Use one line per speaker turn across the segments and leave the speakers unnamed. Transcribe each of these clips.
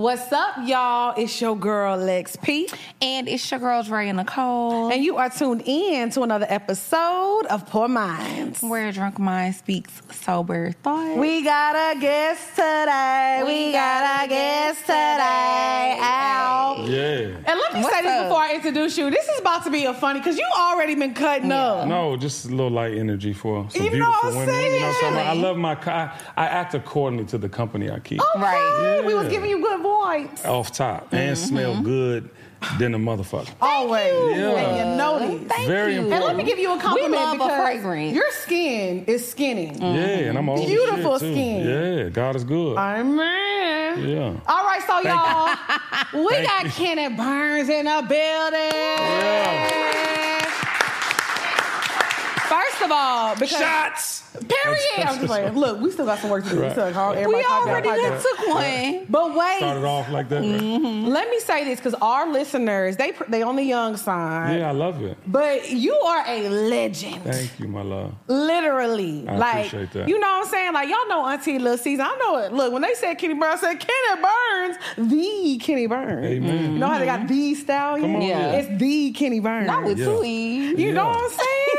What's up, y'all? It's your girl Lex P,
And it's your girls, Ray and Nicole.
and you are tuned in to another episode of Poor Minds.
Where Drunk Mind Speaks Sober Thoughts.
We got a guest today. We, got a guest today. Ow.
Yeah.
And let me
What's
say this
up?
before I introduce you. This is about to be a funny because you already been cutting up.
No, just a little light energy for some
You know
beautiful
what I'm
women. You know what I'm
saying? Oh.
talking about? I love my co- I, I act accordingly to the company I keep.
Okay.
Right.
We was
Yeah.
giving you good vibes.
Off top and
Mm-hmm.
smell good than a motherfucker.
Always.
you.
And you know this.
Thank
Very
you.
important.
And let me give you a compliment
We love
because
a fragrance. Mm.
your skin is skinny.
Yeah, and I'm old. as
Beautiful
shit, too.
skin.
Yeah, God is good.
Amen.
Yeah.
All right, so
you.
y'all, we got Kenneth Burns in the building. First of all, because
Shots.
period. I'm just playing. Look, we still got some work to do.
Right.
We, still got-
We
everybody got
already
that
done
podcast.
took one.
But
Started
wait,
off like that. right?
let me say this because our listeners, they pr- they on the young side,
Yeah, I love it.
but you are a legend.
Thank you, my love.
Literally,
I
like
appreciate that.
you know what I'm saying. Like y'all know Auntie Lil Season. I know it. Look, when they said Kenny Burns, I said Kenny Burns, the Kenny Burns.
Amen.
You know how they got the stallion?
Come on,
Yeah.
It's the Kenny Burns.
Not with
Yeah.
two E's.
you know
Yeah.
what I'm saying?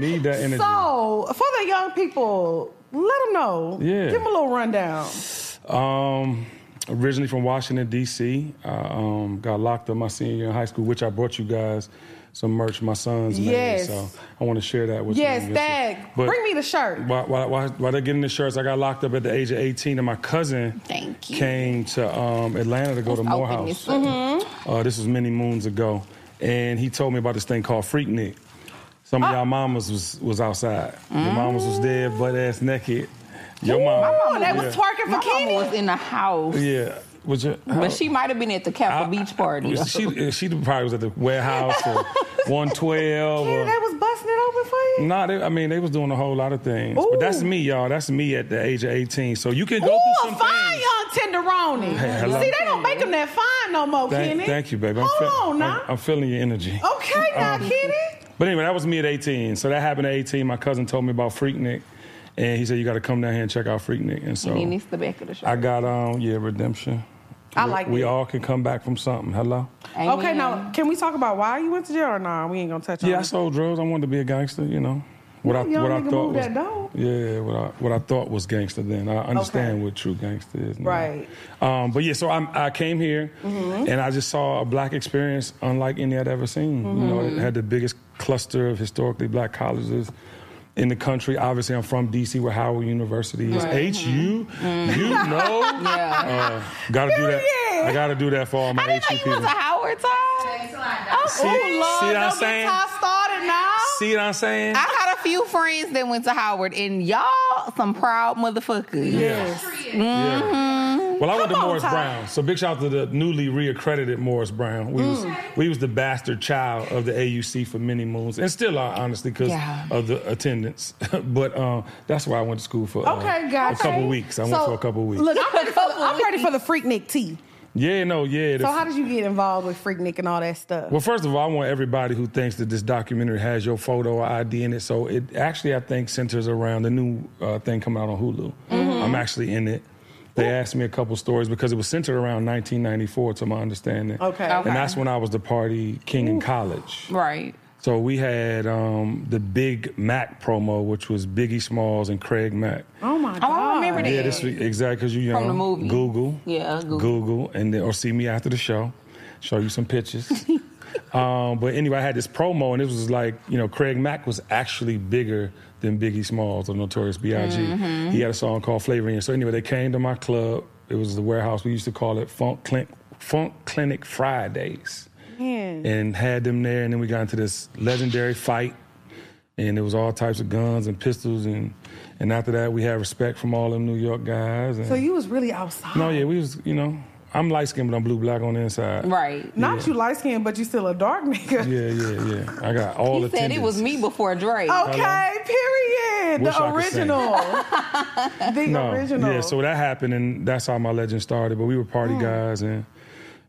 Need that energy.
So, for the young people, let them know.
Yeah.
Give them a little rundown.
Um, originally from Washington D.C. I um, got locked up my senior year in high school, which I brought you guys some merch my sons made.
Yes.
So I want to share that with
Yes,
you.
Thag.
But
Bring me the shirt.
While, while, while, while they're getting the shirts, I got locked up at the age of 18, and my cousin
Thank you.
came to um, Atlanta to go
Let's open
to Morehouse.
this up.
Uh, this was many moons ago, and he told me about this thing called Freaknik. Some of y'all mamas was, was outside. Your mamas was dead, butt ass naked. Your mama.
Oh, they
yeah.
was twerking
My
for
mama
Kenny.
was in the house,
Yeah. Was your,
but she might have been at the Kappa Beach party.
She she probably was at the warehouse or 112.
Kenny, they
Or,
was busting it open for you.
nah, they, I mean they was doing a whole lot of things.
Ooh.
But that's me, y'all. That's me at the age of 18. So you can go
Ooh,
through
a
some
fine
things.
young tenderoni.
Hey, hello.
See, they don't make them that fine no more,
Thank,
Kenny.
thank you, baby. I'm,
Hold
feel-
on now. Oh.
I'm, I'm feeling your energy.
okay, now, Kenny.
But anyway, that was me at 18. So that happened at 18. My cousin told me about Freaknik, and he said you got to come down here and check out Freaknik. And so
and then it's the back of the shirt.
I got um yeah redemption.
I like
We
that.
all can come back from something. Hello.
Amen.
Okay, now can we talk about why you went to jail or nah? We ain't gonna touch on
Yeah, I
it.
sold drugs. I wanted to be a gangster, you know. What I
young
what I
nigga
thought
move
was
that dough.
yeah, what I what I thought was gangster. Then I understand what true gangster is, now.
Right.
Um, but yeah, so I I came here
Mm-hmm.
and I just saw a black experience unlike any I'd ever seen. You know,
Mm-hmm.
it had the biggest cluster of historically black colleges. In the country, obviously, I'm from DC, where Howard University is. HU, you know,
Mm-hmm. Yeah.
uh, gotta do that.
Period.
I gotta do that for all my
I didn't know
HU
you
people.
was a Howard Todd.
Oh,
See- see
Lord,
what I'm
don't
saying?
get Ty started now.
See what I'm saying?
I had a few friends that went to Howard, and y'all some proud motherfuckers.
Yes. Yeah. Well, I went
Mm-hmm. Come
to
on,
Morris
Ty.
Brown. So big shout out to the newly reaccredited Morris Brown. We was we was the bastard child of the AUC for many moons, and still are honestly because
Yeah.
of the attendance. but um, that's why I went to school for uh,
Okay,
a
gotcha.
couple weeks. I went
So,
for a couple weeks.
Look, I'm ready for the, I'm ready for the Freaknik tea.
yeah, no, yeah. the
So how did you get involved with Freaknik and all that stuff?
Well, first of all, I want everybody who thinks that this documentary has your photo or ID in it. So it actually, I think, centers around the new uh, thing coming out on Hulu.
Mm-hmm.
I'm actually in it. They asked me a couple stories because it was centered around 1994, to my understanding.
Okay.
And that's when I was the party king in college.
Right.
So we had um, the Big Mac promo, which was Biggie Smalls and Craig Mack.
oh my
Oh,
god!
I remember that.
Yeah, this was exactly because you young.
From the movie.
Google.
Yeah, Google.
Google. and then, or see me after the show. Show you some pictures. um, but anyway, I had this promo, and it was like you know, Craig Mack was actually bigger than Biggie Smalls or Notorious B.I.G.
Mm-hmm.
He had a song called Flavoring. And so anyway, they came to my club. It was the warehouse. We used to call it Funk Clinic, Funk Clinic Fridays,
Yeah.
and had them there. And then we got into this legendary fight and it was all types of guns and pistols and and after that we had respect from all them New York guys. And,
So you was really outside.
no, yeah, we was you know I'm light skinned but I'm blue black on the inside.
Right.
Not you light skinned, but you still a dark nigga.
Yeah, yeah, yeah. I got all
He
the.
said it was me before Dre.
Okay, period.
Wish
the
I could sing.
original. the
No,
original.
yeah. So that
Hmm.
happened and that's how my legend started. But we were party guys and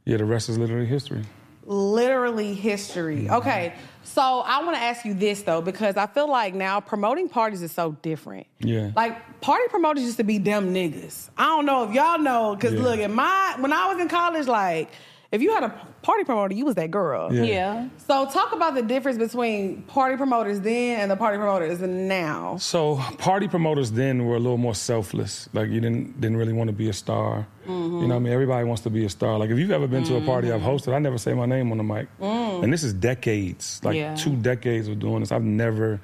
yeah, the rest is literally history.
literally history. Okay, so I want to ask you this though, because I feel like now promoting parties is so different.
Yeah.
Like party promoters used to be dumb niggas. I don't know if y'all know, because
Yeah.
look, in my when I was in college, like if you had a party promoter, you was that girl.
Yeah.
Yeah.
So talk about the difference between party promoters then and the party promoters now.
So party promoters then were a little more selfless. Like you didn't didn't really want to be a star. You know what I mean? Everybody wants to be a star. Like if you've ever been to a party
Mm-hmm.
I've hosted, I never say my name on the mic.
Mm.
And this is decades, like
Yeah.
two decades of doing this. I've never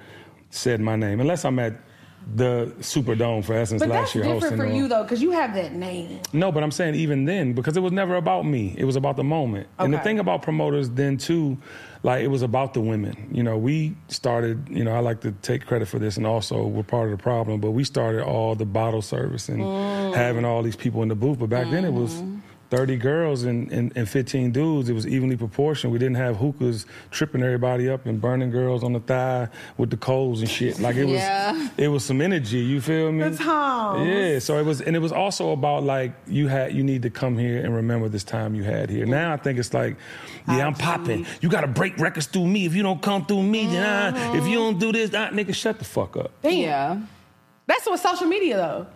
said my name unless I'm at the Superdome for Essence
But
last
that's
year
different
hosting.
for
or-
you though, because you have that name.
No, but I'm saying even then, because it was never about me. It was about the moment. And the
Okay.
thing about promoters then too, like it was about the women. You know, we started, you know, I like to take credit for this and also we're part of the problem, but we started all the bottle service and having all these people in the booth. But back then it was 30 girls and, and, and 15 dudes. It was evenly proportioned. We didn't have hookahs tripping everybody up and burning girls on the thigh with the coals and shit. Like it was,
Yeah.
it was some energy. You feel me?
The times.
Yeah. So it was, and it was also about like you had, you need to come here and remember this time you had here. Now I think it's like, yeah, I'm popping. You got to break records through me. If you don't come through me, then I, if you don't do this, I, nigga, shut the fuck up.
Damn.
Yeah.
That's what social media though.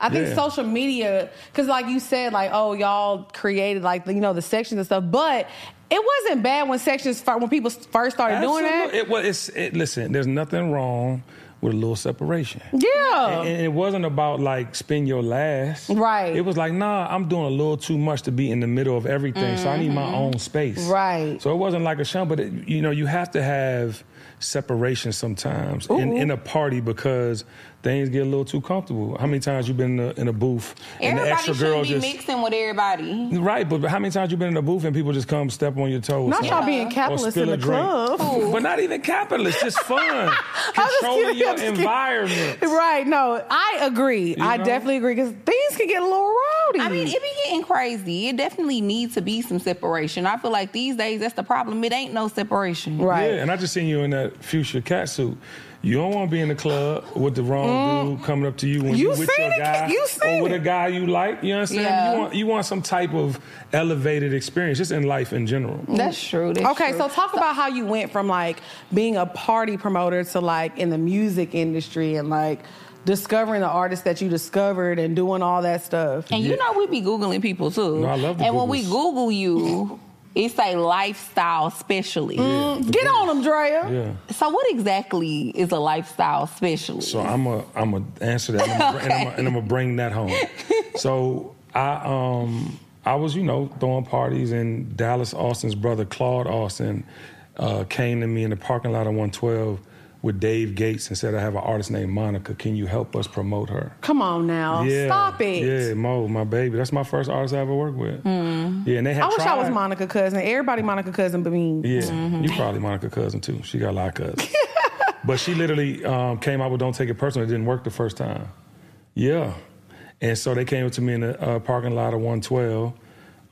I think
Yeah.
social media, because like you said, like oh y'all created like you know the sections and stuff, but it wasn't bad when sections fir- when people first started doing
Absolute-
that.
It was. It's, it, listen, there's nothing wrong with a little separation.
Yeah.
And, and it wasn't about like spend your last.
Right.
It was like, nah, I'm doing a little too much to be in the middle of everything. So I need my own space.
Mm-hmm. Right.
So it wasn't like a shun, but it, you know, you have to have separation sometimes in,
Ooh.
in a party because things get a little too comfortable. How many times you been in a, in a booth and the
Everybody
extra
should
girl
be
just
mixing with everybody.
right? But how many times you been in a booth and people just come step on your toes?
Not y'all being
Or
capitalist in
spill
the
a drink.
club.
But not even capitalist, just fun.
just
Controlling
kidding,
your
I'm just kidding.
environment.
Right, no, I agree. I
know?
definitely agree because things can get a little rowdy.
I mean, it be getting crazy. It definitely needs to be some separation. I feel like these days that's the problem. It ain't no separation.
right.
Yeah, and I just seen you in that fuchsia cat suit. You don't want to be in the club with the wrong dude coming up to you when
Mm. You
you with
seen
your
it,
guy
you seen
or with
it.
a guy you like. You know what I'm saying?
Yeah.
You want you want some type of elevated experience just in life in general.
That's true. That's
Okay,
true.
so talk about how you went from like being a party promoter to like in the music industry and like discovering the artists that you discovered and doing all that stuff.
And you
Yeah.
know we be googling people too.
No, I love the
And when we
Googles.
Google you, it's a lifestyle specialist.
Get on them, Drea.
Yeah.
So what exactly is a lifestyle specialist?
So I'm a I'm a answer that and I'm a, and, I'm a, and I'm a bring that home. So I um I was you know throwing parties and Dallas Austin's brother Claude Austin uh, came to me in the parking lot of 112 with Dave Gates and said I have an artist named Monica. Can you help us promote her?
Come on now. Stop it. Hmm.
Yeah, Mo, my baby. That's my first artist I ever worked with. Yeah, and they had
I wish I was
tried-
Monica cousin. Everybody Monica cousin but me.
yeah, you probably Monica cousin too. She got a lot of cousins. but she literally um, came out with "Don't Take It Personal." It didn't work the first time. Yeah, and so they came up to me in the uh, parking lot of 112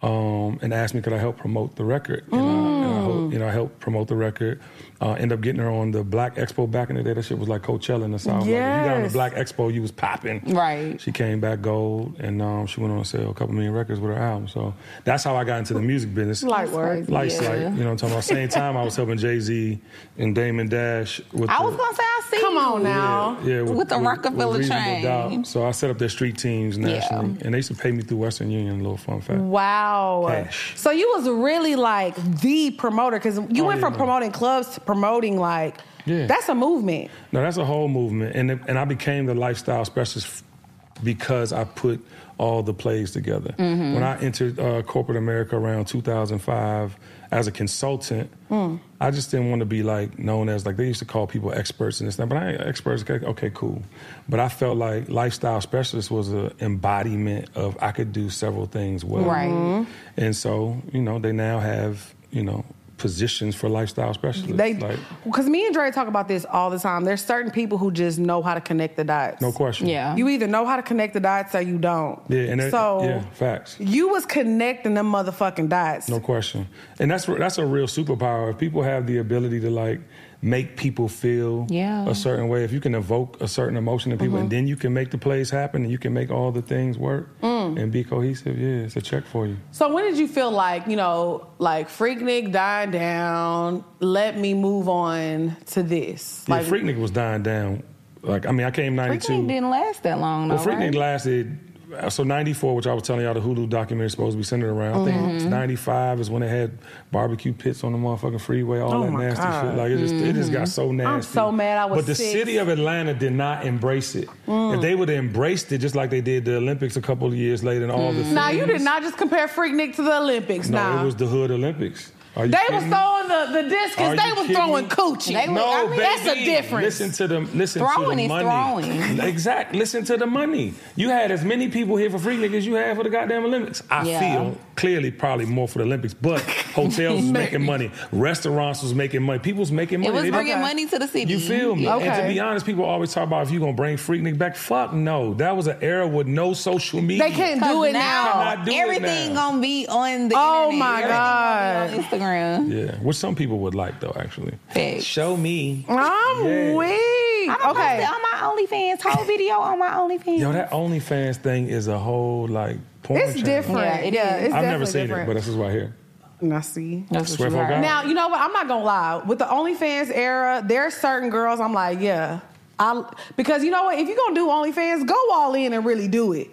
um, and asked me could I help promote the record. And, I, and I helped, you know, I helped promote the record. Uh, end up getting her on the Black Expo back in the day. That shit was like Coachella in the South. Like, if you got on the
Yes.
Black Expo, you was popping.
Right.
She came back gold, and um, she went on to sell a couple million records with her album. So that's how I got into the music business.
Light work.
Like,
Yeah.
like, you know what I'm talking about? Same time I was helping Jay Z and Damon Dash with
I
the,
was gonna say I see.
Come on
you.
now.
yeah, with,
with the Rockefeller
Reasonable
chain.
Doubt. So I set up their street teams nationally, and they used to pay me through Western Union. A little fun fact.
Wow.
Cash.
So you was really like the promoter because you
Oh,
went from
yeah.
promoting clubs to promoting like
Yeah.
that's a movement.
No, that's a whole movement, and it, and I became the lifestyle specialist f- because I put all the plays together.
Mm-hmm.
When I entered uh, corporate America around 2005 as a consultant,
Hmm.
I just didn't want to be like known as like they used to call people experts and this and that. But I ain't experts. Okay, okay, cool. But I felt like lifestyle specialist was an embodiment of I could do several things well. Mm-hmm.
Right. Mhm.
And so you know they now have you know positions for lifestyle specialists.
They
like
because me and Dre talk about this all the time. There's certain people who just know how to connect the dots.
no question.
Yeah.
You either know how to connect the dots or you don't.
Yeah, and it-
so
yeah, facts.
you was connecting them motherfucking dots.
No question. And that's that's a real superpower. If people have the ability to like make people feel
Yeah.
a certain way, if you can evoke a certain emotion in people,
Mm-hmm.
and then you can make the plays happen, and you can make all the things work
Mm.
and be cohesive, yeah, it's a check for you.
So when did you feel like, you know, like Freaknik dying down, let me move on to this?
Yeah,
like
Freaknik was dying down. Like, I mean, I came '92.
Freaknik didn't last that long, though.
Well, Freaknik
right?
lasted. uh, So '94, which I was telling y'all, the Hulu documentary is supposed to be centered around. I
Mm-hmm.
think it's '95 is when they had barbecue pits on the motherfucking freeway, all
Oh
that
my
nasty
God. Mm-hmm.
shit. Like it just, it just got so nasty.
so mad I was
But the
six. Mm.
city of Atlanta did not embrace it. If they would have embraced it, just like they did the Olympics a couple of years later, and all the
Now Mm. you did
things-
not just compare Freaknik to the Olympics.
No,
now
it was the Hood Olympics. Are you
they was
kidding me?
throwing the, the discus.
Are
They
you
was
kidding
throwing
me?
coochie.
They was-
No,
I mean,
that's
baby.
the difference.
Listen to the listen
Throwing
to the
is
money.
throwing.
Exact. Listen to the money. You had as many people here for free niggas you had for the goddamn Olympics. I
Yeah.
feel clearly probably more for the Olympics, but hotels was making money, restaurants was making money, people was making money.
It was
They didn't-
bringing money to the city.
you feel me?
Yeah.
Okay.
And to be honest, people always talk about if you gonna bring Freaknik back. Fuck no. That was an era with no social media.
They can't do
'Cause
it now.
cannot do it
everything
now.
gonna be on the
Oh,
internet.
my
Everything gonna be on Instagram.
Yeah, which some people would like though, actually.
Facts.
Show me.
I'm
Yeah.
I
weak.
done
Okay.
posted on my OnlyFans whole video on my OnlyFans.
Yo, that OnlyFans thing is a whole like porn.
It's
channel.
different. Yeah,
Yeah, it is.
it's
I've never
definitely
seen
different.
it, but this is right here.
And I see.
That's what
Swear
you
for
heard.
God.
Now, you know what? I'm not gonna lie. With the OnlyFans era, there are certain girls I'm like, yeah. I because you know what? If you're gonna do OnlyFans, go all in and really do it.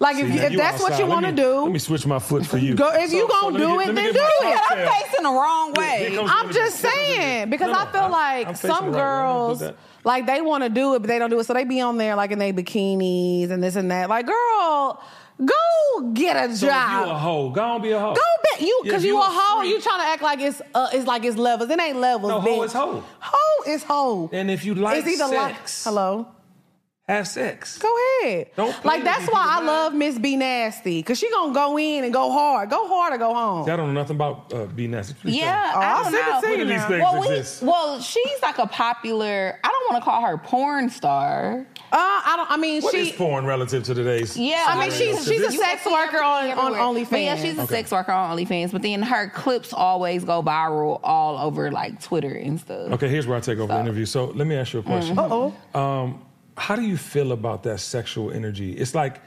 Like if,
See, now
if
you
that's what
outside.
you
Let
want to
me- Let
do,
me switch my foot for you.
Go- if you gonna
let me
do it,
get- let me
then
get my
do it.
cocktail.
I'm facing the wrong
Here
way.
comes
I'm
the-
just
here comes the-
saying because
No,
I feel
I'm-
like
I'm facing
some
the right way. Don't do
girls
that.
like they want to do it, but they don't do it. So they be on there like in their bikinis and this and that. Like, girl, go get a
So if you a
job.
hoe, go on be a hoe.
Go bet you
Yeah,
because
if
you, a hoe.
freak,
You trying to act like it's uh, it's like it's levels. It ain't levels.
No, hoe
bitch.
is hoe.
Hoe is hoe.
And if you like
it's either like
sex,
hello.
have sex.
Go ahead.
Don't play
like
with
that's
these
why
people,
I
man.
love Miss B Nasty because she gonna go in and go hard. Go hard or go home.
I don't know nothing about uh, being nasty. Please
Yeah,
Oh, I'll
I don't
send it
know.
to you When
do these now. things
well,
exist?
well, she's like a popular. I don't want to call her porn star.
Uh, I don't. I mean,
tell me. What
she.
is porn relative to today's?
Yeah,
I mean, she's- she's a
You
sex
can see
worker on-
everything
on
everywhere. But yeah,
OnlyFans.
she's a
Okay.
sex worker on OnlyFans. But then her clips always go viral all over like Twitter and stuff.
Okay, here's where I take over
Uh,
the interview. So let me ask you a question.
Uh-oh.
Um, how do you feel about that sexual energy? It's like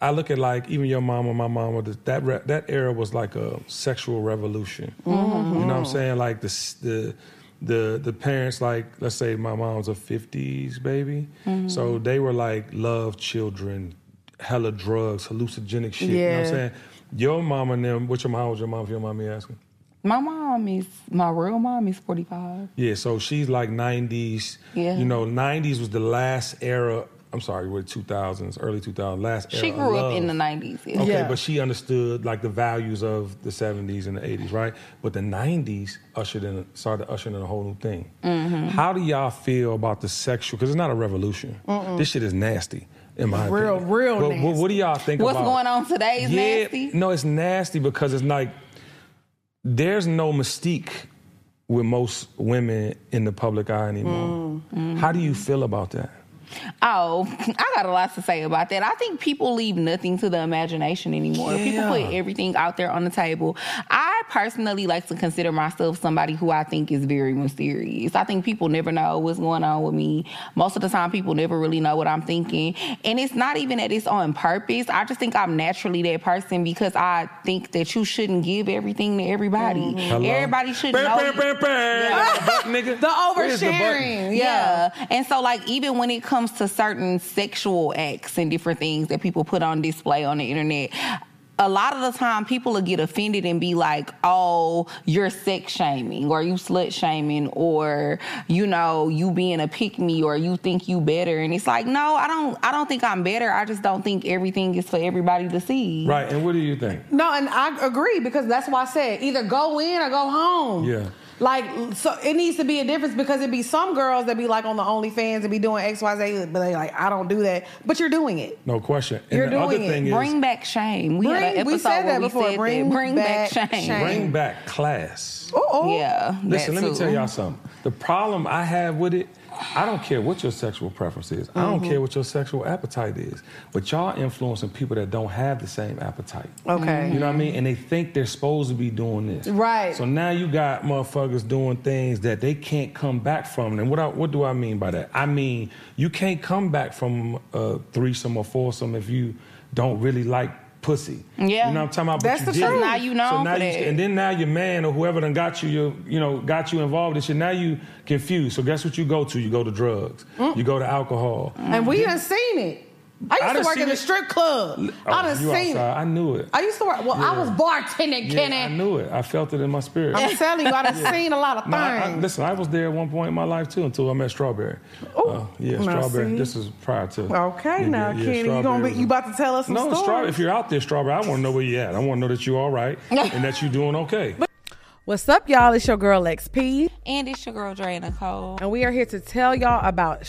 I look at like even your mom or my mom or the, that re- that era was like a sexual revolution. You know what I'm saying? Like the s- the the the parents like let's say my mom's a 50s baby, so they were like love children, hella drugs, hallucinogenic shit. You know what I'm
Yeah.
saying? Your mom and them, what's your mom? How old your mom? If your mom me asking.
My mom is my real mom is forty five.
Yeah, so she's like 90s.
Yeah.
You know, 90s was the last era. I'm sorry, we're 2000s, early 2000s, last era.
She
of
grew
love.
up in the nineties.
Okay,
Yeah.
but she understood like the values of the 70s and the 80s, right? But the 90s ushered in, started ushering in a whole new thing.
Mm-hmm.
How do y'all feel about the sexual? Because it's not a revolution. This shit is nasty, in my
Real,
opinion.
real
But what- What do y'all think
What's
about
going on today is nasty.
No, it's nasty because it's like there's no mystique with most women in the public eye anymore. How do you feel about that?
Oh, I got a lot to say about that. I think people leave nothing to the imagination anymore. People
Yeah.
put everything out there on the table. I personally like to consider myself somebody who I think is very mysterious. I think people never know what's going on with me. Most of the time, people never really know what I'm thinking. And it's not even that it's on purpose. I just think I'm naturally that person because I think that you shouldn't give everything to everybody.
Mm-hmm. Hello?
Everybody should
Bam,
know.
bam, bam, bam. Button, nigga.
The
Where's the button?
oversharing. yeah.
Yeah. And so, like, even when it comes to certain sexual acts and different things that people put on display on the internet, a lot of the time people will get offended and be like, oh, you're sex shaming or you slut shaming or, you know, you being a pick me or you think you better. And it's like, no, I don't I don't think I'm better. I just don't think everything is for everybody to see.
Right, and what do you think?
No, and I agree because that's why I said either go in or go home.
Yeah.
Like so, it needs to be a difference because it be some girls that be like on the OnlyFans and be doing X, Y, Z, but they like I don't do that, but you're doing it.
No question. And
You're
the other
doing it.
thing is
Bring back shame. We had an
Bring-
episode
we said
where
that
we
before.
said
Bring
that. Bring back,
back
shame.
shame.
bring back class.
Oh,
Yeah.
Listen,
that
let me
too.
tell y'all something. The problem I have with it I don't care what your sexual preference is. I
Mm-hmm.
don't care what your sexual appetite is. But y'all influencing people that don't have the same appetite.
Okay.
Mm-hmm. You know what I mean? And they think they're supposed to be doing this.
Right.
So now you got motherfuckers doing things that they can't come back from. And what I, what do I mean by that? I mean you can't come back from a threesome or foursome if you don't really like pussy.
Yeah.
You know what I'm talking about? But
That's
you
the
didn't.
truth.
Now you known
So now
for
you-
that.
and then now your man or whoever done got you, your, you know, got you involved in shit. Now you confused. So guess what you go to? You go to drugs.
Mm.
You go to alcohol.
And we done seen it. I
I
used
done
to work
seen
in the
it.
strip club. I
Oh,
done
you
seen
outside.
it.
I knew it.
I used to work. Well, I
Yeah.
was bartending,
Yeah,
Kenny.
I knew it. I felt it in my spirit.
I'm telling you, I done seen a lot of
No, I- I-
things.
listen, I was there at one point in my life too until I met Strawberry.
Ooh.
Uh, yeah,
Now,
Strawberry.
see?
This is prior to.
okay,
Yeah,
now
yeah,
Kenny, you
Strawberry
gonna be
was
you
a-
about to tell us some
no, Strawberry.
stories?
If you're out there, Strawberry, I want to know where you're at. I want to know that you're all right and that you're doing okay.
What's up, y'all? It's your girl XP,
And it's your girl Dre Nicole.
and we are here to tell y'all about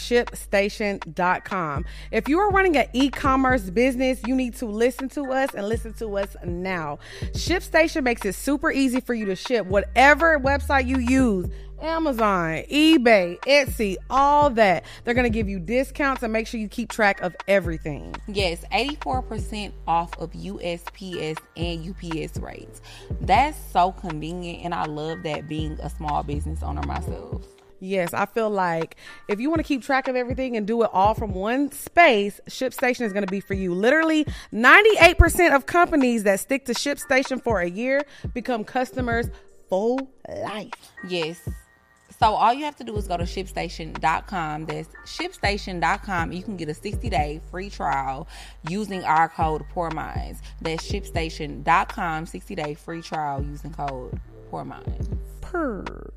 ShipStation.com. If you are running an e-commerce business, you need to listen to us and listen to us now. ShipStation makes it super easy for you to ship whatever website you use. Amazon, eBay, Etsy, all that. They're going to give you discounts and make sure you keep track of everything.
Yes, 84% off of USPS and UPS rates. That's so convenient, and I love that being a small business owner myself.
Yes, I feel like if you want to keep track of everything and do it all from one space, ShipStation is going to be for you. Literally, 98% of companies that stick to ShipStation for a year become customers for life.
Yes. So all you have to do is go to shipstation.com. That's shipstation.com. You can get a 60-day free trial using our code PoorMinds. That's shipstation.com, 60-day free trial using code PoorMinds.
Per.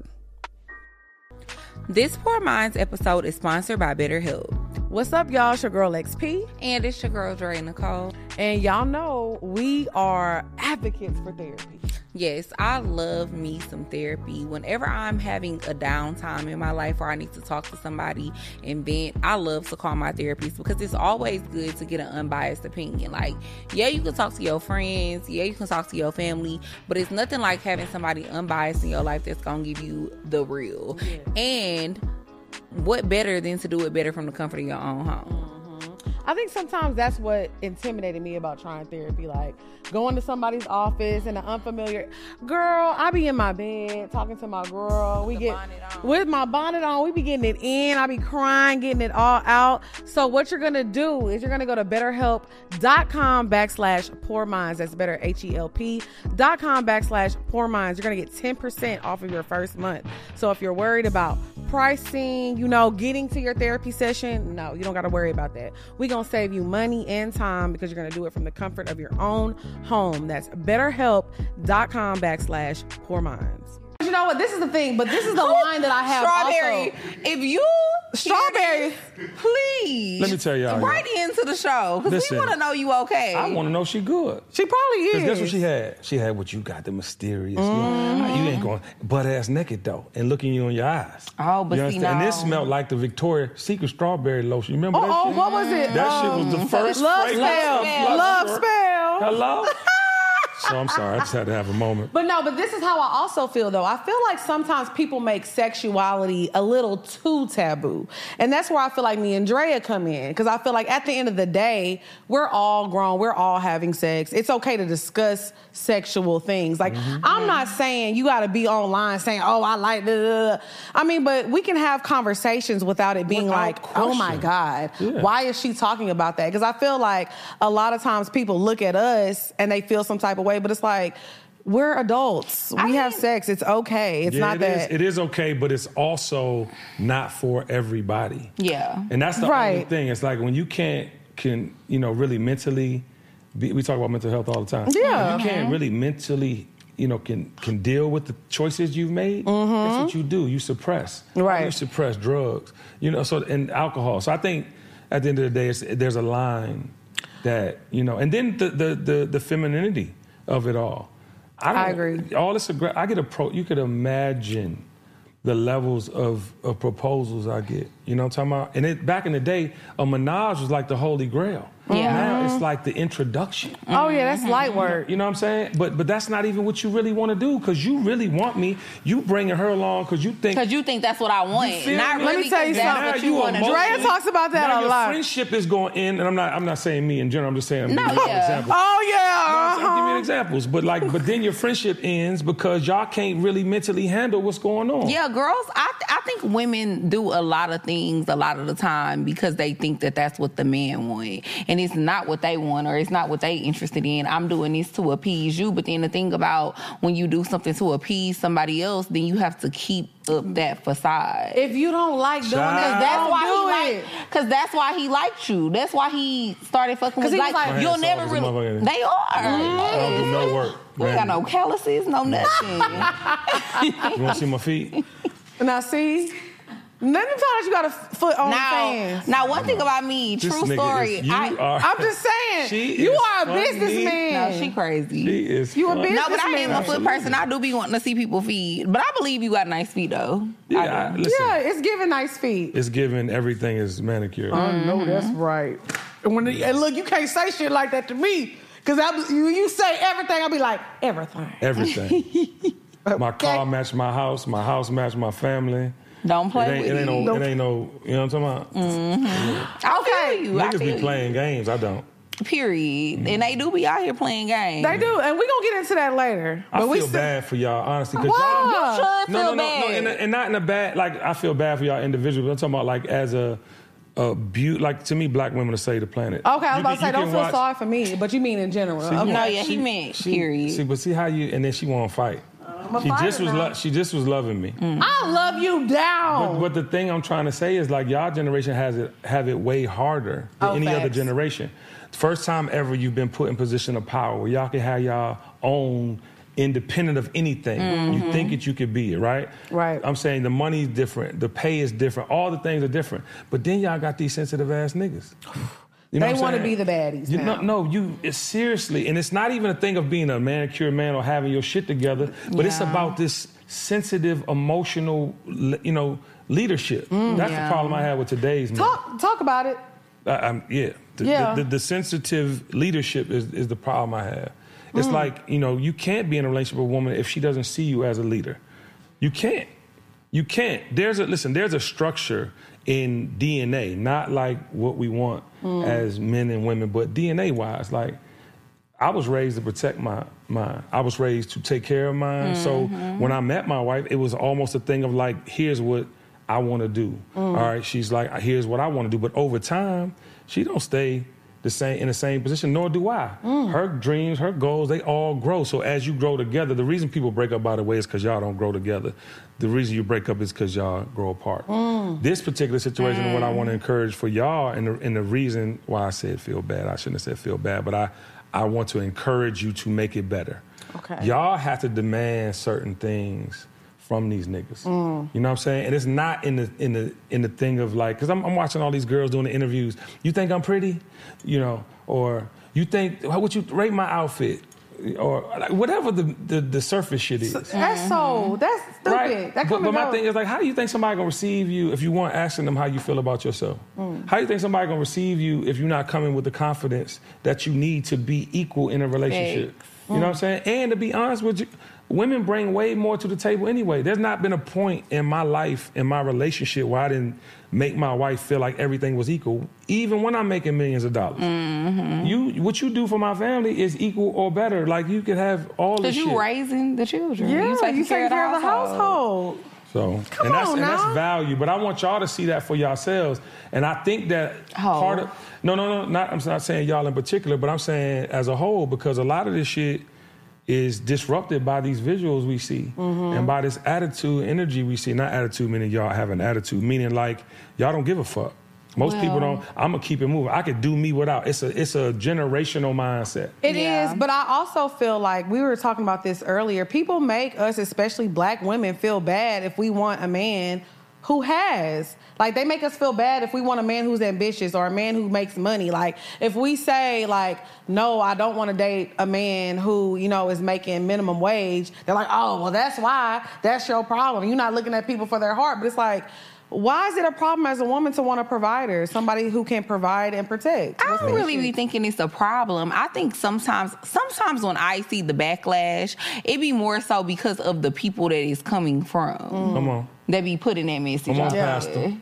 This Poor Minds episode is sponsored by BetterHelp.
What's up, y'all? It's your girl XP.
And it's your girl Dre Nicole.
And y'all know we are advocates for therapy.
Yes, I love me some therapy. Whenever I'm having a downtime in my life or I need to talk to somebody and vent, I love to call my therapist because it's always good to get an unbiased opinion. Like, yeah, you can talk to your friends, yeah, you can talk to your family, but it's nothing like having somebody unbiased in your life that's gonna give you the real. And what better than to do it better from the comfort of your own home?
I think sometimes that's what intimidated me about trying therapy. Like going to somebody's office and an unfamiliar girl, I be in my bed talking to my girl. we get
bonnet on.
with my bonnet on, we be getting it in. I be crying, getting it all out. So what you're gonna do is you're gonna go to betterhelp.com backslash poor minds. That's better H E L P dot com backslash poor minds. You're gonna get 10% off of your first month. So if you're worried about pricing, you know, getting to your therapy session, no, you don't gotta worry about that. We're gonna save you money and time because you're gonna do it from the comfort of your own home. That's betterhelp.com backslash poor minds. You know what? This is the thing, but this is the line that I have.
Strawberry,
also.
if you
Strawberry.
please
Let me tell y'all,
Right into the show because we
Listen.
want to know you okay.
I want to know she good.
She probably is.
Because guess what she had? She had what you got, the mysterious. you know,
Mm-hmm.
You, ain't going butt ass naked though, and looking you in your eyes.
Oh, but
you
see,
understand? And this
no.
smelled like the Victoria's Secret strawberry lotion. You remember that
Oh,
shit?
what was it? Um,
That shit was the first
love
fragrance
spell.
of Love
Love
Spell.
spell.
Hello? so I'm sorry, I just had to have a moment.
But no, but this is how I also feel though. I feel like sometimes people make sexuality a little too taboo. And that's where I feel like me and Drea come in. Cause I feel like at the end of the day, we're all grown, we're all having sex. It's okay to discuss sexual things. Like,
Mm-hmm.
I'm not saying you gotta be online saying, oh, I like, da, da, da." I mean, but we can have conversations without it being
Without
like, oh my
question.
God,
Yeah.
why is she talking about that? Because I feel like a lot of times people look at us and they feel some type of way, but it's like, we're adults. We
I
have
mean-
sex. It's okay. It's
Yeah,
not
it is-
that.
it is okay, but it's also not for everybody.
Yeah.
And that's the only
Right.
thing. It's like when you can't can you know really mentally. Be, we talk about mental health all the time.
Yeah.
When you can't really mentally you know can can deal with the choices you've made. That's what you do. You suppress.
Mm-hmm. Right.
You suppress drugs. You know. So and alcohol. So I think at the end of the day, it's, there's a line that you know, and then the the the, the femininity of it all.
I agree.
All this aggra- I get a pro. You could imagine the levels of, of proposals I get. You know what I'm talking about? And it, back in the day, a menage was like the holy grail.
Yeah.
Now
Mm-hmm.
it's like the introduction.
Oh yeah, that's light work.
You know what I'm saying? But but that's not even what you really want to do because you really want me. You bringing her along because you think.
Because you think that's what I want.
You feel
Not
me?
really
Let me tell you
'cause that's
something.
what
Now
you
you
want to
emotional. Drea talks about that
now
a
your
lot.
Friendship is going in, and I'm not. I'm not saying me in general. I'm just saying. I'm
No,
giving you
yeah.
examples.
Oh
I'm saying, Give me
yeah. uh-huh.
examples, but like, but then your friendship ends because y'all can't really mentally handle what's going on.
Yeah, girls, I, th- I think women do a lot of things a lot of the time because they think that that's what the men want. And it's not what they want or it's not what they interested in. I'm doing this to appease you. But then the thing about when you do something to appease somebody else, then you have to keep up that facade.
If you don't like doing
Child.
that,
That's
that's
why
why
he
do it.
liked, cause that's why he liked you. That's why he started fucking
'Cause
with
he was
like,
like-
you'll
Brandon
never
Saunders,
really.
motherfucker.
They are. Mm-hmm.
I don't do no work. Mm-hmm.
We ain't got no
Brandon.
calluses, no nothing.
You want to see my feet?
Now see, let me find out you got a foot on
now,
fans.
now one thing about me,
This
true
nigga
story.
is- you
I,
are-
I'm just saying,
She
you
is
are a
funny.
businessman.
no, she crazy.
She is.
You a
funny.
bitch?
no, but I am a foot
Absolutely.
person. I do be wanting to see people feed, but I believe you got nice feet though.
Yeah, I, listen.
yeah, it's giving nice feet.
It's given everything is manicured.
I know that's right. And when the, and look, you can't say shit like that to me because I be- you, you say everything. I'll be like everything.
Everything. my car
Okay.
matched my house. My house matched my family.
Don't
It
play
ain't,
with
it
me.
ain't no. It ain't no. You know what I'm talking
Mm.
about?
I feel you. I
Niggas
feel
be
you.
playing games. I don't.
Period. And they do be out here playing games.
They do, and we're gonna get into that later.
I feel
we still-
bad for y'all, honestly. 'cause
Why?
y'all-
You should
No,
feel
no, no, no,
bad.
no, and, and not in a bad. Like I feel bad for y'all individually, but I'm talking about like as a, a beauty. Like to me, black women are saved the planet.
Okay, I was
You
about
can-
to say,
you
don't
can
feel
watch-
sorry for me, but you mean in general.
See,
Okay.
No, yeah, he meant period.
See, but see how you and then she won't fight.
a
She
fighter
just was.
now.
Lo- she just was loving me.
I love you
But,
down.
but the thing I'm trying to say is like y'all generation has it have it way harder than
Oh,
any other
facts.
generation. First time ever you've been put in position of power where y'all can have y'all own independent of anything. You think it, you could be it, right?
Mm-hmm. Right.
I'm saying the money's different, the pay is different, all the things are different. But then y'all got these sensitive ass niggas. You know
They
what I'm
wanna
saying?
be the baddies
You- no-
now.
No, you it's seriously, and it's not even a thing of being a manicure man or having your shit together, but it's
Yeah.
about this sensitive, emotional, le- you know, leadership. That's
yeah.
the problem I have with today's man.
talk, talk about it.
I, I'm, yeah, the,
Yeah.
The, the, the sensitive leadership is, is the problem I have. It's like you know, you can't be in a relationship with a woman if she doesn't see you as a leader. You can't. You can't. There's a listen. There's a structure in DNA, not like what we want as men and women, but DNA wise, like I was raised to protect my mine. I was raised to take care of mine. So when I met my wife, it was almost a thing of like, here's what I want to do. All right, she's like, here's what I want to do. But over time, she don't stay the same in the same position, nor do I. Her dreams, her goals, they all grow. So as you grow together, the reason people break up, by the way, is because y'all don't grow together. The reason you break up is because y'all grow apart. This particular situation, and what I want to encourage for y'all, and the, and the reason why I said feel bad, I shouldn't have said feel bad, but I I want to encourage you to make it better.
Okay.
Y'all have to demand certain things from these niggas. You know what I'm saying? And it's not in the in the in the thing of like, because I'm, I'm watching all these girls doing the interviews. You think I'm pretty? You know, or you think how would you rate my outfit? Or like, whatever the, the the surface shit is.
That's so. That's stupid.
Mm-hmm. Right.
That
but
come
but
and
my
go.
thing is like, how do you think somebody gonna receive you if you weren't asking them how you feel about yourself?
Mm.
How do you think somebody gonna receive you if you're not coming with the confidence that you need to be equal in a relationship? You know what I'm
Mm.
saying? And to be honest with you, women bring way more to the table anyway. There's not been a point in my life, in my relationship, where I didn't make my wife feel like everything was equal, even when I'm making millions of dollars.
Mm-hmm.
You, what you do for my family is equal or better. Like you could have all this
Cause you
shit.
raising the children.
Yeah,
you taking care, of the household.
household.
So
Come
and that's
on
and
now.
that's value. But I want y'all to see that for yourselves. And I think that
Oh.
part of no no no not I'm not saying y'all in particular, but I'm saying as a whole, because a lot of this shit is disrupted by these visuals we see
Mm-hmm.
and by this attitude, energy we see. Not attitude meaning y'all have an attitude, meaning like y'all don't give a fuck. Most people
Well-
don't. I'm gonna keep it moving. I could do me without. It's a it's a generational mindset.
It is,
Yeah.
but I also feel like we were talking about this earlier. People make us, especially black women, feel bad if we want a man who has. Like they make us feel bad if we want a man who's ambitious or a man who makes money. Like if we say like, "No, I don't want to date a man who, you know, is making minimum wage." They're like, "Oh, well that's why. That's your problem. You're not looking at people for their heart." But it's like Why is it a problem as a woman to want a provider, somebody who can provide and protect?
I don't really be thinking it's a problem. I think sometimes, sometimes when I see the backlash, it be more so because of the people that it's coming from
Come on.
that be putting that message.
Mm. Come on,
out
Yeah.
Pastor.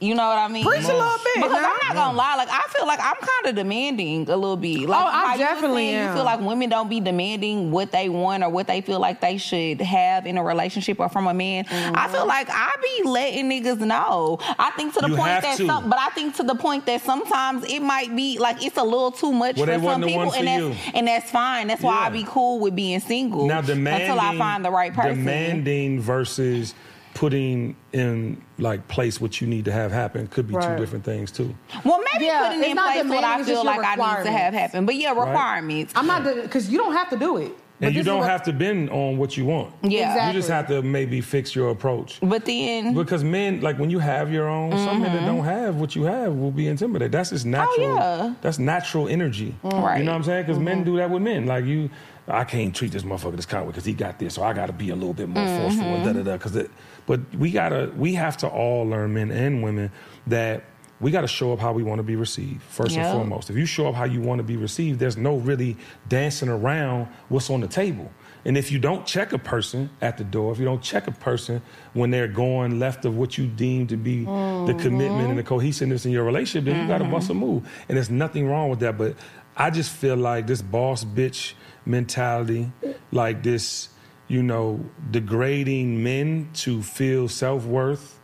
You know what I mean?
Preach a little bit,
Because
nah.
I'm not gonna lie, like I feel like I'm kind of demanding a little bit. Like,
Oh, I
how you were
definitely
saying,
am.
You feel like women don't be demanding what they want or what they feel like they should have in a relationship or from a man. I
Mm-hmm.
feel like I be letting niggas know. I think to the
You
point
have
that
to.
some, but I think to the point that sometimes it might be like it's a little too much
Well,
for
they
some
wasn't the
people,
one for
and that's
you.
and that's fine. That's why I
Yeah.
be cool with being single
Now demanding
until I find the right person.
Demanding versus putting in like place what you need to have happen could be
Right.
two different things too.
Well, maybe
Yeah,
putting
it's
in
not
place what
demanding,
I
it's
feel
just your
like I need to have
requirements.
happen. But yeah, requirements.
I'm not because you don't have to do it. But
And you
this is
don't
what-
have to bend on what you want.
Yeah.
Exactly.
You just have to maybe fix your approach.
But then,
Because men, like when you have your own, some men that don't have what you have will be intimidated. That's just natural.
Mm-hmm. Oh, yeah.
That's natural energy.
Right. Mm-hmm.
You know what I'm saying? Because men do that with men. Like you, I can't treat this motherfucker this kind of way because he got this, so I got to be a little bit more forceful and
Mm-hmm.
da da da. Because, but we gotta, we have to all learn, men and women, that we got to show up how we want to be received first
Yeah.
and foremost. If you show up how you want to be received, there's no really dancing around what's on the table. And if you don't check a person at the door, if you don't check a person when they're going left of what you deem to be the commitment and the cohesiveness in your relationship, then you got to bust a move. And there's nothing wrong with that. But I just feel like this boss bitch mentality, like this, you know, degrading men to feel self worth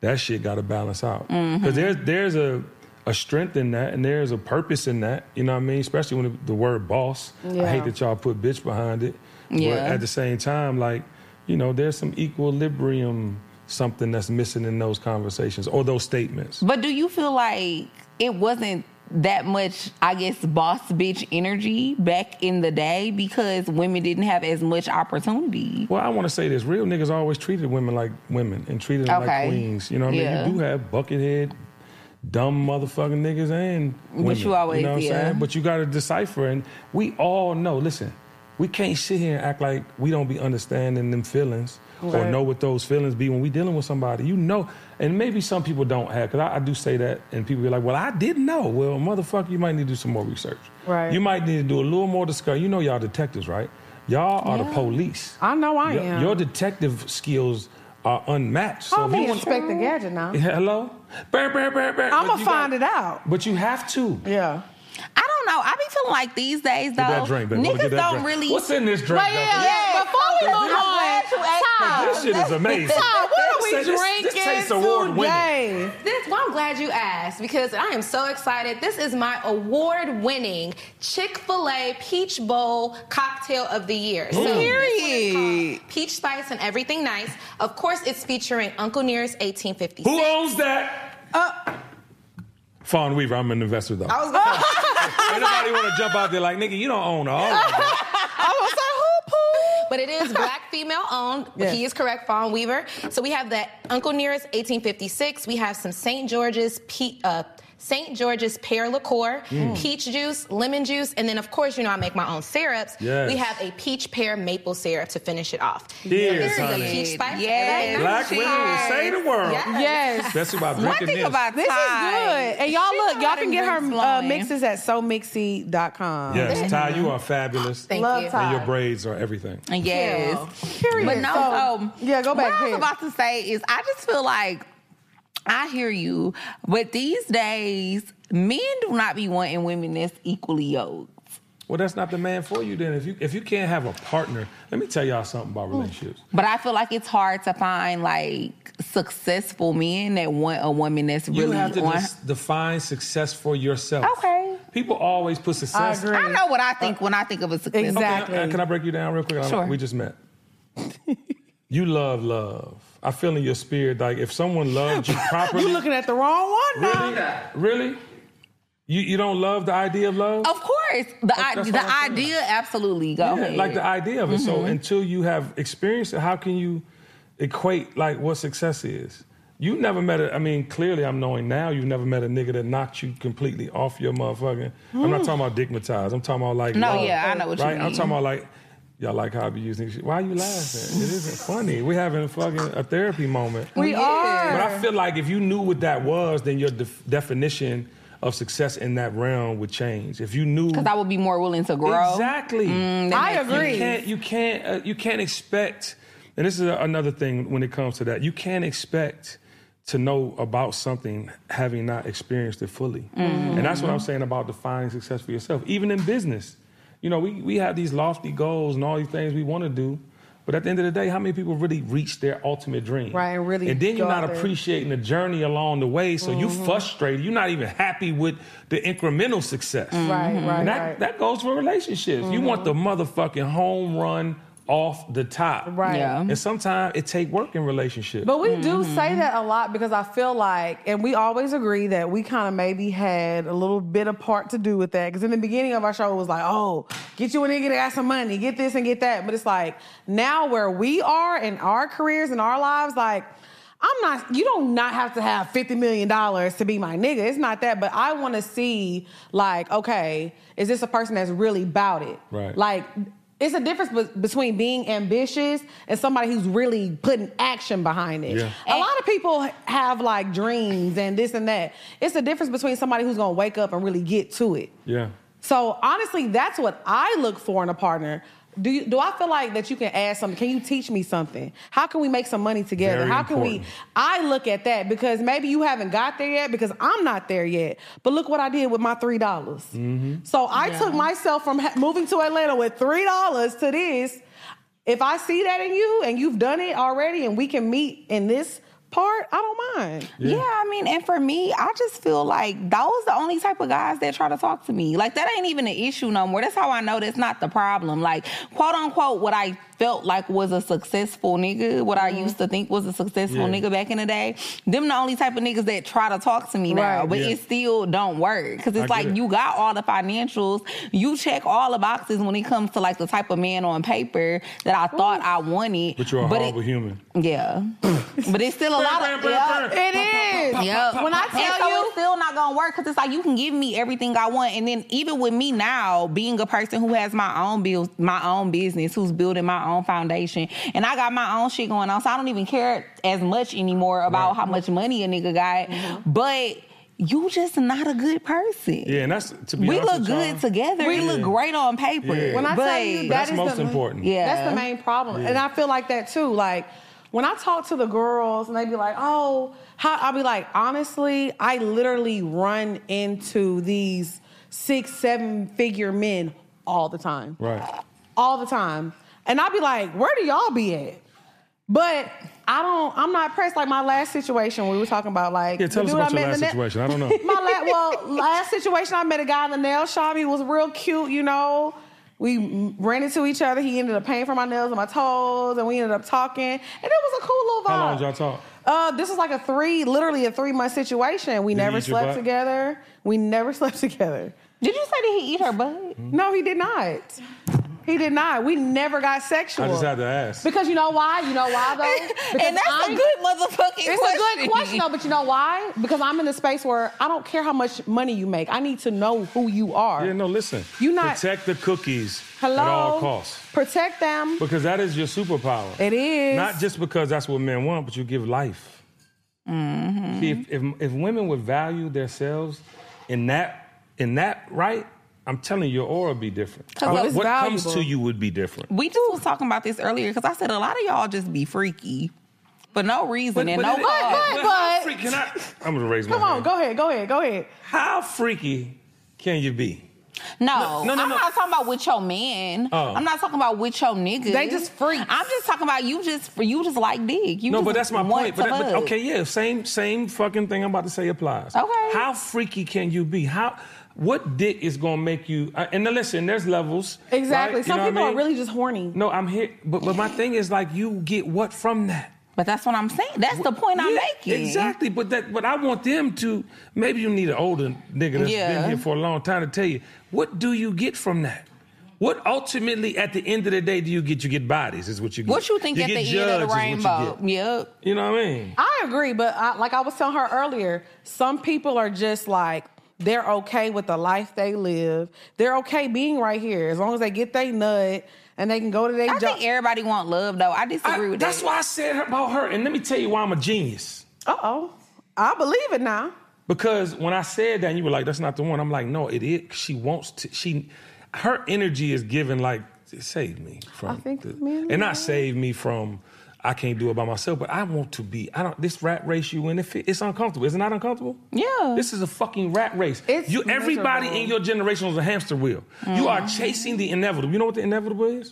that shit got to balance out because there's there's a a strength in that and there's a purpose in that you know what i mean especially when the, the word boss i
Yeah.
hate that y'all put bitch behind it
Yeah.
but at the same time like you know there's some equilibrium something that's missing in those conversations or those statements
but do you feel like it wasn't that much, I guess, boss bitch energy back in the day because women didn't have as much opportunity?
Well, I want to say this: real niggas always treated women like women and treated them
Okay.
like queens. You know what I mean?
Yeah.
You do have buckethead, dumb motherfucking niggas and women.
you always-
know what
yeah.
I'm saying? But you got to decipher, and we all know. Listen, we can't sit here and act like we don't be understanding them feelings or
Right.
know what those feelings be when we dealing with somebody. You know, and maybe some people don't have because I, I do say that, and people be like, "Well, I didn't know." Well, motherfucker, you might need to do some more research.
Right.
You might need to do a little more discovery. You know, y'all detectives, right? Y'all are the police.
I know I
Your,
am.
your detective skills are unmatched. So
I'm
if you
being
want-
Inspector Gadget now.
hello, Brr, brr, brr, brr.
I'm
But
gonna
you
find
got-
it out.
But you have to.
Yeah.
I don't know. I be feeling like these days, though,
Get that drink, baby.
niggas
Get that
don't
drink.
really.
What's in this drink?
But yeah,
Duncan?
Yeah,
before we
I'm
move on,
glad you asked
Ty,
me.
This shit is amazing.
Ty, Ah, what are
This
we
tastes- this
drinking
tastes award winning.
today?
This, well, I'm glad you asked because I am so excited. This is my award winning Chick fil A Peach Bowl Cocktail of the Year. So, this one is
Period.
called Peach Spice and Everything Nice. Of course, it's featuring Uncle Nearest 1856.
Who owns that?
Uh.
Fawn Weaver. I'm an investor though.
I was gonna say,
Oh.
Anybody want to jump out there like nigga? You don't own all of that.
I was like, who poo?
But it is black female owned. But
Yes.
He is correct, Fawn Weaver. So we have that Uncle Nearest 1856. We have some St. George's Pe- uh, St. George's pear liqueur,
Mm.
peach juice, lemon juice, and then of course you know I make my own syrups.
Yes.
We have a peach pear maple syrup to finish it off.
Cheers,
There's a
honey.
peach spice.
Yes.
Black
Cheers.
women say the world.
Yes.
Especially by
One
drinking
thing
this.
about
This
Ty,
is good. And y'all
she
look,
know
y'all
how
can
to
get
drink
her uh,
flowing.
mixes at somixy.com.
yes, Ty, you are fabulous.
Thank
Love
you.
Ty.
and your braids are everything.
Yes.
Period.
But no,
So,
so,
yeah, go back.
What I was
Ken.
about to say is, I just feel like I hear you, but these days, men do not be wanting women that's equally yoked.
Well, that's not the man for you then. If you if you can't have a partner, let me tell y'all something
Hmm.
about relationships.
But I feel like it's hard to find like successful men that want a woman that's really
you have to
on.
dis- define success for yourself.
Okay.
People always put success.
I agree.
I know what I
Uh,
think when I think of a successful.
Exactly.
Can I, can I break you down real quick? I-
Sure.
We just met. you love love. I feel in your spirit like if someone loved you properly.
you looking at the wrong one now.
really? Really? You you don't love the idea of love?
Of course, the
That's
i-
what
the
I'm saying.
idea absolutely go
Yeah,
ahead.
like the idea of it.
Mm-hmm.
So until you have experienced it, how can you equate like what success is? You never met a. I mean, clearly, I'm knowing now. You've never met a nigga that knocked you completely off your motherfucking. I'm not talking about digmatized. I'm talking about like
Mm. No,
love,
yeah, I know what you
right? I'm
mean.
talking about like Y'all like hobby using shit. Why are you laughing? It isn't funny. We're having a fucking a therapy moment.
We
Yeah.
are.
But I feel like if you knew what that was, then your def- definition of success in that realm would change. If you knew
Because I would be more willing to grow.
exactly,
I
you
agree.
can't you can't uh, you can't expect and this is a, another thing when it comes to that you can't expect to know about something having not experienced it fully and that's what i'm saying about defining success for yourself even in business you know we, we have these lofty goals and all these things we want to do but at the end of the day how many people really reach their ultimate dream
Right, and really Mm-hmm.
and then you're
go out
not
there.
appreciating the journey along the way so you frustrated you're not even happy with the incremental success
Right, right,
and Mm-hmm. that,
right. Mm-hmm.
that goes for relationships. You want the motherfucking home run off the top.
Right.
Yeah.
And sometimes it take work in relationships.
But we do say that a lot because I feel like, and we always agree that we kind of maybe had a little bit of part to do with that. Because in the beginning of our show, it was like, oh, get you a nigga that got some money, get this and get that. But it's like now where we are in our careers and our lives, like, I'm not, you don't not have to have $50 million to be my nigga. It's not that, but I want to see, like, okay, is this a person that's really about it?
Right.
Like, it's a difference be- between being ambitious and somebody who's really putting action behind it.
Yeah.
A lot of people have like dreams and this and that. It's a difference between somebody who's gonna wake up and really get to it.
yeah.
So honestly, that's what I look for in a partner. Do you, do I feel like that you can add something? Can you teach me something? How can we make some money together?
Very
How can we?
important.
I look at that because maybe you haven't got there yet because I'm not there yet. But look what I did with my three dollars.
Mm-hmm.
So I took myself from ha- moving to Atlanta with three dollars to this. If I see that in you and you've done it already, and we can meet in this part, I don't mind.
Yeah. I mean, and for me, I just feel like those the only type of guys that try to talk to me. Like that ain't even an issue no more. That's how I know that's not the problem. Like quote unquote, what I felt like was a successful nigga, what I used to think was a successful
Mm-hmm. Yeah.
nigga back in the day. Them the only type of niggas that try to talk to me now,
Right.
but
Yeah.
it still don't work because
I
it's
get
like
it.
you got all the financials, you check all the boxes when it comes to like the type of man on paper that I thought I wanted.
But you're a
it-
horrible human.
yeah, but it's still a lot of yeah.
It is.
Yep.
When I
and
tell
so
you,
it's still not gonna work because it's like you can give me everything I want, and then even with me now being a person who has my own bills, my own business, who's building my own foundation, and I got my own shit going on, so I don't even care as much anymore about
Right.
how much money a nigga got.
Mm-hmm.
But you just not a good person.
Yeah, and that's to be
We
honest
look
with
good
y'all,
together. We
Yeah.
look great on paper.
Yeah.
When I
but
tell you
But
that
that's
is
most
the,
important.
Yeah.
that's the main problem, and I feel like that too. Like when I talk to the girls, and they be like, "Oh, how?" I'll be like, "Honestly, I literally run into these six, seven figure men all the time,
Right.
all the time," and I'll be like, "Where do y'all be at?" But I don't. I'm not pressed. Like my last situation, we were talking about like
Yeah, tell
the
us
dude
about
I met
your
in the
last
net-
situation. I don't know.
my la- well last situation I met a guy in the nail shop. He was real cute, you know. We m- ran into each other. He ended up paying for my nails and my toes, and we ended up talking. And it was a cool little vibe.
How long did y'all talk?
Uh, this was like a three, literally a three month situation. We
Did he
never
eat your
slept
butt?
together. We never slept together.
Did you say that he eat her butt?
No, he did not. He did not. We never got sexual.
I just had to ask.
because you know why? You know why though? Because
and that's a
I'm-
good motherfucking
it's a good question though, but you know why? Because I'm in the space where I don't care how much money you make. I need to know who you are.
yeah, no, listen.
You not-
protect the cookies
Hello.
at all costs.
Protect them.
Because that is your superpower.
It is.
Not just because that's what men want, but you give life.
Mm-hmm.
See, if, if if women would value themselves in that in that right, I'm telling you, your aura would be different.
'Cause
what
it's
what comes
valuable.
to you would be different.
We just was talking about this earlier because I said a lot of y'all just be freaky for no reason and no
it-
cause.
but-
how
but-
freaky can I, I'm gonna raise my
Come on,
hand.
go ahead, go ahead, go ahead.
How freaky can you be?
No,
No, no, no,
I'm
no.
not talking about with your man.
Oh.
I'm not talking about with your nigga.
They just freaks.
I'm just talking about you. Just you just like dick. You
no,
just
but that's my
want
point. But,
to
that- but
fuck.
okay, yeah, same same fucking thing I'm about to say applies.
Okay.
How freaky can you be? How what dick is gonna make you? uh, and now listen, there's levels. right?
Exactly.
You
Some
know what I
people
mean?
are really just horny.
No, I'm here. But but my thing is like you get what from that.
But that's what I'm saying. That's the point I'm
Yeah,
making.
Exactly. But that but I want them to maybe you need an older nigga that's
Yeah.
been here for a long time to tell you, what do you get from that? What ultimately at the end of the day do you get? You get bodies is what you get.
What you think at
get
the end of
judged
the
is what you
rainbow?
get.
Yep.
You know what I mean?
I agree, but I, like I was telling her earlier, some people are just like They're okay with the life they live. They're okay being right here as long as they get they nut and they can go to their
I
job.
think everybody want love though. I disagree
I-
with
that's
that.
why I said about her. And let me tell you why I'm a genius.
Uh oh, I believe it now.
Because when I said that, and you were like, "That's not the one." I'm like, "No, it is. She wants to. She, her energy is given like save me from,
I think
the-
me and
and
you.
not save me from. I can't do it by myself, but I want to be. I don't. This rat race you in, it, fe- it's uncomfortable. Is it not uncomfortable?
Yeah.
This is a fucking rat race.
It's
you. Everybody
miserable. Mm-hmm.
in your generation was a hamster wheel. You are chasing the inevitable. You know what the inevitable is?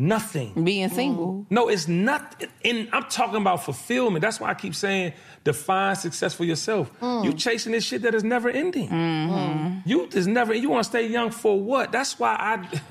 Nothing.
Being single.
No, it's not. And I'm talking about fulfillment. That's why I keep saying define success for yourself.
Mm.
You chasing this shit that is never ending.
Mm-hmm.
Youth is never. You want to stay young for what? That's why I.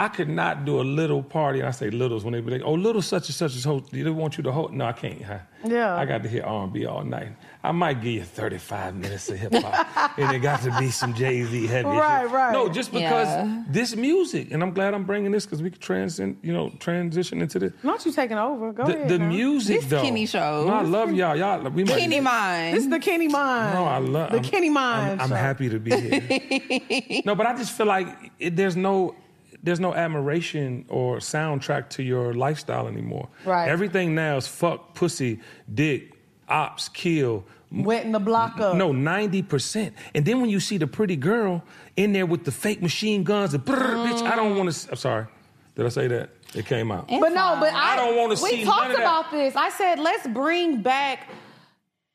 I could not do a little party. I say littles when they be like, "Oh, little such and such is host. They want you to hold. No, I can't. huh?
Yeah.
I got to hear R and B all night. I might give you thirty five minutes of hip hop, and it got to be some Jay Z heavy. shit.
Right, right.
No, just because
Yeah.
this music, and I'm glad I'm bringing this because we could transcend, you know, transition into this.
Not you taking over. Go
The,
ahead.
the
now.
music
This
though.
Kenny show.
No, I love y'all. Y'all, we might.
Kenny mine.
This is the Kenny Mine.
No, I love
the
I'm-
Kenny Mine.
I'm, I'm
show.
happy to be here. no, but I just feel like it, there's no. There's no admiration or soundtrack to your lifestyle anymore.
Right.
Everything now is fuck, pussy, dick, ops, kill.
Wetting the block up.
No, 90%. And then when you see the pretty girl in there with the fake machine guns, the brrr, bitch, I don't want to. I'm sorry. Did I say that? It came out.
But no, but I,
I don't wanna
We
see
talked
none of that.
about this. I said let's bring back.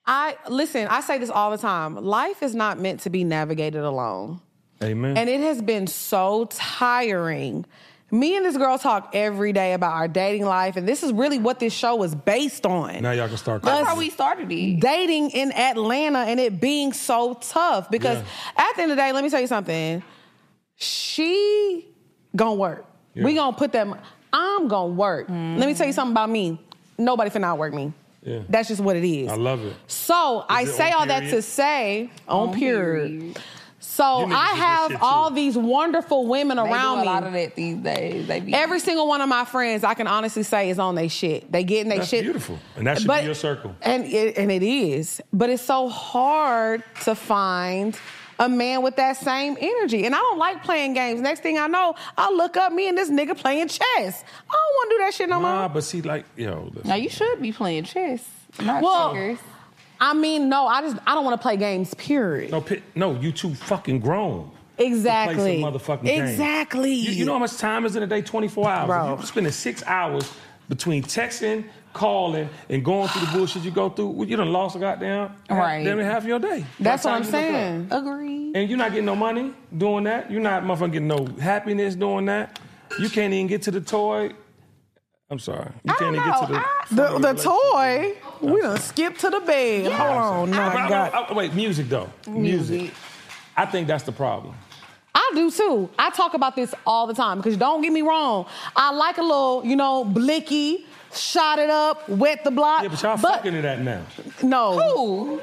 I listen. I say this all the time. Life is not meant to be navigated alone,
Amen.
and it has been so tiring. Me and this girl talk every day about our dating life, and this is really what this show is based on.
now y'all can start.
That's
crying.
how we started it.
dating in Atlanta and it being so tough because
Yeah.
at the end of the day, let me tell you something. She gonna work.
Yeah.
We gonna put that. mo- I'm gonna work. Let me tell you something about me. Nobody finna outwork me.
Yeah.
That's just what it is.
I love it.
So I
it
say
on
all that
period?
to say on,
On
period.
period.
So
You niggas do
I
this
have
shit too.
all these wonderful women
They do
around
a
me.
lot of that these days. They be
Every single one of my friends, I can honestly say, is on their shit. They getting their
That's
shit.
beautiful. And that should be your circle.
And it, and it is, but it's so hard to find a man with that same energy. And I don't like playing games. Next thing I know, I look up, me and this nigga playing chess. I don't want to do that shit no
Nah,
more.
but see, like, yo, listen.
now you should be playing chess, not
Well,
checkers.
I mean, no, I just I don't want to play games. Period.
no, pi- no, you too fucking grown.
exactly.
To play some motherfucking game.
Exactly.
You, you know how much time is in a day? Twenty four hours.
Bro.
If You're spending six hours between texting, calling, and going through the bullshit you go through. well, You done lost a goddamn
Right.
Damn, near half your day. By
That's
the
what I'm
time you look up.
saying.
Agree.
And you're not getting no money doing that. You're not motherfucking getting no happiness doing that. You can't even get to the toy. I'm sorry. You
I
can't
don't
even get to
know.
the
I-
The, the toy, Oh we done skipped to the bed. Hold on, no,
But I-
I got.
I- Oh, wait, music though. Music.
Music.
I think that's the problem.
I do too. I talk about this all the time because don't get me wrong. I like a little, you know, blicky, shot it up, wet the block.
Yeah, but y'all fucking to that now.
No.
Ooh,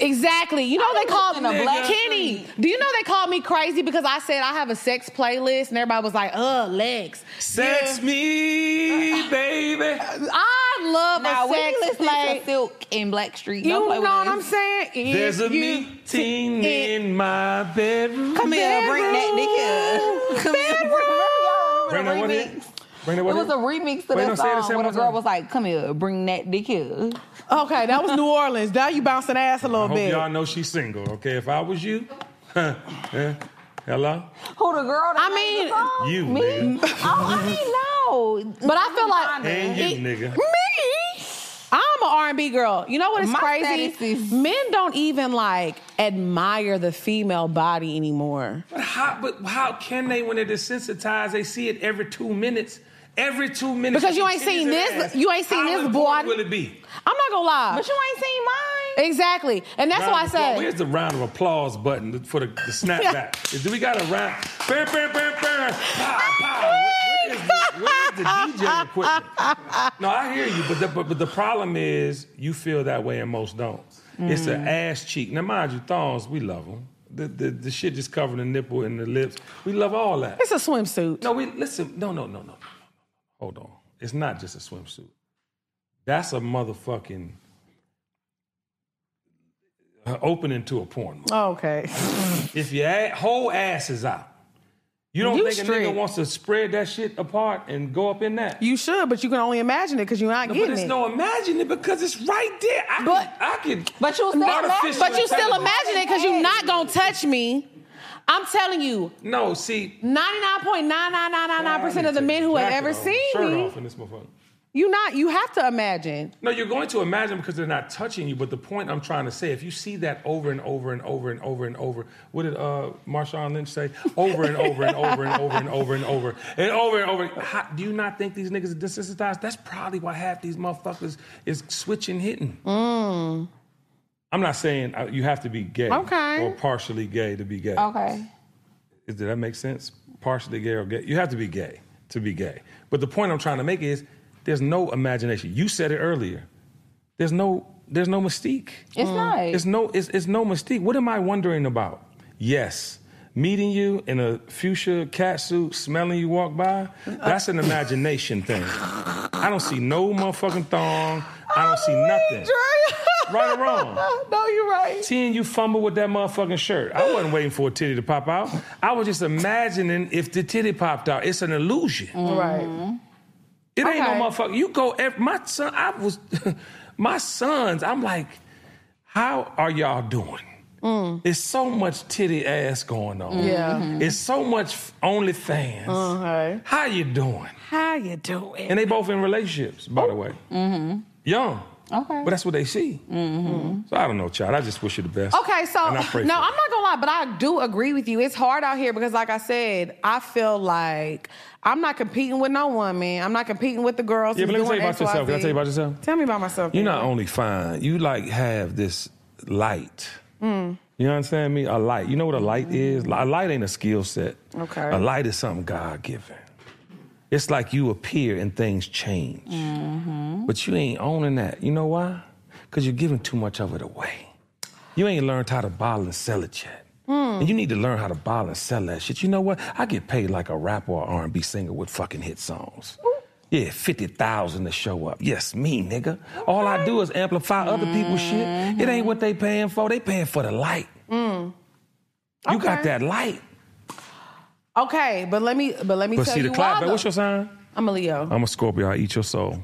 Exactly. You know
I
they
was
called
in a
me
black
Kenny.
street.
Do you know they called me crazy because I said I have a sex playlist and everybody was like, "Ugh, Lex."
Sex me, baby.
I love
now
a
we be
sex
listening
play.
to Silk and Blackstreet.
You know
Don't play with
what
us.
I'm saying? If
There's a
you
meeting
t- it-
in my bedroom.
Come here, bring that nigga. Come here, bring- bring-
Bring that one
bring
in.
remix.
Bring that
It
one
was a
in.
remix to
Wait,
that
no, say it the
song
same
where the
one
girl
time.
was like, "Come here, bring that dick here."
Okay, that was New Orleans. Now you bouncing ass a
I
little
hope
bit.
y'all know she's single. Okay, if I was you, huh, eh, hello,
Who the girl? That
I
made the
mean-
song?
You,
me.
nigga.
Oh, I mean, no.
But I feel like
and
it-
you, nigga.
me. I'm an R&B girl. You know what is
My status
crazy?
is-
Men don't even like admire the female body anymore.
But how? But how can they when they're desensitized? They see it every two minutes. Every two minutes.
Because you
she
ain't seen
titties
this-
and ass.
you ain't seen
How
this,
important
boy.
Will it be?
I'm not gonna lie.
But you ain't seen mine.
exactly, and that's why I
Round of applause.
said
Where's the round of applause button for the, the snapback? Do we got a round? Bam, bam, bam, bam. Pow, pow. Where- Where's the, where's the DJ equipment? No, I hear you, but the, but, but the problem is you feel that way and most don't. It's
Mm.
an ass cheek. Now, mind you, thongs, we love them. The, the, the shit just covering the nipple and the lips. We love all that.
it's a swimsuit.
No, we listen. No, no, no, no. Hold on. It's not just a swimsuit. That's a motherfucking uh, opening to a porn. movie.
Oh, Okay.
If your a- whole ass is out, you don't
You
think a
straight.
nigga wants to spread that shit apart and go up in that?
You should, but you can only imagine it because you're not
No, but
getting
it's
it.
no imagine it because it's right there. I
But-
could, I could.
But you still
artificial
but you still
intelligence.
imagine it because you're not gonna touch me. I'm telling you,
No, see.
99.9999% of the men who have
Jacket
ever
on,
seen
shirt
me,
off in this motherfucker.
you not you have to imagine.
No, you're going to imagine because they're not touching you. But the point I'm trying to say, if you see that over and over and over and over and over, what did uh, Marshawn Lynch say? Over and over and over and over and over and over and over and over. How, do you not think these niggas are desensitized? That's probably why half these motherfuckers is switching hitting. I'm not saying uh, you have to be gay
Okay.
or partially gay to be gay.
Okay.
Is- Did that make sense? Partially gay or gay? You have to be gay to be gay. But the point I'm trying to make is there's no imagination. You said it earlier. There's no there's no mystique.
It's nice.
It's no it's, it's no mystique. What am I wondering about? Yes. Meeting you in a fuchsia cat suit, smelling you walk by, that's an imagination thing. I don't see no motherfucking thong. I don't see nothing. Right or wrong?
no, you're right.
seeing you fumble with that motherfucking shirt. I wasn't waiting for a titty to pop out. I was just imagining if the titty popped out. It's an illusion.
Right.
It ain't
Okay.
no motherfucker. You go. ev- My son, I was. my sons, I'm like, how are y'all doing? It's so much titty ass going on.
Mm. Yeah. Mhm.
It's so much OnlyFans.
Okay.
How you doing?
How you doing?
And they both in relationships, by the way. Mm-hmm. Young.
Okay.
But that's what they see. So I don't know, child. I just wish you the best.
Mm-hmm. Okay, so
And I pray
no,
for you.
I'm not gonna lie, but I do agree with you. It's hard out here because, like I said, I feel like I'm not competing with no one, man. I'm not competing with the girls.
Yeah,
who's
but let me tell
doing
you about
XYZ.
yourself. Can I tell you about yourself?
Tell me about myself.
You're
man.
not only fine, you like have this light. You understand me? A light. You know what a light is? A light ain't a skill set.
Okay.
A light is something God given. It's like you appear and things change.
Mm-hmm.
But you ain't owning that. You know why? Because you're giving too much of it away. You ain't learned how to bottle and sell it yet.
Hmm.
And you need to learn how to bottle and sell that shit. You know what? I get paid like a rapper or R&B singer with fucking hit songs. Yeah, 50,000 to show up. Yes, me, nigga. All I do is amplify other people's shit.
Mm-hmm.
It ain't what they paying for. They paying for the light. You got
Mm. Okay.
that light.
Okay, but let me but let me
But
tell
see
you
the
why.
cloud,
though.
what's your sign?
I'm a Leo.
I'm a Scorpio. I eat your soul.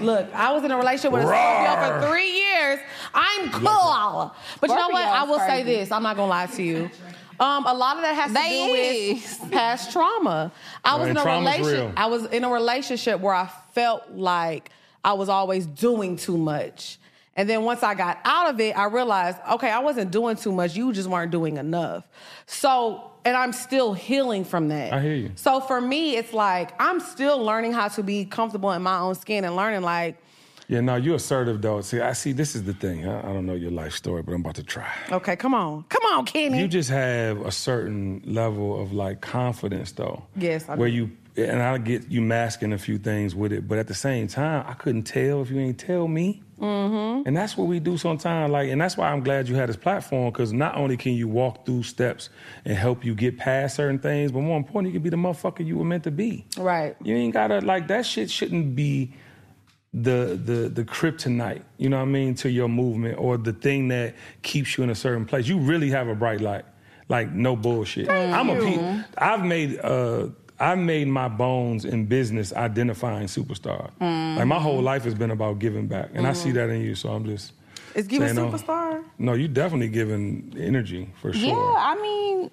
Look, I was in a relationship with a Scorpio
Roar.
for three years. I'm cool. But you know what? I will
Scorpio's
say
crazy.
this. I'm not gonna lie to you. Um, a lot of that has
They
to do
is.
with past trauma. I was
Right,
in a
trauma's real.
relationship. I was in a relationship where I felt like I was always doing too much. And then once I got out of it, I realized, okay, I wasn't doing too much. You just weren't doing enough. So, and I'm still healing from that.
I hear you.
So for me, it's like I'm still learning how to be comfortable in my own skin and learning like
Yeah, no, you assertive though. See, I see. This is the thing. I, I don't know your life story, but I'm about to try.
Okay, come on. Come on, Kenny.
You just have a certain level of like confidence though.
Yes, I
where
do.
you and I get you masking a few things with it, but at the same time, I couldn't tell if you ain't tell me. Mm-hmm. And that's what we do sometimes. Like, and that's why I'm glad you had this platform because not only can you walk through steps and help you get past certain things, but more important, you can be the motherfucker you were meant to be.
right.
You ain't gotta like that shit shouldn't be the the the kryptonite, you know what I mean, to your movement or the thing that keeps you in a certain place. You really have a bright light. Like no bullshit. I'm a pe- I've made uh I've made my bones in business identifying superstar.
Mm.
Like my whole life has been about giving back. And I see that in you, so I'm just
Is giving
saying, oh,
superstar?
No, you definitely giving energy for sure.
Yeah, I mean,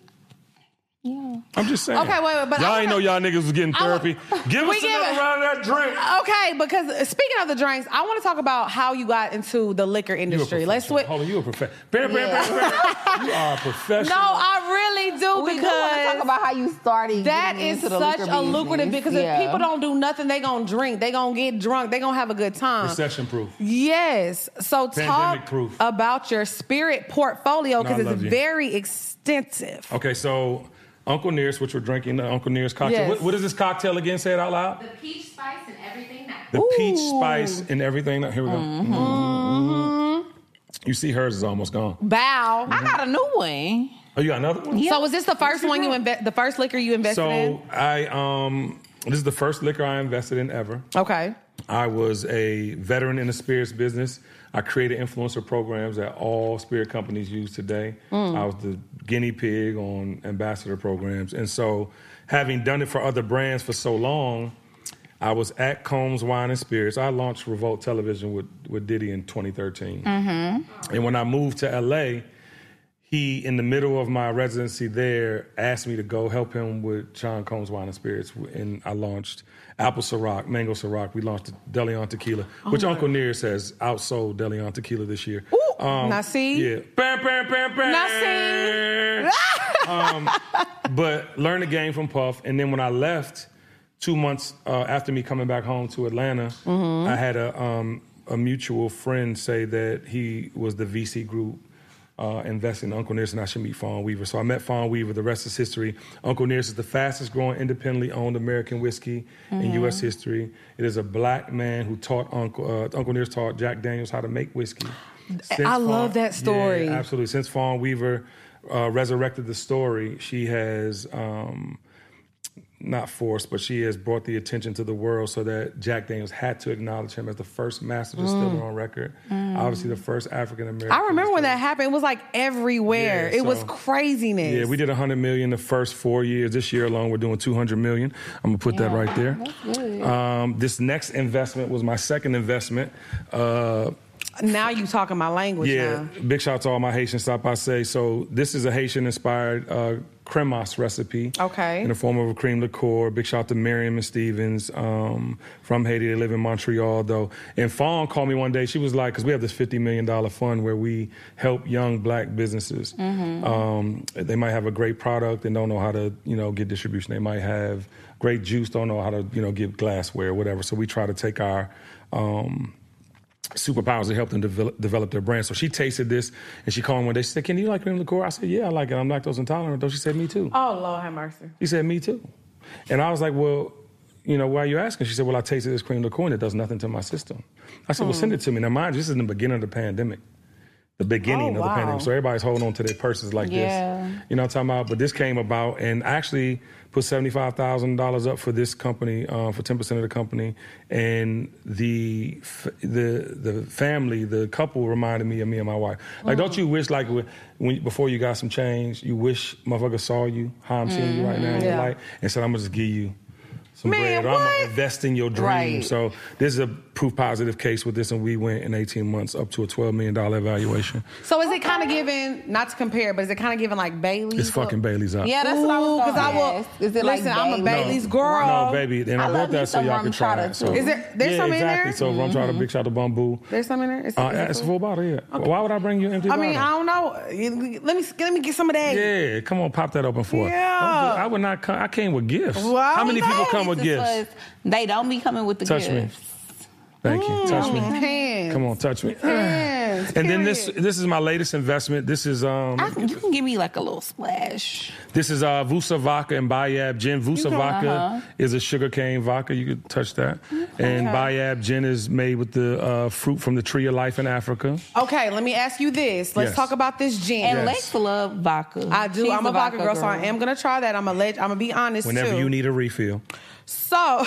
yeah.
I'm just saying.
Okay, wait, wait, but
y'all
I
ain't know
wanna-
y'all niggas was getting
I wa-
therapy. Give
We
us
give
another
it-
round of that drink.
Okay, because uh, speaking of the drinks, I want to talk about how you got into the liquor
You a
industry. Let's
professional.
switch.
Hold on, you a professional. Bam, bam,
Yeah.
bam, bam. You are a professional.
No, uh-uh. I really do
We do want to talk
because
about how you started.
that
getting
is
into the
such
liquor
a lucrative
business.
because
Yeah.
if people don't do nothing, they gonna drink, they gonna get drunk, they gonna have a good time.
Recession proof.
Yes. So talk
Pandemic-proof.
about your spirit portfolio
No, I
because it's
love you.
very extensive.
Okay, so Uncle Nearest, which we're drinking, the Uncle Nearest cocktail.
Yes.
What, what is this cocktail again? Say it out loud.
The peach spice and everything that
The peach spice and everything. Here we go.
Mm-hmm.
Mhm. You see, hers is almost gone.
Bow.
I got a new one.
Oh, you got another one?
So was this the first one you invest? The first liquor you invested in?
So I um, this is the first liquor I invested in ever.
Okay.
I was a veteran in the spirits business. I created influencer programs that all spirit companies use today. I was the guinea pig on ambassador programs. And so, having done it for other brands for so long, I was at Combs Wine and Spirits. I launched Revolt Television with, with Diddy in 2013. And when I moved to LA, he, in the middle of my residency there, asked me to go help him with Sean Combs Wine and Spirits. And I launched Apple Ciroc, Mango Ciroc. We launched Deleon Tequila, which Uncle Nearest says outsold Deleon Tequila this year.
Ooh, now see?
um, Yeah. Bam, bam, bam, bam.
Now see?
but learned the game from Puff. And then when I left, two months uh, after me coming back home to Atlanta,
Mm-hmm.
I had a um, a mutual friend say that he was the VC group. Uh, investing in Uncle Nearest and I should meet Fawn Weaver. So I met Fawn Weaver. The rest is history. Uncle Nearest is the fastest growing independently owned American whiskey
Mm-hmm.
in U.S. history. It is a black man who taught Uncle uh, Uncle Nearest taught Jack Daniels how to make whiskey. Since
I love that story.
Yeah, absolutely. Since Fawn Weaver uh, resurrected the story, she has um, not forced, but she has brought the attention to the world so that Jack Daniels had to acknowledge him as the first master distiller on record. Obviously, the first African American.
Mm. I remember when that happened. It was like everywhere.
Yeah,
it was
so-
craziness.
Yeah, we did 100 million the first four years. This year alone, we're doing 200 million. I'm gonna put that right there. Um, this next investment was my second investment. Uh,
Now you talking my language
yeah,
now.
big shout out to all my Haitian stop I say. So this is a Haitian inspired uh, cremas recipe.
Okay.
In the form of a cream liqueur. Big shout out to Miriam and Stevens um, from Haiti. They live in Montreal though. And Fawn called me one day. She was like, because we have this fifty million dollar fund where we help young black businesses. Um, they might have a great product and don't know how to you know get distribution. They might have great juice, don't know how to you know get glassware, whatever. So we try to take our um, superpowers to help them develop, develop their brand. So she tasted this and she called me one day. She said, Can you like cream liqueur? I said, Yeah, I like it. I'm lactose intolerant. Though she said, Me too.
Oh Lord have mercy.
She said, Me too. And I was like, Well, you know, why are you asking? She said, Well, I tasted this cream liqueur and it does nothing to my system. I said, Well, send
Hmm.
it to me. Now, mind you, this is in the beginning of the pandemic. The beginning
Oh,
of the
wow.
pandemic. So everybody's holding on to their purses like
Yeah.
this. You know what I'm talking about? But this came about and I actually put $75,000 up for this company, uh, for 10% of the company. And the, f- the, the family, the couple reminded me of me and my wife. Like, don't you wish, like, when, when- before you got some change, you wish motherfucker saw you, how I'm seeing you right now in
Mm-hmm.
your
Yeah.
life, and said, I'm gonna just give you some
Man,
bread. Or I'm
what?
gonna invest in your dream.
Right.
So this is a proof positive case with this, and we went in 18 months up to a 12 million dollar evaluation.
So is it kind of giving not to compare, but is it kind of giving like Bailey's?
It's fucking Bailey's out.
Yeah, that's what I was
Ooh,
gonna
'cause I will-
ask. Is it like
listen, I'm a
Bailey's?
Bailey's
No.
girl.
No, baby, and
I
I,
love
brought
me
that so
some
y'all
rum
can try
chata,
it. So,
too. Mm-hmm. Is
there- there's
yeah,
some in
exactly.
there?
So rum chata, big shot to bamboo.
There's some in there. Is-
Uh,
is it
it's a
full?
full bottle, yeah. Why would I bring you an empty
I
bottle?
mean, I don't know. You- Let me let me get some of that.
yeah, come on, pop that open for her.
Yeah.
Don't do- I would not come. I came with gifts.
Well,
How many
I'm
people come
glad
with
This is
gifts?
us. They don't be coming with the
Touch me.
gifts.
Thank you. Touch me.
Hands.
Come on, touch me.
Hands,
and then this
Mm. period.
this is my latest investment. This is um
I, you can give me like a little splash.
this is uh Vusa Vodka and Bayab Gin. Vusa Vodka
uh-huh.
is a sugarcane vodka. You could touch that.
Mm-hmm.
And Bayab Gin is made with the uh, fruit from the tree of life in Africa.
Okay, let me ask you this. Let's
Yes.
talk about this gin.
And
Yes.
Lex love vodka.
I do.
She's
I'm a vodka, girl, so I am gonna try that. I'm a leg- I'm gonna be honest
Whenever
too.
you need a refill.
So,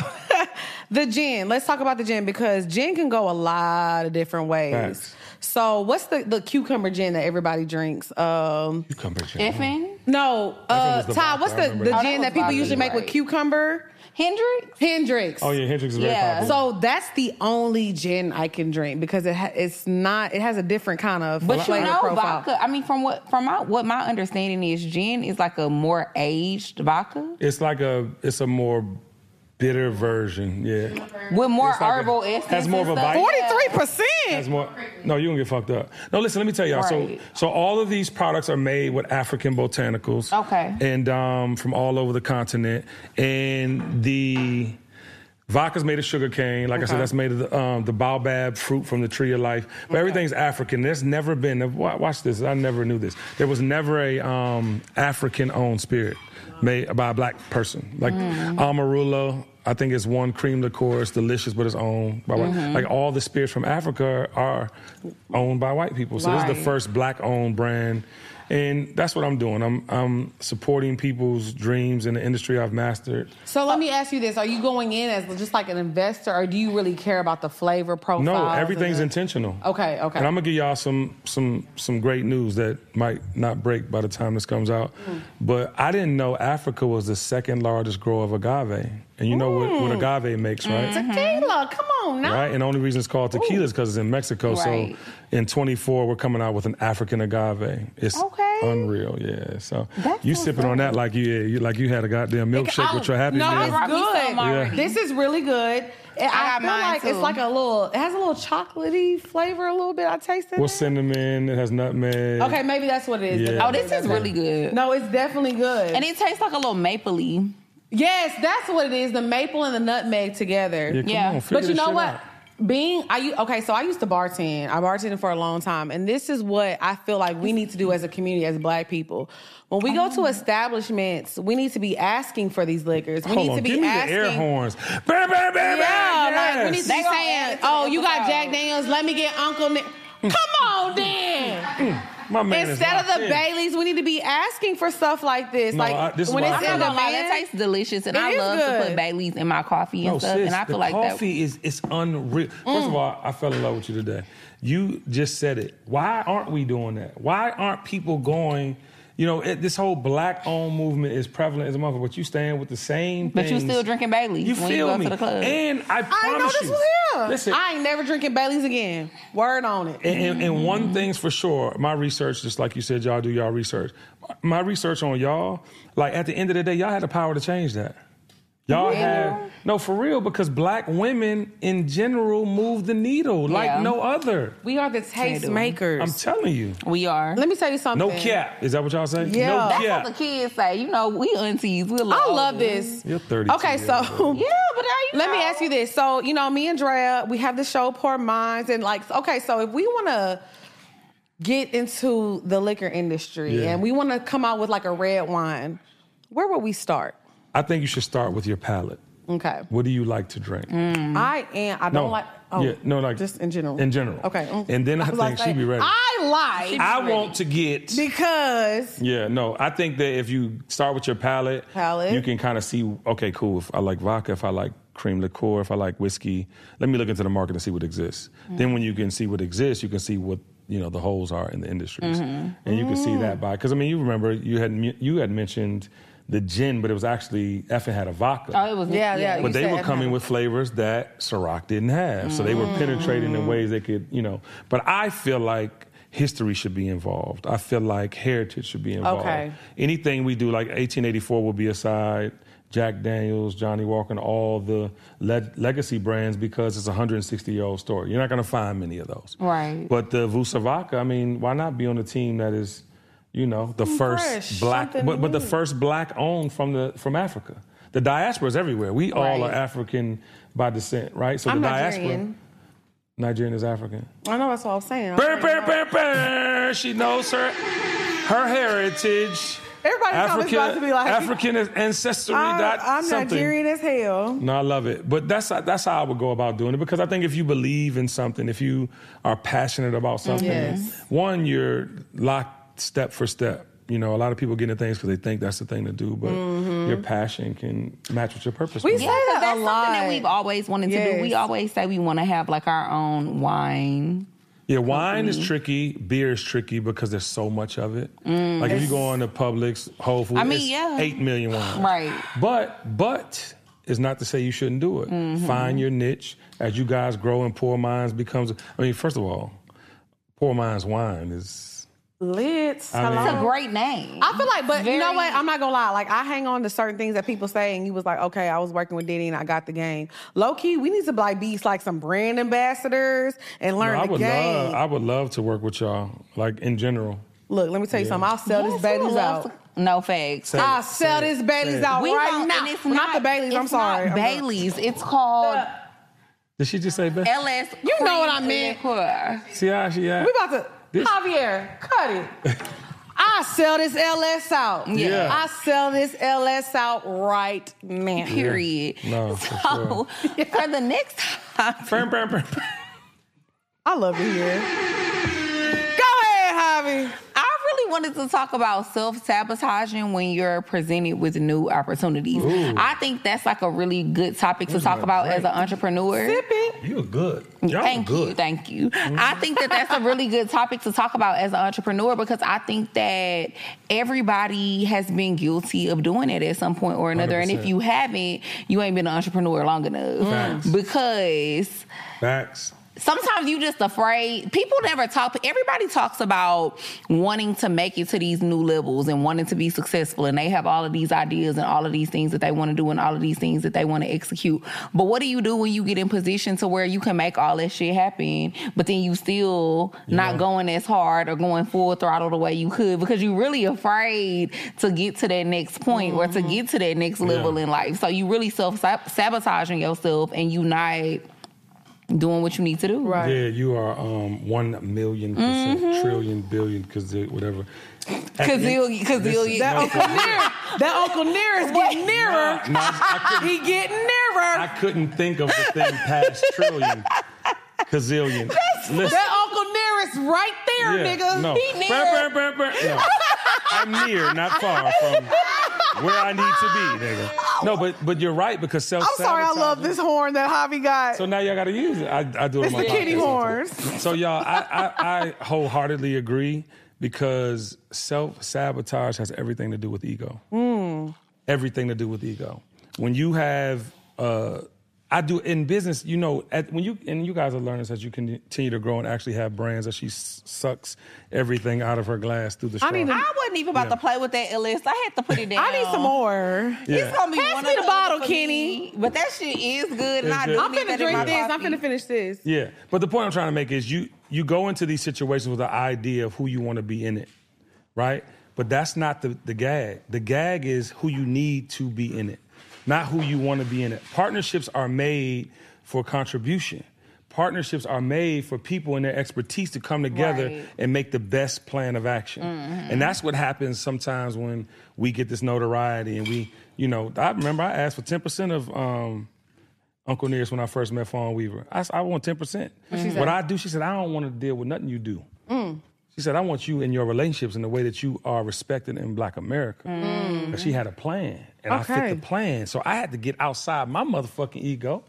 the gin. Let's talk about the gin because gin can go a lot of different ways.
Facts.
So, what's the, the cucumber gin that everybody drinks? Um,
You come back here.
Effin
no,
think it
uh,
was the
Ty.
vodka,
What's
I
the
remember
the
that.
Oh, that
gin
was
that people
vodka,
usually make with
right.
cucumber?
Hendrix.
Hendrix.
Oh yeah, Hendrix is very
Yeah.
popular.
So that's the only gin I can drink because it ha- it's not it has a different kind of
But you
flavor
know,
profile.
vodka. I mean, from what from my what my understanding is, gin is like a more aged vodka
it's like a it's a more bitter version. Yeah.
with more
It's like a-
herbal essence.
has more
and
of a
stuff.
bite.
Forty three
That's
percent.
more. No, you gonna get fucked up. No, listen. Let me tell y'all.
Right.
So, so all of these products are made with African botanicals.
Okay.
And um, from all over the continent, and the. Vodka's made of sugar cane. Like I said, that's made of the, um, the baobab fruit from the tree of life. But everything's African. There's never been, wa- watch this, I never knew this. There was never a um, African owned spirit made by a black person. Like Amarillo, I think it's one cream liqueur. It's delicious, but it's owned by white. Like all the spirits from Africa are owned by white people. So this is
Right.
the first black owned brand And that's what I'm doing. I'm I'm supporting people's dreams in the industry I've mastered.
So let me ask you this: Are you going in as just like an investor, or do you really care about the flavor profile?
No, everything's intentional.
Okay, okay.
And I'm gonna give y'all some some some great news that might not break by the time this comes out.
Hmm.
But I didn't know Africa was the second largest grower of agave. And you know what,
Hmm.
what agave makes, right?
Mm-hmm. Tequila, come on now.
Right? And the only reason it's called tequila is because it's in Mexico.
Right.
So in 24, we're coming out with an African agave. It's
Okay.
unreal, yeah. So
That
you
sounds
sipping on that like you, yeah, you like you had a goddamn milkshake with your happy
oh, No,
meal.
I brought me
it's
some
good.
already.
This is really good. And
I
I,
got
feel
mine,
like it's
too.
like a little. It has a little chocolatey flavor, a little bit. I tasted.
What's cinnamon? It has nutmeg.
Okay, maybe that's what it is.
Yeah.
Oh, this is really good.
No, it's definitely good.
And it tastes like a little mapley.
yes, that's what it is. The maple and the nutmeg together.
Yeah, come
Yeah.
on,
But
figure
but you
this
know
shit
what?
out.
Being I u- okay, so I used to bartend. I bartended for a long time, and this is what I feel like we need to do as a community, as Black people. When we
Oh.
go to establishments, we need to be asking for these liquors. We
Hold
need
on,
to be
give me
asking.
the air horns. Bam, bam, bam,
Yeah,
bam,
like we need
yes.
to be
They gonna add
saying,
it to the
"Oh, you got
episode.
Jack Daniels. Let me get Uncle." Nick. Come on, then.
My man is
Instead of
locked
the
in.
Baileys, we need to be asking for stuff like this.
No,
like
I- this is
when
why
it's
I
in
love
the
it.
Oh, my, that
man.
tastes delicious, and
It
I
is
love
good.
to put Bailey's in my coffee and
No,
stuff.
sis,
and I
the
feel like that. Mm.
coffee is it's unreal. First of all, I fell in love with you today. You just said it. Why aren't we doing that? Why aren't people going? You know, it, this whole black-owned movement is prevalent as a motherfucker, but you staying with the same.
But you
things.
still drinking Bailey's
You
when
feel
you go
me?
to the club.
And I promise
I know this
you,
was here.
Listen,
I ain't never drinking Bailey's again. Word on it.
And, and, and
Mm-hmm.
one thing's for sure, my research, just like you said, y'all do y'all research. My research on y'all, like at the end of the day, y'all had the power to change that. Y'all had no for real because black women in general move the needle like
Yeah.
no other.
We are the taste
do.
makers.
I'm telling you,
We are.
Let me tell you something.
no cap. Is that what y'all say?
Yeah.
no
That's
That's
cap.
what the kids say. You know, we aunties. We love.
I love this.
You're 32
Okay,
years
so
old.
Yeah, but I, you
Let me
know.
ask you this. So, you know, me and Drea, we have the show Poor Minds, and like, okay, so if we want to get into the liquor industry
Yeah.
and we want to come out with like a red wine, where would we start?
I think you should start with your palate.
Okay,
What do you like to drink?
I am. I don't like. Oh,
yeah, Mm-hmm. no, like
just in general.
In general.
Okay, mm.
And then I,
was about
think
to
she
say,
be ready.
I like
I want to get
because
Yeah, no, I think that if you start with your palate,
Palate.
you can kind of see, okay, cool, if I like vodka, if I like cream liqueur, if I like whiskey, let me look into the market and see what exists. Then when you can see what exists, you can see what, you know, the holes are in the industries. And you can see that by, because I mean, you remember, you had, mu- you had mentioned the gin, but it was actually, Effin had a vodka.
Oh, it was.
Yeah, yeah, you
But they
said
were
F- Mm.
coming with flavors that Ciroc didn't have. So they were penetrating in ways they could, you know. But I feel like history should be involved. I feel like heritage should be involved.
Okay.
Anything we do, like 1884 will be aside. Jack Daniels, Johnny Walker, and all the le- legacy brands because it's a 160 year old story. You're not going to find many of those.
Right.
But the Vusavaka, I mean, why not be on a team that is, you know, the first
fresh,
black,
something
but, but the
new.
first black owned from the from Africa. The diaspora is everywhere. We all
Right.
are African by descent, right? So
I'm
the diaspora,
Nigerian.
Nigerian is African.
I know that's what I was saying. I was
Burr,
saying,
burr, burr, burr. She knows her her heritage.
Everybody's always about to be like,
African is ancestry.
I,
dot
I'm
something.
Nigerian as hell.
No, I love it. But that's that's how I would go about doing it because I think if you believe in something, if you are passionate about
Mm-hmm.
something,
Yes.
one you're locked step for step. You know, a lot of people get into things because they think that's the thing to do, but
Mm-hmm.
your passion can match with your purpose.
We
more.
say
Yeah,
that a
'cause that's something
lot.
that we've always wanted to do. We
Yes.
always say we want to have like our own wine.
Yeah, wine
Mm-hmm.
is tricky. Beer is tricky because there's so much of it. Like if you go on to Publix, Whole Foods,
Mm. I mean,
it's
yeah.
eight million wines.
Right.
But but it's not to say you shouldn't do it.
Mm-hmm.
Find your niche as you guys grow and Poor Minds becomes. I mean, first of all, Poor Minds wine is
Lit. Hello.
It's a great name.
I feel like, but you know
Very-
what? I'm not gonna lie. Like I hang on to certain things that people say, and you was like, okay, I was working with Diddy and I got the game. Low key, we need to like be like some brand ambassadors and learn
I
the
would
game.
love. I would love to work with y'all. Like in general,
Look, let me tell you something. I'll sell
Yes,
this
we
Bailey's
would love
out.
to- no facts.
Say it,
I'll
say
sell
it,
this
say
Bailey's
it.
out
We
right
gon-
now.
and it's
not, the Bailey's. I'm
it's not
sorry. I'm not-
Bailey's. It's called
did she just say that?
LS.
You know what I
Cream
meant.
Liqueur.
See how she act?
We about to
This-
Javier cut it. I sell this LS out.
Yeah.
I sell this LS out right now.
Period.
No, for
so for the next time,
Brum, brum, brum, brum.
I love to hear. it. Go ahead, Javi.
I really wanted to talk about self sabotaging when you're presented with new opportunities. I think that's like a really good topic to
Those
talk
are
about
great.
as an entrepreneur.
You're good. Y'all
thank
good. Mm-hmm.
you, thank you. I think that that's a really good topic to talk about as an entrepreneur because I think that everybody has been guilty of doing it at some point or another. And if
100%.
you haven't, you ain't been an entrepreneur long enough
Facts.
because
Facts.
sometimes you just afraid people never talk everybody talks about wanting to make it to these new levels and wanting to be successful and they have all of these ideas and all of these things that they want to do and all of these things that they want to execute but what do you do when you get in position to where you can make all that shit happen but then you still not
Yeah.
going as hard or going full throttle the way you could because you're really afraid to get to that next point or to get to that next level in life so you really self-sabotaging yourself and you not doing what you need to do
Right. Mm-hmm.
Yeah, you are um, one million percent, trillion, billion, because whatever.
Kazillion, kazillion.
That Uncle Near, that Uncle Near is getting nearer.
No, I couldn't-
He getting
I
nearer.
couldn't think of the thing past trillion, gazillion. Listen,
That Uncle Near is right there,
yeah,
nigga.
No.
He near.
Brr, brr, brr, brr. No. I'm near, not far from where I need to be, nigga. No, but but you're right because self.
I'm sorry, I love this horn that Javi got.
So now y'all got to use it. I, I do it.
It's
on my
the kitty
podcast.
horns.
So y'all, I, I, I wholeheartedly agree because self sabotage has everything to do with ego.
Hmm.
Everything to do with ego. When you have, uh, I do in business. You know, at, when you and you guys are learning as you continue to grow and actually have brands that she s- sucks everything out of her glass through the. Straw.
I need to-
I wasn't even about to play with that LS. I had to put it down.
I need some more.
It's gonna be
Pass
one
me
or
the
other
bottle,
for
Kenny.
me, But that shit is good. and
It's
I
good.
do
I'm
I'm
need that
finna
in
drink
my
this. I'm
coffee.
finna finish this.
Yeah, but the point I'm trying to make is you you go into these situations with the idea of who you want to be in it, right? But that's not the the gag. The gag is who you need to be in it, not who you want to be in it. Partnerships are made for contribution. Partnerships are made for people and their expertise to come together
Right.
and make the best plan of action. And that's what happens sometimes when we get this notoriety and we, you know, I remember I asked for 10% of um, Uncle Nearest when I first met Fawn Weaver. I, s- I want 10%. What I do, she said, I don't want to deal with nothing you do. She said, I want you in your relationships in the way that you are respected in black America. But She had a plan, and I
Okay.
fit the plan. So I had to get outside my motherfucking ego.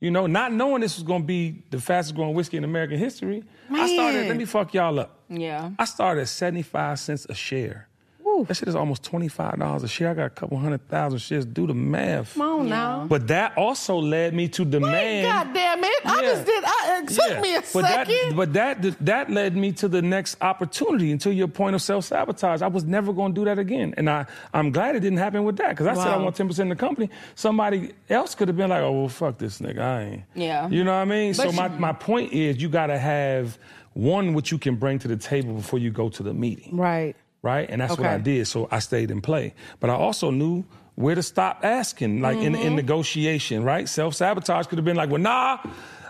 You know, not knowing this was going to be the fastest growing whiskey in American history, I started,
Man.
let me fuck y'all up.
Yeah.
I started at 75 cents a share.
Woo.
That shit is almost $25 a share. I got a couple hundred thousand shares. Do the math.
Come on now.
But that also led me to
Wait,
demand.
God damn it. I
Yeah.
just did, I, it took
Yeah.
me a
but That,
second.
but that that led me to the next opportunity and to your point of self sabotage. I was never going to do that again, and I I'm glad it didn't happen with that because I said I
Wow.
want ten percent of the company. Somebody else could have been like, oh well, fuck this nigga, I ain't.
Yeah.
You know what I mean? so
But
my
you-
my point is, you got to have one what you can bring to the table before you go to the meeting
right.
right? And that's what I
Okay.
did. So I stayed in play. But I also knew where to stop asking, like in,
Mm-hmm.
in negotiation, right? Self sabotage could have been like, well, nah,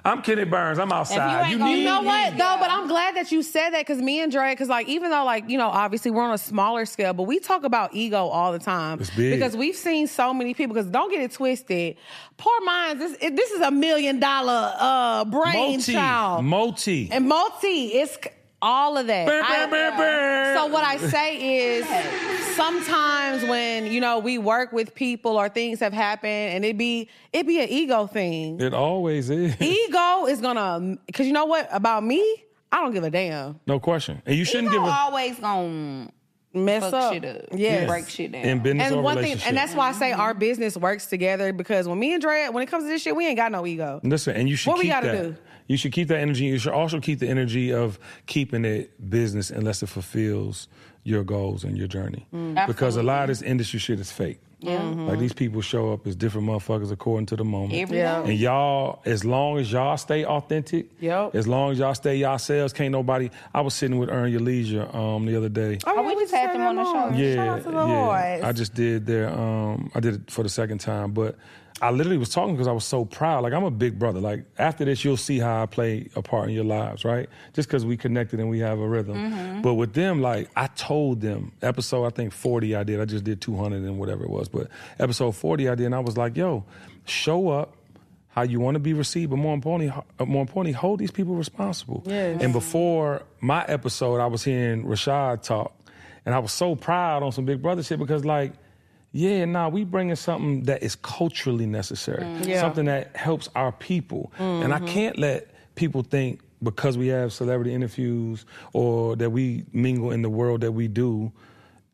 I'm Kenny Burns. I'm outside.
ain't
You,
gonna
need
You know
Mhm.
what
Yeah.
though, but I'm glad that you said that because me and Dre, because like even though like you know obviously we're on a smaller scale, but we talk about ego all the time
It's big.
because we've seen so many people. Because don't get it twisted, poor minds. This it, this is a million dollar uh brain
multi,
child
multi.
and multi. It's c- all of that.
Burr,
I-
burr, burr, burr.
So what I say is sometimes when you know we work with people or things have happened and it be it be an ego thing
it always is,
ego is gonna because you know what about me i don't give a damn
no question. And you
Ego
shouldn't give a
always gonna
mess
fuck
up
shit up.
yes
Break shit down.
in business or
and one thing
relationship.
and that's why i say our business works together because when me and Dre, when it comes to this shit we ain't got no ego
Listen, and you should
What we
keep
gotta
that.
do?
You should keep that energy. You should also keep the energy of keeping it business unless it fulfills your goals and your journey.
Mm.
Because a lot of this industry shit is fake. Yeah.
Mm-hmm.
Like these people show up as different motherfuckers according to the moment.
every
Yeah.
and y'all, as long as y'all stay authentic,
Yep.
as long as y'all stay yourselves, can't nobody. I was sitting with Earn Your Leisure um, the other day.
oh,
yeah, we just had them on the show.
Yeah,
shout out to the
yeah.
boys
I just did their. Um, I did it for the second time, but I literally was talking because I was so proud. Like I'm a big brother. Like after this, you'll see how I play a part in your lives, right? Just because we connected and we have a rhythm.
Mm-hmm.
But with them, like I told them episode, I think 40 I did. I just did 200 and whatever it was, but episode 40 I did, and I was like, yo, show up. How you want to be received, but more importantly, ho- uh, more importantly, hold these people responsible.
Yes.
And before my episode, I was hearing Rashad talk, And I was so proud on some Big Brother shit because like, yeah, nah, we bringing something that is culturally necessary,
Mm. Yeah. Mm-hmm.
something that helps our people. And I can't let people think because we have celebrity interviews or that we mingle in the world that we do,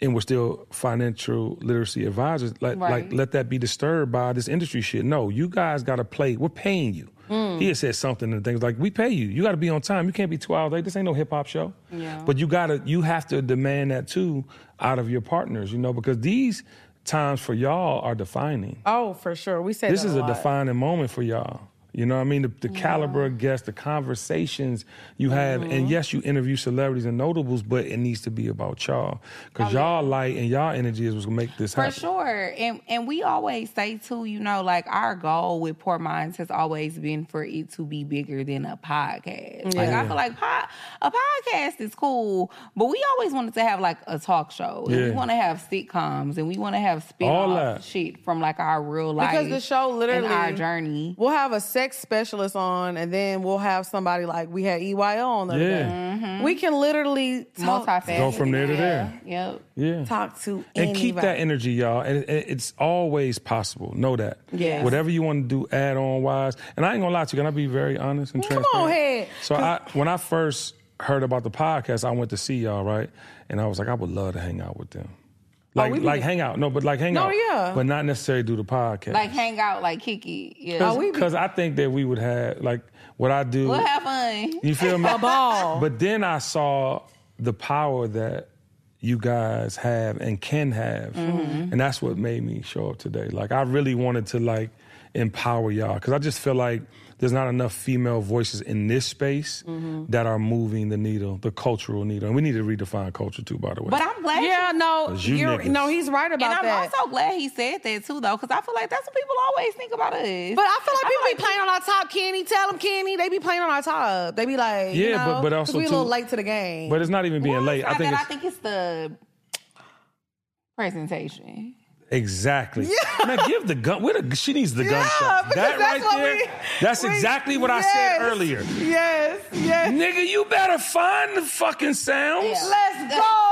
and we're still financial literacy advisors. Like,
Right.
like let that be disturbed by this industry shit. No, you guys got to play. We're paying you.
Mm.
He had said something and things like, "We pay you. You got to be on time. You can't be two hours late. This ain't no hip hop show."
Yeah.
But you gotta, you have to demand that too out of your partners, you know, because these times for y'all are defining.
Oh, for sure. We said
This
that
is a
lot.
defining moment for y'all. You know what I mean? The, the caliber of guests, the conversations you have,
Mm-hmm.
and yes, you interview celebrities and notables, but it needs to be about y'all because y'all light and y'all energy is what's gonna make this
For
happen.
sure. And and we always say too, you know, like our goal with Poor Minds has always been for it to be bigger than a podcast. Like I
Yeah.
feel like pod, a podcast is cool, but we always wanted to have like a talk show. And we
Yeah.
want to have sitcoms and we want to have spin
All that.
off shit from like our real life.
because the show literally
and our journey.
We'll have a sex specialist on, and then we'll have somebody like we had EYO on the other
Yeah.
day.
Mm-hmm.
We can literally talk,
Multifaceted.
Go from there to there.
Yeah. Yep.
Yeah.
talk to
and
anybody.
keep that energy, y'all. And it- it- it's always possible. Know that.
Yes.
Whatever you want to do, add on wise. And I ain't gonna lie to you. Can I be very honest and
Come on,
transparent?
head.
So I, when I first heard about the podcast, I went to see y'all, right? And I was like, I would love to hang out with them. Like,
Oh, we be-
like hang out. No, but like hang
No,
out.
yeah.
But not necessarily do the podcast.
Like hang out, like Kiki. Yeah.
oh, we be-
because I think that we would have like what I do.
we'll have fun.
You feel me?
A ball.
But then I saw the power that you guys have and can have,
Mm-hmm.
and that's what made me show up today. Like I really wanted to like empower y'all because I just feel like there's not enough female voices in this space
Mm-hmm.
that are moving the needle, the cultural needle, and we need to redefine culture too. By the way,
But I'm glad you
yeah, no,
Cause you
you're,
niggas.
no, he's right about
and I'm
that.
also glad he said that too, though, because I feel like that's what people always think about us.
but I feel like people be playing on our top, Kenny. Tell them, Kenny, they be playing on our top. They be like, you
Yeah, but-
know,
but
'cause
also
we a little
too-
late to the game.
but it's not even being
Well,
late.
it's
I
not
think
that.
it's
I think it's the presentation.
Exactly. Now give the gun. Where the, she needs the gun shot.
because
That
that's
right
what
there.
we-
that's
we-
exactly what I
yes.
said earlier.
yes, yes.
Nigga, you better find the fucking sounds.
Yeah.
Let's go.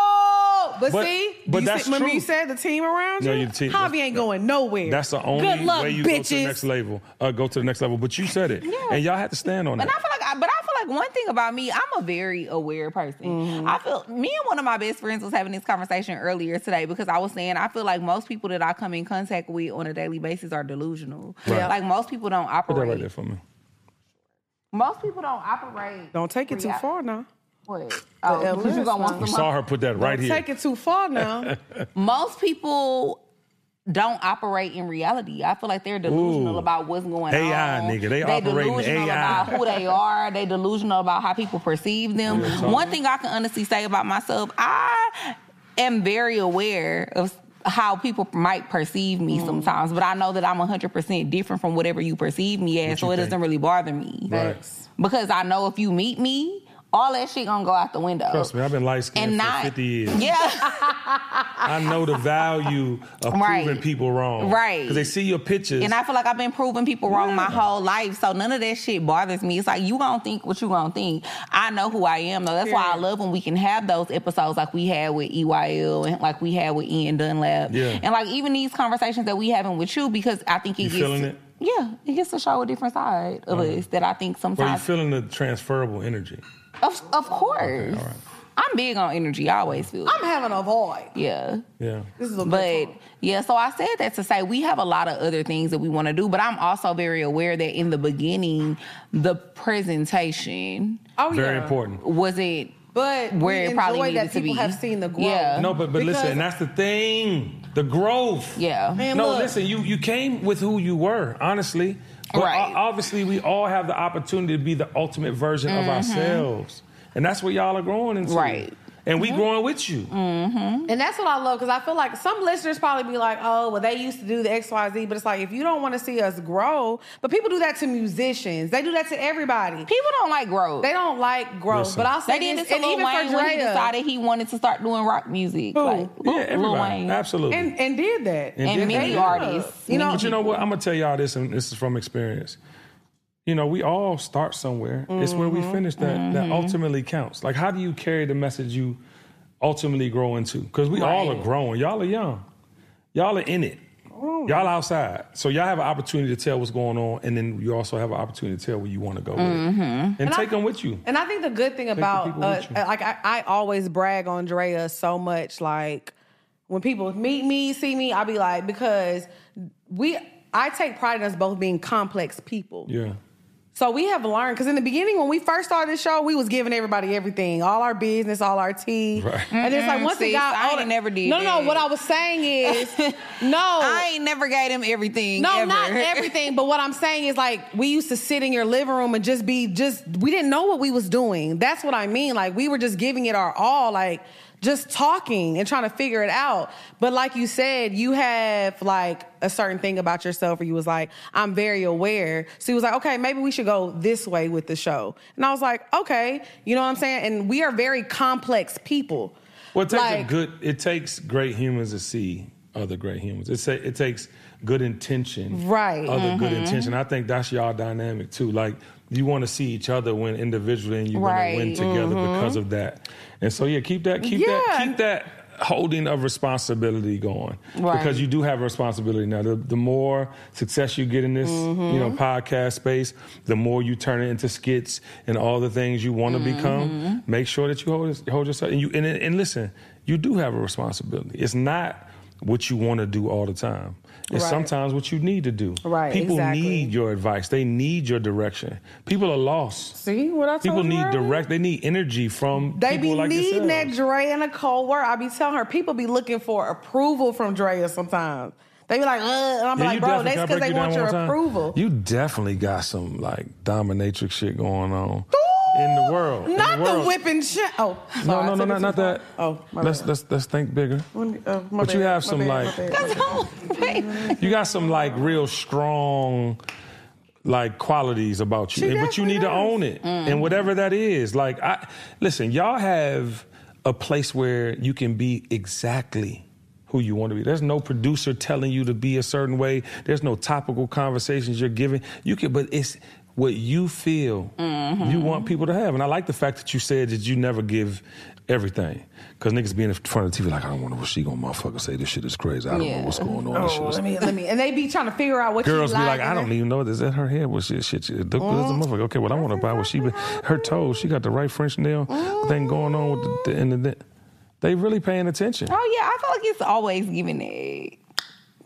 But,
But-
see,
but
you
that's
said, remember
true.
you said the team around you.
No, your team-
Javi ain't going nowhere.
That's the only
Good luck,
way you go to the
bitches.
next level. Uh, go to the next level. But you said it, and y'all had to stand on it.
And I feel like, I, but I feel like one thing about me, I'm a very aware person. I feel me and one of my best friends was having this conversation earlier today because I was saying I feel like most people that I come in contact with on a daily basis are delusional.
Right.
Like most people don't
Put that
operate.
right there for me.
most people don't operate.
Don't take it too
rea-
far now.
What? Oh,
The
'cause you
LS
gonna want
You
some
saw her put that right
Don't
here.
take it too far now.
most people don't operate in reality. I feel like they're delusional
Ooh.
about what's going
AI,
on.
nigga. They operate in
delusional
AI.
about who they are. They delusional about how people perceive them.
Real talk.
One thing I can honestly say about myself, I am very aware of how people might perceive me
Mm.
sometimes, but I know that I'm 100% different from whatever you perceive me as,
What
so
you
it
think.
doesn't really bother me.
Right.
Because I know if you meet me, all that shit gonna go out the window.
Trust me, I've been light
and
skinned for
not
50 years.
Yeah.
I know the value of
Right.
proving people wrong.
Right.
Because they see your pictures.
And I feel like I've been proving people wrong my whole life. So none of that shit bothers me. It's like you gonna think what you gonna think. I know who I am though. That's why I
Period.
love when we can have those episodes like we had with EYL and like we had with Ian Dunlap.
Yeah.
And like even these conversations that we having with you because I think it
You
gets
feeling it?
Yeah, it gets to show a different side of us that I think
Where you
sometimes
feeling the transferable energy?
of, of course.
Okay, all right.
I'm big on energy, I always feel.
I'm having a void.
yeah.
Yeah.
This is a
But
good time.
yeah, so I said that to say we have a lot of other things that we want to do, but I'm also very aware that in the beginning, the presentation
oh,
Very
yeah.
important.
wasn't.
But
Where
we
it probably
enjoy that
needed to
people
be.
have seen the growth.
Yeah.
No, but but
Because-
listen, and that's the thing. The growth.
Yeah.
Man,
no,
look.
listen, you you came with who you were, honestly. But
Right.
o- obviously we all have the opportunity to be the ultimate version of ourselves. And that's what y'all are growing into.
Mm-hmm. Right. Mm-hmm. Mm.
And we growing with you.
And that's what I love because I feel like some listeners probably be like, oh, well, they used to do the XYZ. But it's like, if you don't want to see us grow, but people do that to musicians, they do that to everybody.
People don't like growth.
They don't like growth.
Listen.
But I'll
They
say
did
this,
this
and
to Lil
even
Wayne
for
when he
Drea,
decided he wanted to start doing rock music.
Who?
Like,
Yeah,
Lil
everybody.
Wayne.
Absolutely.
and, and did that.
And
And
did
many
that.
artists.
You know-
many
But you know what? I'm gonna tell y'all this, and this is from experience. You know, we all
Mm-hmm.
start somewhere. It's where we finish that that ultimately counts. Like, how do you carry the message you ultimately grow into. Because we all
Right.
are growing. Y'all are young. Y'all are in it. Y'all outside. So y'all have an opportunity to tell what's going on, and then you also have an opportunity to tell where you want to go with
Mm-hmm.
it. And, take them with you.
And I think the good thing about
people
uh,
with you.
like I, I always brag on Drea so much. Like when people meet me, see me, I'll be like because we I take pride in us both being complex people.
Yeah.
So we have learned because in the beginning when we first started the show, we was giving everybody everything, all our business, all our tea,
Right.
and it's like once
sis,
it got
I ain't
older-
never did
No, no,
that.
no. What I was saying is no.
I ain't never gave him everything.
No,
ever.
not everything. But what I'm saying is like we used to sit in your living room and just be just we didn't know what we was doing. That's what I mean. Like we were just giving it our all, like just talking and trying to figure it out. But like you said, you have like a certain thing about yourself where you was like, I'm very aware. So he was like, okay, maybe we should go this way with the show. And I was like, okay, you know what I'm saying? And we are very complex people.
Well, it takes a
Like-
good. It takes great humans to see other great humans. It say, it takes good intention,
Right. Mm-hmm.
Other good intention. I think that's y'all dynamic too. Like you want to see each other when individually, and you
Right.
want to win together because of that. And so yeah, keep that, keep that,
Mm-hmm. Yeah.
keep that holding of responsibility going
Right.
because you do have a responsibility now the, the more success you get in this you
Mm-hmm.
know podcast space the more you turn it into skits and all the things you want to
Mm-hmm.
become make sure that you hold, hold yourself and you and, and listen you do have a responsibility it's not what you want to do all the time it's
Right.
sometimes what you need to do
Right,
people
exactly.
need your advice they need your direction people are lost
See what I told
people
you
need
earlier?
direct they need energy from
They
people
be
like
needing
yourselves.
that Dre and a cold word. I be telling her people be looking for approval from Drea sometimes. They be like, Ugh, and I'm
Yeah,
like,
you
bro, that's
definitely- can I
because
break
they
you down
want
one
your
more time?
approval.
You definitely got some like dominatrix shit going on in the world. In
not
world.
the whipping shit. Oh,
No,
sorry, I
no, no,
took it
not,
too
not
far.
that.
Oh, my
let's
bad.
let's let's think bigger.
Uh, my
but you
bad,
have
my
some,
bad, my
like-
bad.
Oh, babe.
You got some like real strong like qualities about you,
She
and- but you
definitely
need to
does.
own it. And whatever that is, like I listen, y'all have a place where you can be exactly who you want to be. There's no producer telling you to be a certain way. There's no topical conversations you're giving. You can, but it's what you feel
Mm-hmm.
you want people to have. And I like the fact that you said that you never give everything. Cause niggas being in front of the TV like, I don't want to, she gonna motherfucker say this shit is crazy. I don't
Yeah.
know what's going on. This shit
Oh,
is
let me, let me. And they be trying to figure out what
Girls
you
be
like
like, I
and
don't
they-
even know this. Is that her hair? Was she shit? She, it look good as
Mm-hmm.
a motherfucker. Okay, well, I want to buy what she. be- Her toes. She got the right French nail thing going on with the, the, and the, They really paying attention.
Oh, yeah, I feel like it's always giving it.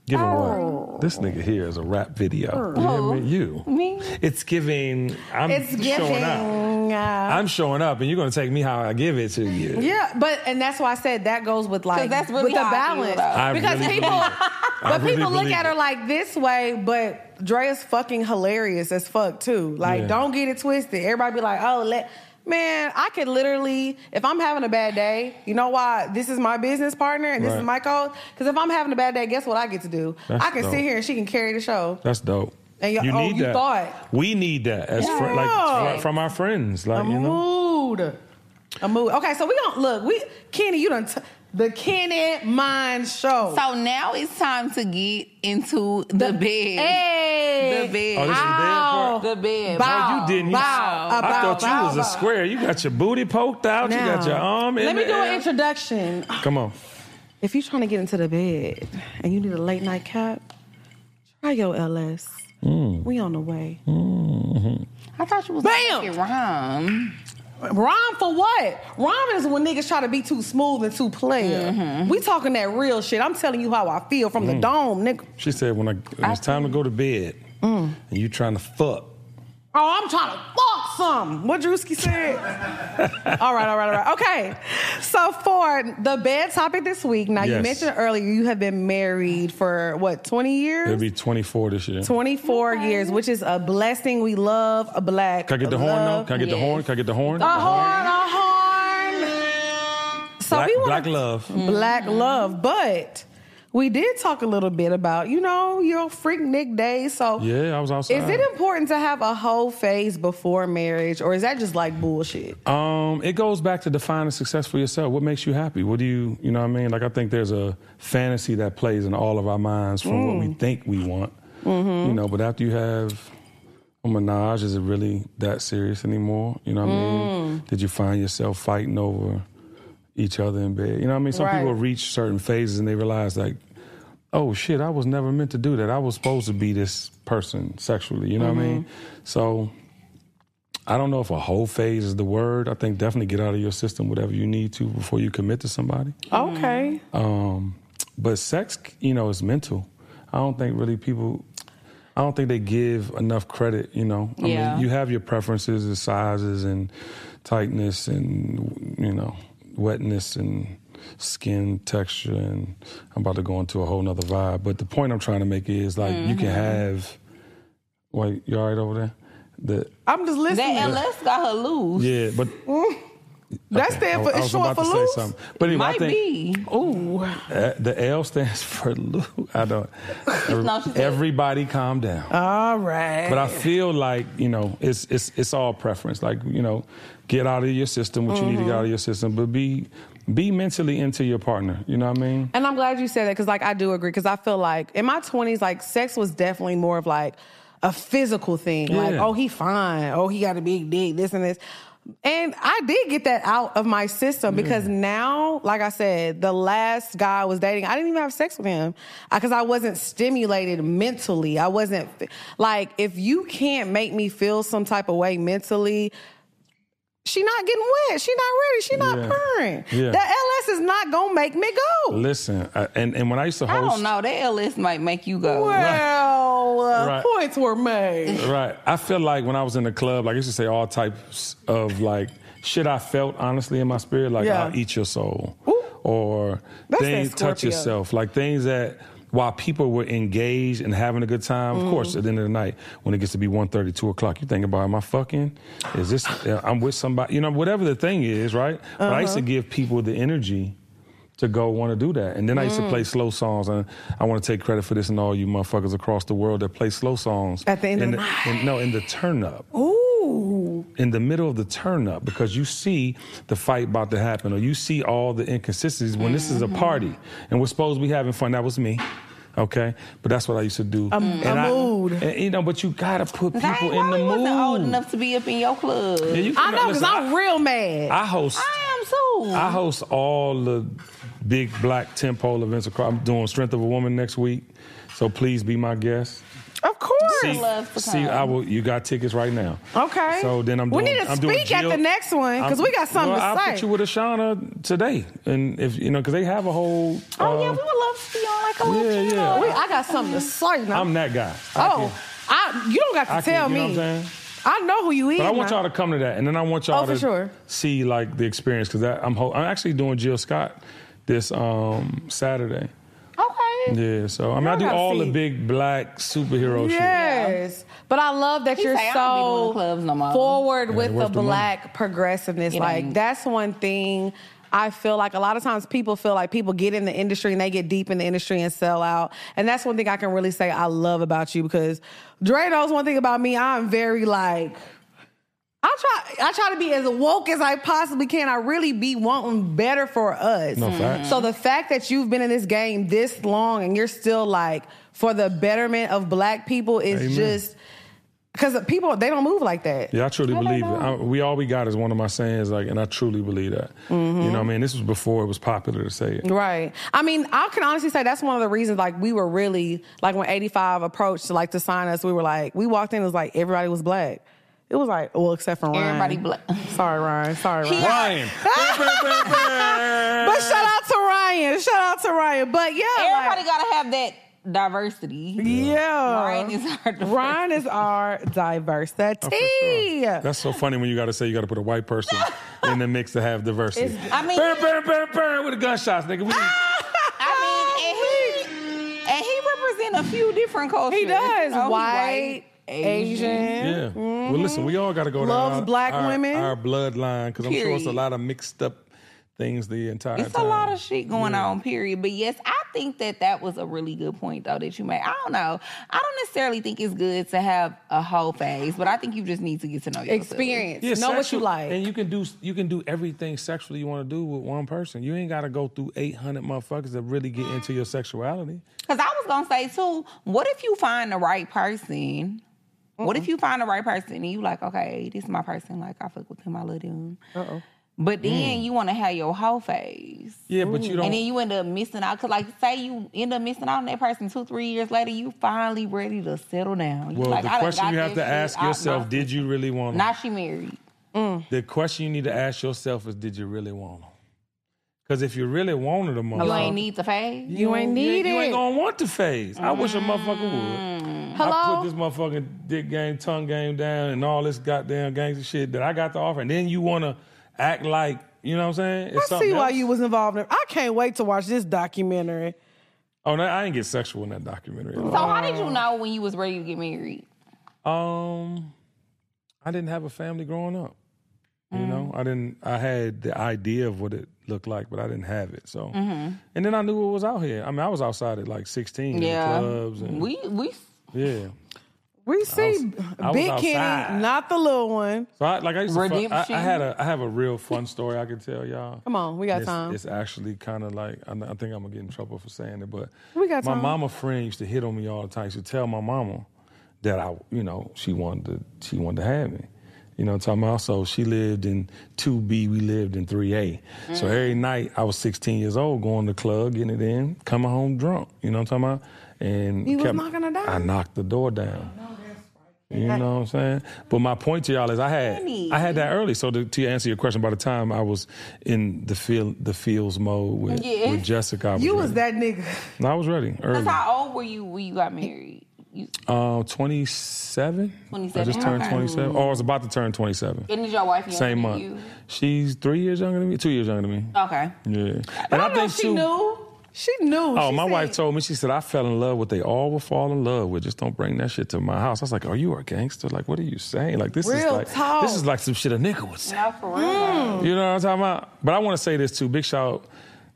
Giving what? This nigga here is a rap video. You hear me? You.
Me?
It's giving. I'm
Oh. It's
showing up.
giving. uh,
I'm showing up, and you're gonna take me how I give it to you.
Yeah, but and that's why I said that goes with like
'Cause that's really
with the
how I feel
balance
about it.
I
because
really
people,
believe it. I
but
really
people look
believe
at
it.
her like this way, but Drea's fucking hilarious as fuck too. Like,
Yeah.
don't get it twisted. Everybody be like, oh, let. Man, I could literally, if I'm having a bad day, you know why? This is my business partner and this
Right.
is my call. Because if I'm having a bad day, guess what I get to do?
That's
I can
dope.
sit here and she can carry the show.
That's dope.
And you- oh, you thought.
We need that as fr-
Yeah.
like fr- from our friends, like
A
you know.
mood. A mood. Okay, so we don't look. We Kenny, you done t- the Kenny Mind Show.
So now it's time to get into the, bed.
Hey.
The bed.
Oh, this is the bed part?
The bed.
Bow.
Oh, you didn't. You-
Bow,
I
bow,
thought you
bow,
was
bow.
a square. You got your booty poked out. you got
Now,
your arm in
Let me
the
do
air.
an introduction.
Come on.
If you're trying to get into the bed and you need a late night cap, try your LS.
Hmm.
We on the way.
Mm-hmm.
I thought you was
Bam!
Like, wrong.
Rhyme for what? Rhyme is when niggas try to be too smooth and too player. We talking that real shit. I'm telling you how I feel from
Mm.
the dome, nigga.
She said when, I, when it's time to go to bed
Mm.
and you trying to fuck.
Oh, I'm trying to fuck some. What Drewski said. all right, all right, all right. Okay. So for the bed topic this week, now you
Yes.
mentioned earlier you have been married for what, 20 years?
It'll be 24 this year.
24 years, which is a blessing. We love a black.
Can I get the horn though? Can I get the
Yes.
horn? Can I get the horn?
A horn, a horn. Oh, So
Black,
we Mm. want
black love.
black love, but we did talk a little bit about you know your freak Nick days. So
Yeah, I was outside.
Is it important to have a whole phase before marriage, or is that just like bullshit?
Um, it goes back to defining success for yourself. What makes you happy? What do you, you know what I mean? Like, I think there's a fantasy that plays in all of our minds from what we think we want. You know, but after you have a menage, is it really that serious anymore? You know what I mean? Did you find yourself fighting over, each other in bed. You know what I mean? Some
Right.
people reach certain phases and they realize like, oh shit, I was never meant to do that. I was supposed to be this person sexually. You know what I mean? So I don't know if a whole phase is the word. I think definitely get out of your system whatever you need to before you commit to somebody.
Okay.
Um, but sex, you know, is mental. I don't think really people. I don't think they give enough credit. You know, I
Yeah.
mean, you have your preferences and sizes and tightness and you know wetness and skin texture and I'm about to go into a whole nother vibe. But the point I'm trying to make is like you can have. Wait, you all right over there? The
I'm just listening.
That LS got her loose.
yeah, but
That
Okay,
stand for
I, I
it's
was
short
about
for
to
loose.
say something. But anyway, I
Might
think
be.
Ooh.
Uh, the L stands for Lou. I don't. Every-
No, she said-
everybody, calm down.
All right.
but I feel like you know, it's it's it's all preference. Like you know, get out of your system what you need to get out of your system, but be be mentally into your partner. You know what I mean?
And I'm glad you said that because, like, I do agree. Because I feel like in my 20s, like, sex was definitely more of like a physical thing. Like,
Yeah.
oh, he fine. Oh, he got a big dick. This and this. And I did get that out of my system because now, like I said, the last guy I was dating, I didn't even have sex with him because I wasn't stimulated mentally. I wasn't like, if you can't make me feel some type of way mentally, she not getting wet. She not ready. She not
Yeah.
purring.
Yeah.
That LS is not gonna make me go.
Listen, I, and and when I used to
I
host,
don't know. That LS might make you go.
Well, uh,
Right.
points were made.
Right. I feel like when I was in the club, like I used to say all types of like shit I felt honestly in my spirit, like
Yeah.
I'll eat your soul.
Ooh.
Or
That's that
things touch
Scorpio.
yourself. Like things that while people were engaged and having a good time, of course, at the end of the night, when it gets to be 1.30, 2 o'clock, you think about, am I fucking? Is this, uh, I'm with somebody, you know, whatever the thing is, right? But I used
Uh-huh.
to give people the energy to go want to do that. And then I used to
Mm.
play slow songs, and I want to take credit for this and all you motherfuckers across the world that play slow songs
At the end of
in
the
in- no, in the turn up,
Ooh.
in the middle of the turn up, because you see the fight about to happen, or you see all the inconsistencies when this is a party and we're supposed to be having fun. That was me. Okay, but that's what I used to do. and
a
I-
mood.
and, you know, but you gotta put
Dang,
people
why
in the
we
mood.
wasn't old enough to be up in your club.
Yeah, you
I
can-
know because
listen,
I'm real mad.
I host.
I am too.
I host all the big black tentpole events. Across. I'm doing Strength of a Woman next week, so please be my guest.
of course.
See- love to
see,
come.
I will. You got tickets right now.
Okay.
So then I'm.
We
Doing,
need to
I'm doing
speak at
Jill-
the next one, 'cause we got something
well,
to
I'll
say.
put you with Ashana today, and if you know, because they have a whole.
oh yeah,
uh,
we would love to be on like a little.
Yeah,
you
yeah.
know.
Wait, I got something to say now.
I'm that guy. I
oh, I, you don't got to
I can-
tell
you know
me.
what I'm saying?
I know who you is.
But I want
now.
y'all to come to that, and then I want y'all
Oh, for
to
sure.
see like the experience because I'm ho- I'm actually doing Jill Scott this um, Saturday.
Okay.
Yeah, so I mean, I
Y'all
do
gotta
all the
see.
big black superhero shit.
Yes, but I love that
He
you're
say, "I don't be going
so
to clubs no more."
forward with the
worth the money.
black progressiveness.
It
like
ain't.
that's one thing I feel like a lot of times people feel like people get in the industry and they get deep in the industry and sell out. And that's one thing I can really say I love about you because Dre knows one thing about me. I'm very like. I try I try to be as woke as I possibly can. I really be wanting better for us.
No facts.
So the fact that you've been in this game this long and you're still like for the betterment of black people is
Amen.
just because people they don't move like that.
Yeah, I truly believe it. I, we all we got is one of my sayings, like, and I truly believe that. You know, what I mean, this was before it was popular to say it.
Right. I mean, I can honestly say that's one of the reasons like we were really like when 85 approached to like to sign us, we were like we walked in it was like everybody was black. It was like well except for Ryan.
Everybody black.
Sorry, Ryan. Sorry, Ryan.
Ryan,
But shout out to Ryan. Shout out to Ryan. But yeah,
Everybody
like-
gotta have that diversity.
yeah.
Ryan is our diversity.
Ryan is our diversity.
Oh, For sure. That's so funny when you got to say you got to put a white person in the mix to have diversity.
It's- I mean- Ah!
burr, burr, burr, burr, with the gunshots, nigga. We,
I mean, and he, and he represent a few different cultures.
He does.
You know, he
white, Asian.
yeah.
Mm-hmm.
Well, listen, we all got to go
Loves
down our-
black
our,
women.
our bloodline because I'm sure it's a
Period.
lot of mixed up things the entire
It's
time.
a lot of shit going on, period. But yes, I think that that was a really good point, though, that you made. I don't know. I don't necessarily think it's good to have a whole phase, but I think you just need to get to know yourself.
Experience.
Yeah,
know what you
sexual-
like.
and you can do you can do everything sexually you want to do with one person. You ain't got to go through eight hundred motherfuckers to really get into your sexuality.
Because I was going to say, too, what if you find the right person? What if you find the right person and you like, okay, this is my person. Like, I fuck with him, I love him.
Uh-oh. Mm.
But then you want to have your whole face.
Yeah, but you
And then
don't.
you end up missing out. Cause like say you end up missing out on that person two, three years later, you finally ready to settle down. You
Well,
like,
the
I done
question
got
you have
that
to
shit
ask
out my-
yourself: Did you really want? 'em?
Now she married.
The question you need to ask yourself is: Did you really want them? Because if you really wanted them,
You ain't need the face.
You ain't need it.
You
Mm.
ain't gonna want the phase. I wish a motherfucker would. I
Hello?
put this motherfucking dick game, tongue game down, and all this goddamn gangster shit that I got to offer, and then you want to act like you know what I'm saying? It's
I see
something
why
else.
you was involved in I can't wait to watch this documentary.
Oh, no, I didn't get sexual in that documentary. at all.
So how did you know when you was ready to get married?
Um, I didn't have a family growing up. You
Mm.
know, I didn't. I had the idea of what it looked like, but I didn't have it. So,
Mm-hmm.
and then I knew it was out here. I mean, I was outside at like sixteen
Yeah.
in the clubs. And,
We we
yeah.
We see
I was
Big Kenny,
outside.
not the little one.
So I like I used to. Fun, I,
Redemption.
I had a I have a real fun story I could tell y'all.
Come on, we got
it's,
time.
It's actually kind of like I, I think I'm gonna get in trouble for saying it, but
We got
my
time.
mama friend used to hit on me all the time. She would tell my mama that I, you know, she wanted to she wanted to have me. You know, what I'm talking about. So she lived in 2B, we lived in 3A. So
Mm.
every night I was 16 years old, going to the club, getting it in, coming home drunk. You know what I'm talking about? And
He was knocking her down.
I knocked the door down. You know what I'm saying? But my point to y'all is I had I had that early. So to, to answer your question, by the time I was in the field the fields mode with,
Yeah.
with Jessica, I was
You
ready.
was that nigga.
No, I was ready
Cause
early.
how old were you when you got married? You,
Uh, 27.
27,
I just turned
okay.
27. Oh, I was about to turn 27.
and is your wife younger
Same
than
month.
you?
She's three years younger than me. Two years younger than me.
Okay.
Yeah.
I, don't know if Oh, she knew. She knew.
Oh,
She
my
said-
wife told me, she said, I fell in love with they all will fall in love with. Just don't bring that shit to my house. I was like, Are you a gangster? Like, what are you saying? Like this is
Real
like
talk.
this is like some shit a nigga would say.
Not for real.
Mm.
You know what I'm talking about? But I want to say this too. Big shout out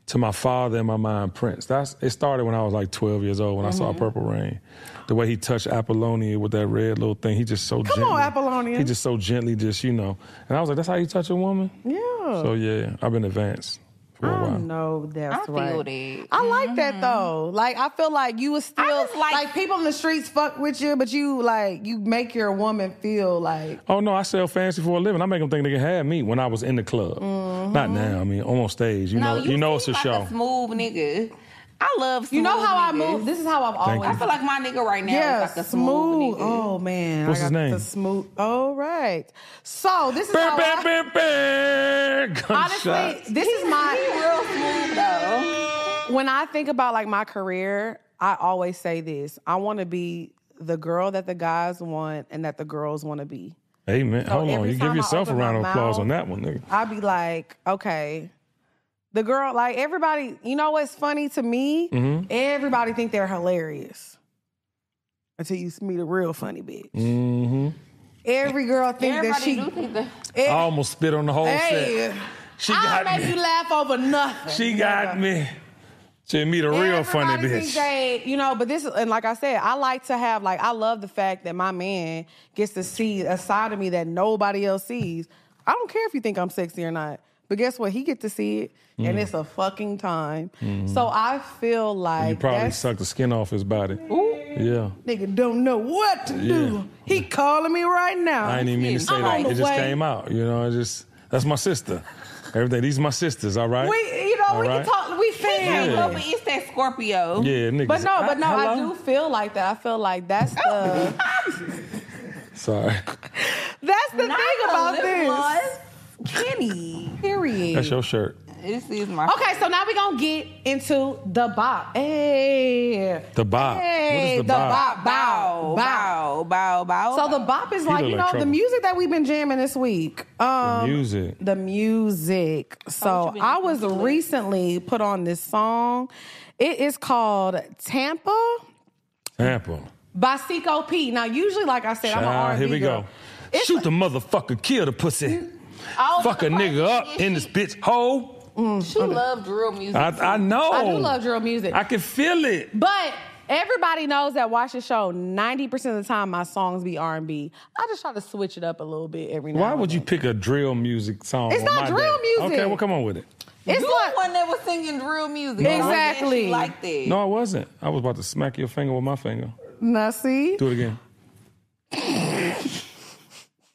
to my father and my mom, Prince. That's it started when I was like 12 years old when
Mm-hmm.
I saw Purple Rain. The way he touched Apollonia with that red little thing, he just
Come
so gently.
on, Apollonia.
He just so gently, just you know. And I was like, that's how you touch a woman.
Yeah.
So yeah, I've been advanced for a
I
while.
don't know that's
I feel
right.
that.
I like that though. Like I feel like you was still
just
like,
like-
people in the streets fuck with you, but you like you make your woman feel like
Oh no, I sell fancy for a living. I make them think they can have me when I was in the club.
Mm-hmm.
Not now. I mean, almost stage. You know, you, know it's a
seem like
show.
A smooth nigga. I love. Smooth
you know how I
niggas.
move. This is how I've always.
you.
I feel like my nigga right now
yeah,
is like a smooth, nigga.
Oh man,
What's
I
his
got
name?
The smooth. All right. So this is how
Bam,
I-
bam, bam, bam.
honestly.
Gunshots.
This is my
He real smooth though.
when I think about like my career, I always say this: I want to be the girl that the guys want and that the girls want to be.
Hey man, hold on.
every
You
time I
give yourself a
open my
round of applause
mouth-
on that one, nigga.
I'd be like, okay, the girl, like everybody. You know what's funny to me?
Mm-hmm.
Everybody think they're hilarious until you meet a real funny bitch.
Mm-hmm.
Every girl think that
Everybody
she.
do think that.
I almost spit on the whole
Hey,
set. She
I
got
make
me.
you laugh over nothing.
She got me. She meet a real funny
Everybody
bitch.
thinks They, you know, but this and like I said, I like to have like I love the fact that my man gets to see a side of me that nobody else sees. I don't care if you think I'm sexy or not, but guess what? He get to see it, and it's a fucking time. So I feel like
Mm. you probably
that's-
sucked the skin off his body. Yeah.
Nigga don't know what to do. He calling me right now.
I didn't even mean to say
I'm on
that.
the
It just
way.
came out. You know, I just that's my sister. Everything. These my sisters, all right?
We, you know,
All
we
right?
can talk. We fans.
Yeah.
But but it's that Scorpio.
Yeah, niggas.
But no, but no, I
Hello?
do feel like that. I feel like that's the
Oh.
Sorry.
that's the
Not
thing
the
about
lip
this.
gloss. Kenny.
Period.
That's your shirt.
This is my.
Okay, so now we're gonna get into the bop. Hey.
The bop.
Hey,
what is the,
the bop.
Bow, bow, bow, bow.
So the bop is like,
look
you
like
know, the
trouble.
music that we've been jamming this week. Um
Music.
the music.
Oh, what you
So
been
I
listening
was
to lately?
recently put on this song. It is called Tampa
Tampa.
by Seco P. Now, usually, like I said, I'm an
Child,
R&B
here we
girl.
go. Shoot the motherfucker, kill the pussy.
Oh,
Fuck a
the
nigga
part-
up
she,
in this bitch hole.
She love drill music.
I, I know.
I do love drill music.
I can feel it.
But everybody knows that watch the show. Ninety percent of the time, my songs be R and B. I just try to switch it up a little bit every now.
Why
and
would you
then.
pick a drill music song?
It's
on
not
my
drill
day?
music.
Okay, well, come on with it.
It's
you
like
the one that was singing drill music.
Exactly.
She like that.
No, I wasn't. I was about to smack your finger with my finger.
now see.
Do it again.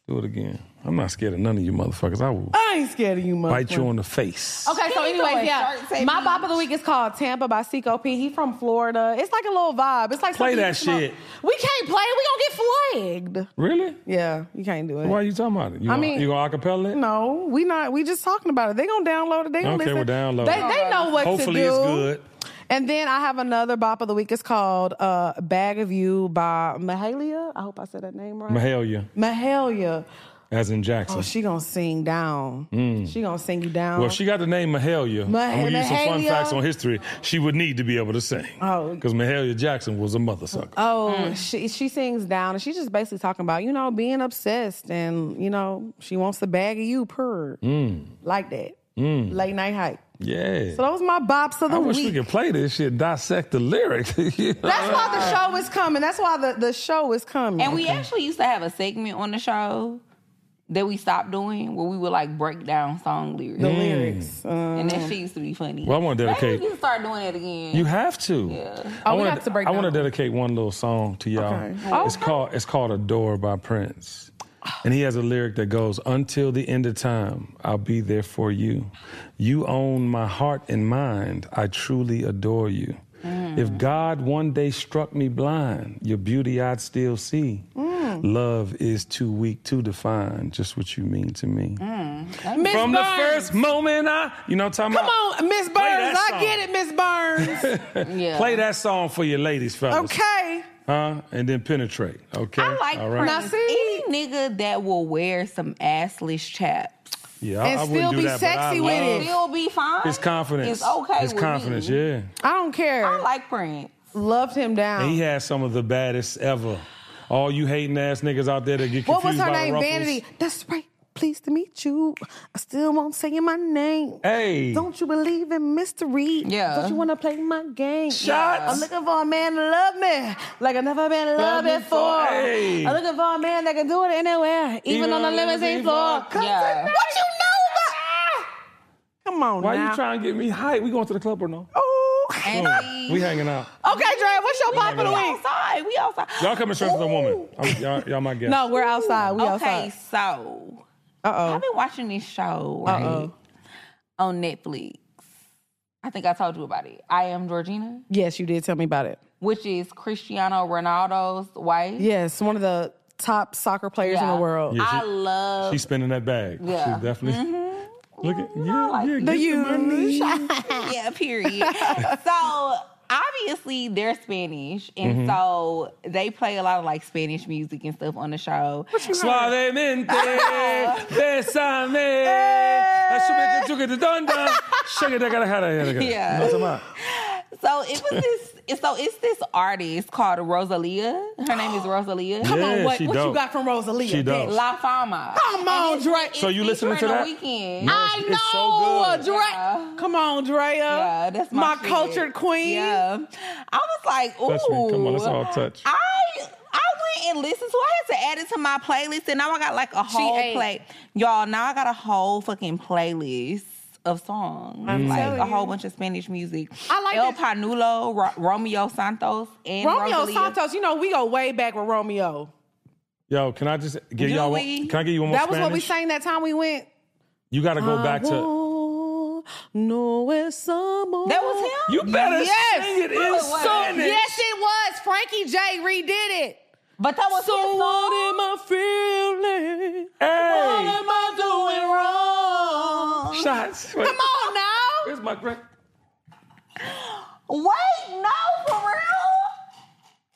Do it again. I'm not scared of none of you motherfuckers. I will
I ain't scared of you, motherfucker.
bite you on the face.
Okay, so
He ain't
anyways,
doing
yeah.
shirts and
My bop of the week is called Tampa by Seco P. He from Florida. It's like a little vibe. It's like
Play
something you
that
smoke.
shit.
We can't play it. We gonna get flagged.
Really?
Yeah, you can't do it.
Why are you talking about it? You
I
gonna,
mean-
you gonna acapella it?
No, we not. We just talking about it. They gonna download it. They gonna
Okay,
listen.
we'll download
They,
it.
they know what
Hopefully
to do.
it's good.
And then I have another bop of the week. It's called uh, "Bag of You" by Mahalia. I hope I said that name right.
Mahalia,
Mahalia.
as in Jackson.
Oh, she gonna sing down. She gonna sing you down.
Mm. well, if she got the name Mahalia.
Mah-
I'm gonna give you some fun
Uh-huh. Mahalia.
facts on history. She would need to be able to sing.
Oh.
because Mahalia Jackson was a mother sucker.
Oh,
Mm.
she she sings down, and she's just basically talking about you know being obsessed, and you know she wants to bag of you per
Mm.
like that late night hype.
yeah.
So those my bops of the
Mm. I wish
week.
we could play this shit, dissect the lyrics. you know?
That's why the show is coming. That's why the, the show is coming.
And we actually used to have a segment on the show that we stopped doing where we would like break down song lyrics.
the
Mm.
lyrics. Uh,
And that shit used to be funny.
Well, I wanna
Maybe
dedicate-
We need to start doing it again.
You have to.
Oh,
I
we
wanna,
have to break
I want to
down.
dedicate one little song to y'all.
Okay.
It's
Okay.
called It's called Adore by Prince. And he has a lyric that goes, Until the end of time, I'll be there for you. You own my heart and mind. I truly adore you.
Mm.
If God one day struck me blind, your beauty I'd still see.
Mm.
Love is too weak to define just what you mean to me.
Miss
From the
Burns.
first moment I, you know what I'm talking
Mm. Come
about?
on, Miss Burns.
Play that
I
song.
get it, Miss Burns.
yeah.
Play that song for your ladies, fellas.
okay.
Huh? And then penetrate. Okay.
I like
All
Prince.
right.
Now see-
any nigga that will wear some assless chaps
Yeah, I,
And
I wouldn't
still
do
be
that, but I
sexy
love
with it.
still be fine.
His confidence.
It's okay.
His
with
confidence.
me.
Yeah.
I don't care.
I like Prince.
Loved him down.
And he has some of the baddest ever. All you hating ass niggas out there that get confused
what was her
by the
name?
ruffles.
Vanity. That's right. Pleased to meet you. I still won't say my name.
Hey.
Don't you believe in mystery?
Yeah.
Don't you want to play my game?
Shots.
I'm looking for a man to love me like I've never been loved
me
before.
for- Hey.
I'm looking for a man that can do it anywhere, even, on the limousine floor. Come
Yeah.
tonight. What you know about? Come on
Why
now. Oh.
you trying to get me hype? We going to the club or no?
Ooh.
And see-
Oh. We hanging out.
Okay, Dre, what's your pop of the
we
week?
outside. We outside.
Y'all coming straight to the woman. I'm- y'all, y'all my guests.
No, we're outside. We
okay,
outside.
so
Uh
I've been watching this show right,
oh.
on Netflix. I think I told you about it. I am Georgina,
Yes, you did tell me about it.
which is Cristiano Ronaldo's wife.
Yes, one of the top soccer players in
Yeah.
the world.
Yeah, she-
I love
She's spinning that bag.
Yeah.
She definitely.
Mm-hmm.
Look at yeah,
like
yeah,
The
get
you
money.
yeah, period. so obviously they're Spanish, and
Mm-hmm.
so they play a lot of like Spanish music and stuff on the show.
Suavemente, besame.
Eh.
I should make it donda. Shake it, I gotta have it.
Yeah. So it was this. So it's this artist called Rosalia. Her name is Rosalia.
Come
Yeah,
on, what,
she
what you
dope.
got from Rosalia?
She
bitch?
dope.
La Fama.
Come on, Dre.
So you listening to
Featuring
that?
The weekend.
I
It's-
know,
it's so good.
Dre.
Yeah.
Come on, Drea.
Yeah, that's my, shit.
cultured queen.
Yeah, I was like, ooh,
Touch me. Come on, let's all touch.
I I went and listened to. it. I had to add it to my playlist, and now I got like a whole
ate.
play. Y'all, now I got a whole fucking playlist. Of songs,
Mm.
like
telling
a whole
you.
bunch of Spanish music.
I like
El
that-
Panulo, Ro- Romeo Santos, and
Romeo
Rosalia.
Santos, you know, we go way back with Romeo.
Yo, can I just give
Do
y'all? One,
we?
can I give you one more
That was
Spanish?
what we sang that time we went.
You gotta go back to.
to. No, it's someone.
That was him.
You better
Yes.
sing it in
Wait, wait.
Spanish.
Yes, it was. Frankie J redid it.
but that was
So
his song.
what am I feeling? What
Hey,
am I doing wrong?
shots.
Come on now.
Here's my great.
Wait, no, for real.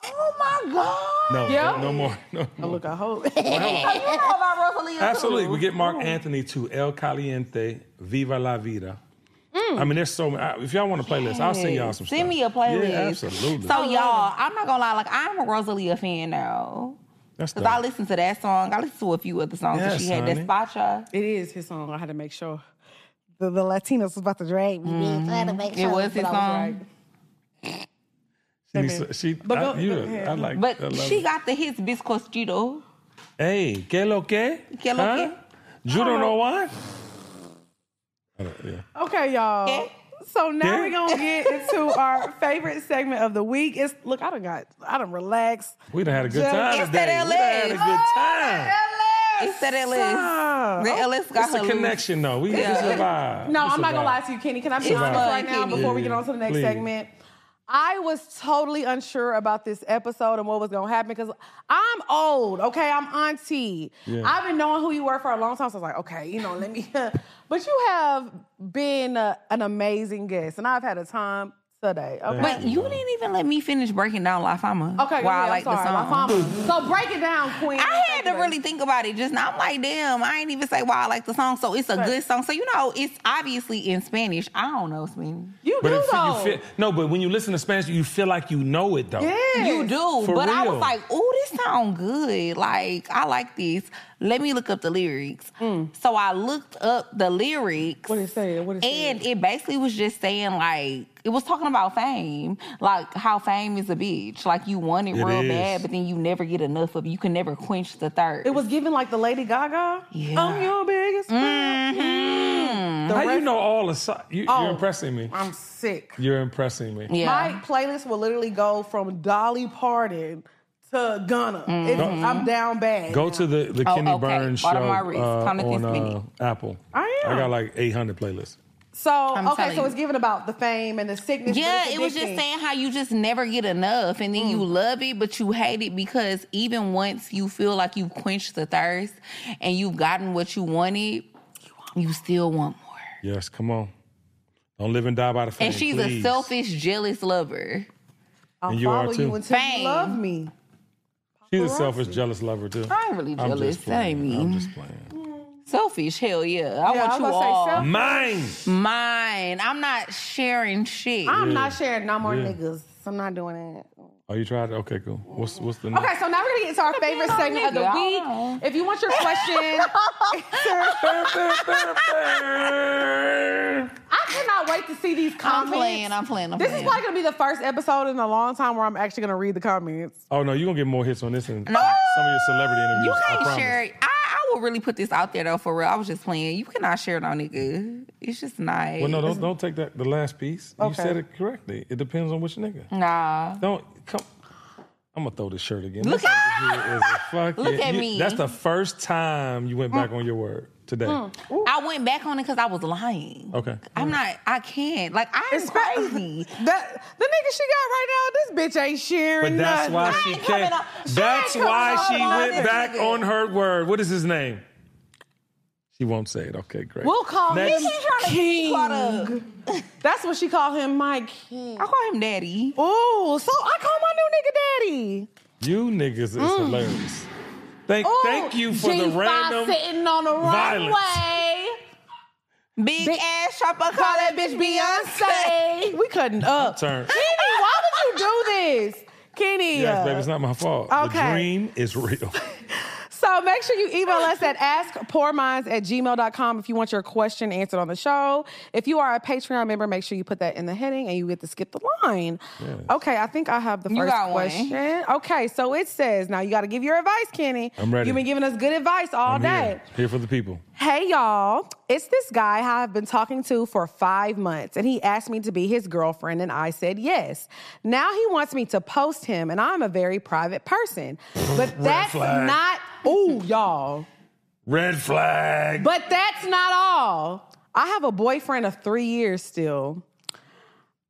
Oh my god.
No,
Yeah.
no more. No.
Look, I hope.
You know about Rosalia? too.
Absolutely. We get Mark Anthony to El Caliente, Viva la Vida. I mean, there's so many. I- If y'all want a playlist, I'll send y'all some
Send
stuff.
me a playlist.
Yeah, absolutely.
So y'all, I'm not gonna lie, like I'm a Rosalia fan now.
That's
Cause
dope.
I listened to that song. I listened to a few other songs that
Yes,
she had.
honey.
That Spacha.
It is his song. I had to make sure. Mm-hmm. The, the Latinos was about to drag me.
It was his song.
She, needs- she,
But
I,
go-
you,
go ahead.
I like. I
But
love
she
it.
got the hits Biscostito.
Hey, que lo que?
Que lo que?
You don't know why? I don't- yeah.
Okay, y'all.
Okay.
So now
Yeah.
we're gonna get into our favorite segment of the week. It's look, I done got I done relaxed.
We done had a good
Just-
time
It's
today.
that
We done had a
LA.
good time.
It's that LS. The LS got
It's a
her loose.
connection, though. We
Yeah.
this is a vibe.
No,
This
I'm
a
not gonna
vibe.
lie to you, Kenny. Can I be
It's
honest
fine,
right now
Kenny.
before we get on to the next
Please.
segment? I was totally unsure about this episode and what was gonna happen because I'm old, okay? I'm auntie.
Yeah.
I've been knowing who you were for a long time, so I was like, okay, you know, let me. but you have been uh, an amazing guest, and I've had a time today. Okay.
But you didn't even let me finish breaking down La Fama.
okay, go
while I
ahead,
like
I'm
the
sorry,
song.
my mama. So break it down, Queen. Thank
I had
you,
to
baby.
really think about it just now. I'm like, damn, I ain't even say why I like the song. So it's a
Right.
good song. So you know, it's obviously in Spanish. I don't know Spanish.
You
But
do
it feel,
though.
you feel, no, but when you listen to Spanish, you feel like you know it though.
Yes.
You do,
For
but I was
real.
like, "Oh, this sound good. Like, I like this. Let me look up the lyrics." So I looked up the lyrics.
Mm. What it say? What it say?
And it basically was just saying like it was talking about fame, like how fame is a bitch. Like you want it,
It
real
is.
bad, but then you never get enough of. it. You can never quench the thirst.
It was giving like the Lady Gaga.
Yeah. Mm-hmm.
I'm your biggest fan. Mm. The
How you
rest-
know all the so- you,
Oh.
You're impressing me.
I'm sick.
You're impressing me.
yeah.
My playlist will literally go from Dolly Parton to Ghana. It's,
Mm-hmm.
I'm down bad.
Go to the, the
Oh,
Kenny
okay.
Burns show
Bottom of my wrist.
uh,
Come at this
on uh,
minute.
Apple.
I am.
I got like 800 playlists.
so
I'm
okay,
telling
so
you.
it's giving about the fame and the Mm. sickness. but
Yeah,
it's
it was just
addicting.
saying how you just never get enough, and then you love it, but you hate it because even once you feel like you've quenched the thirst and you've gotten what you wanted, you still want more.
Yes, come on. Don't live and die by the fame.
And she's a
please.
selfish, jealous lover.
I'll
And you are
follow
too.
you until
Fame.
you love me.
She's a selfish, jealous lover too.
I ain't really
I'm
jealous.
just
That ain't
playing. I'm
me.
just playing.
Selfish, hell yeah. I
Yeah, I
want
was
you
gonna say
all.
self-
Mine.
Mine. I'm not sharing shit.
I'm not sharing no more
Yeah.
niggas. I'm not doing that.
Oh, you tried? it? Okay, cool. What's what's the
Okay, so now we're gonna get to our favorite
my
segment of the
nigga, I
week.
don't
If you want your question,
next?
I cannot wait to see these
I'm
comments.
playing, I'm playing, I'm
this
playing.
is probably gonna be the first episode in a long time where I'm actually gonna read the comments.
oh no, you are gonna get more hits on this than
No.
some of your celebrity interviews.
you
I
can't
promise.
share it. I, I will really put this out there though, for real. I was just playing. You cannot share it on nigga. It's just nice.
Well, no, don't don't take that. The last piece. You
Okay.
said it correctly. It depends on which nigga.
Nah.
Don't come. I'm gonna throw this shirt again.
Look
This
at-
nigga here is a fucking-
Look at
you-
me. Mm.
That's the first time you went back on your word today.
I went back on it because I was lying.
Okay.
I'm not, I can't. Like, I'm
It's fa-
crazy.
That the nigga she got right now, this bitch ain't sharing.
But that's
nothing.
why
I
she
ain't coming
came.
up- she
That's
ain't coming
why
up
she
on
went
this
back
nigga.
on her word. What is his name? She won't say it. Okay, great.
We'll call
Next.
him
King. I
King. That's what she called him, my king.
call him daddy.
Oh, so I call my new nigga daddy.
You niggas is
Mm.
hilarious. Thank,
Ooh,
thank you for the
G5
random.
sitting on the
violence.
runway.
Big, ass shopper, call
Call
that bitch Beyonce.
Beyonce. we cutting up.
Turn.
Kenny, why would you do this? Kenny.
Yes, baby, it's not my fault. The
Okay.
dream is real.
So make sure you email us at askpoorminds at gmail.com if you want your question answered on the show. If you are a Patreon member, make sure you put that in the heading and you get to skip the line. Okay, I think I have the
You
first
got one.
question. Okay, so it says, now you got to give your advice, Kenny.
I'm ready.
You've been giving us good advice all
I'm
day.
here. Here for the people.
Hey y'all, it's this guy I've been talking to for five months, and he asked me to be his girlfriend, and I said yes. Now he wants me to post him, and I'm a very private person. But that's
flag.
not, ooh, y'all.
Red flag.
But that's not all. I have a boyfriend of three years still.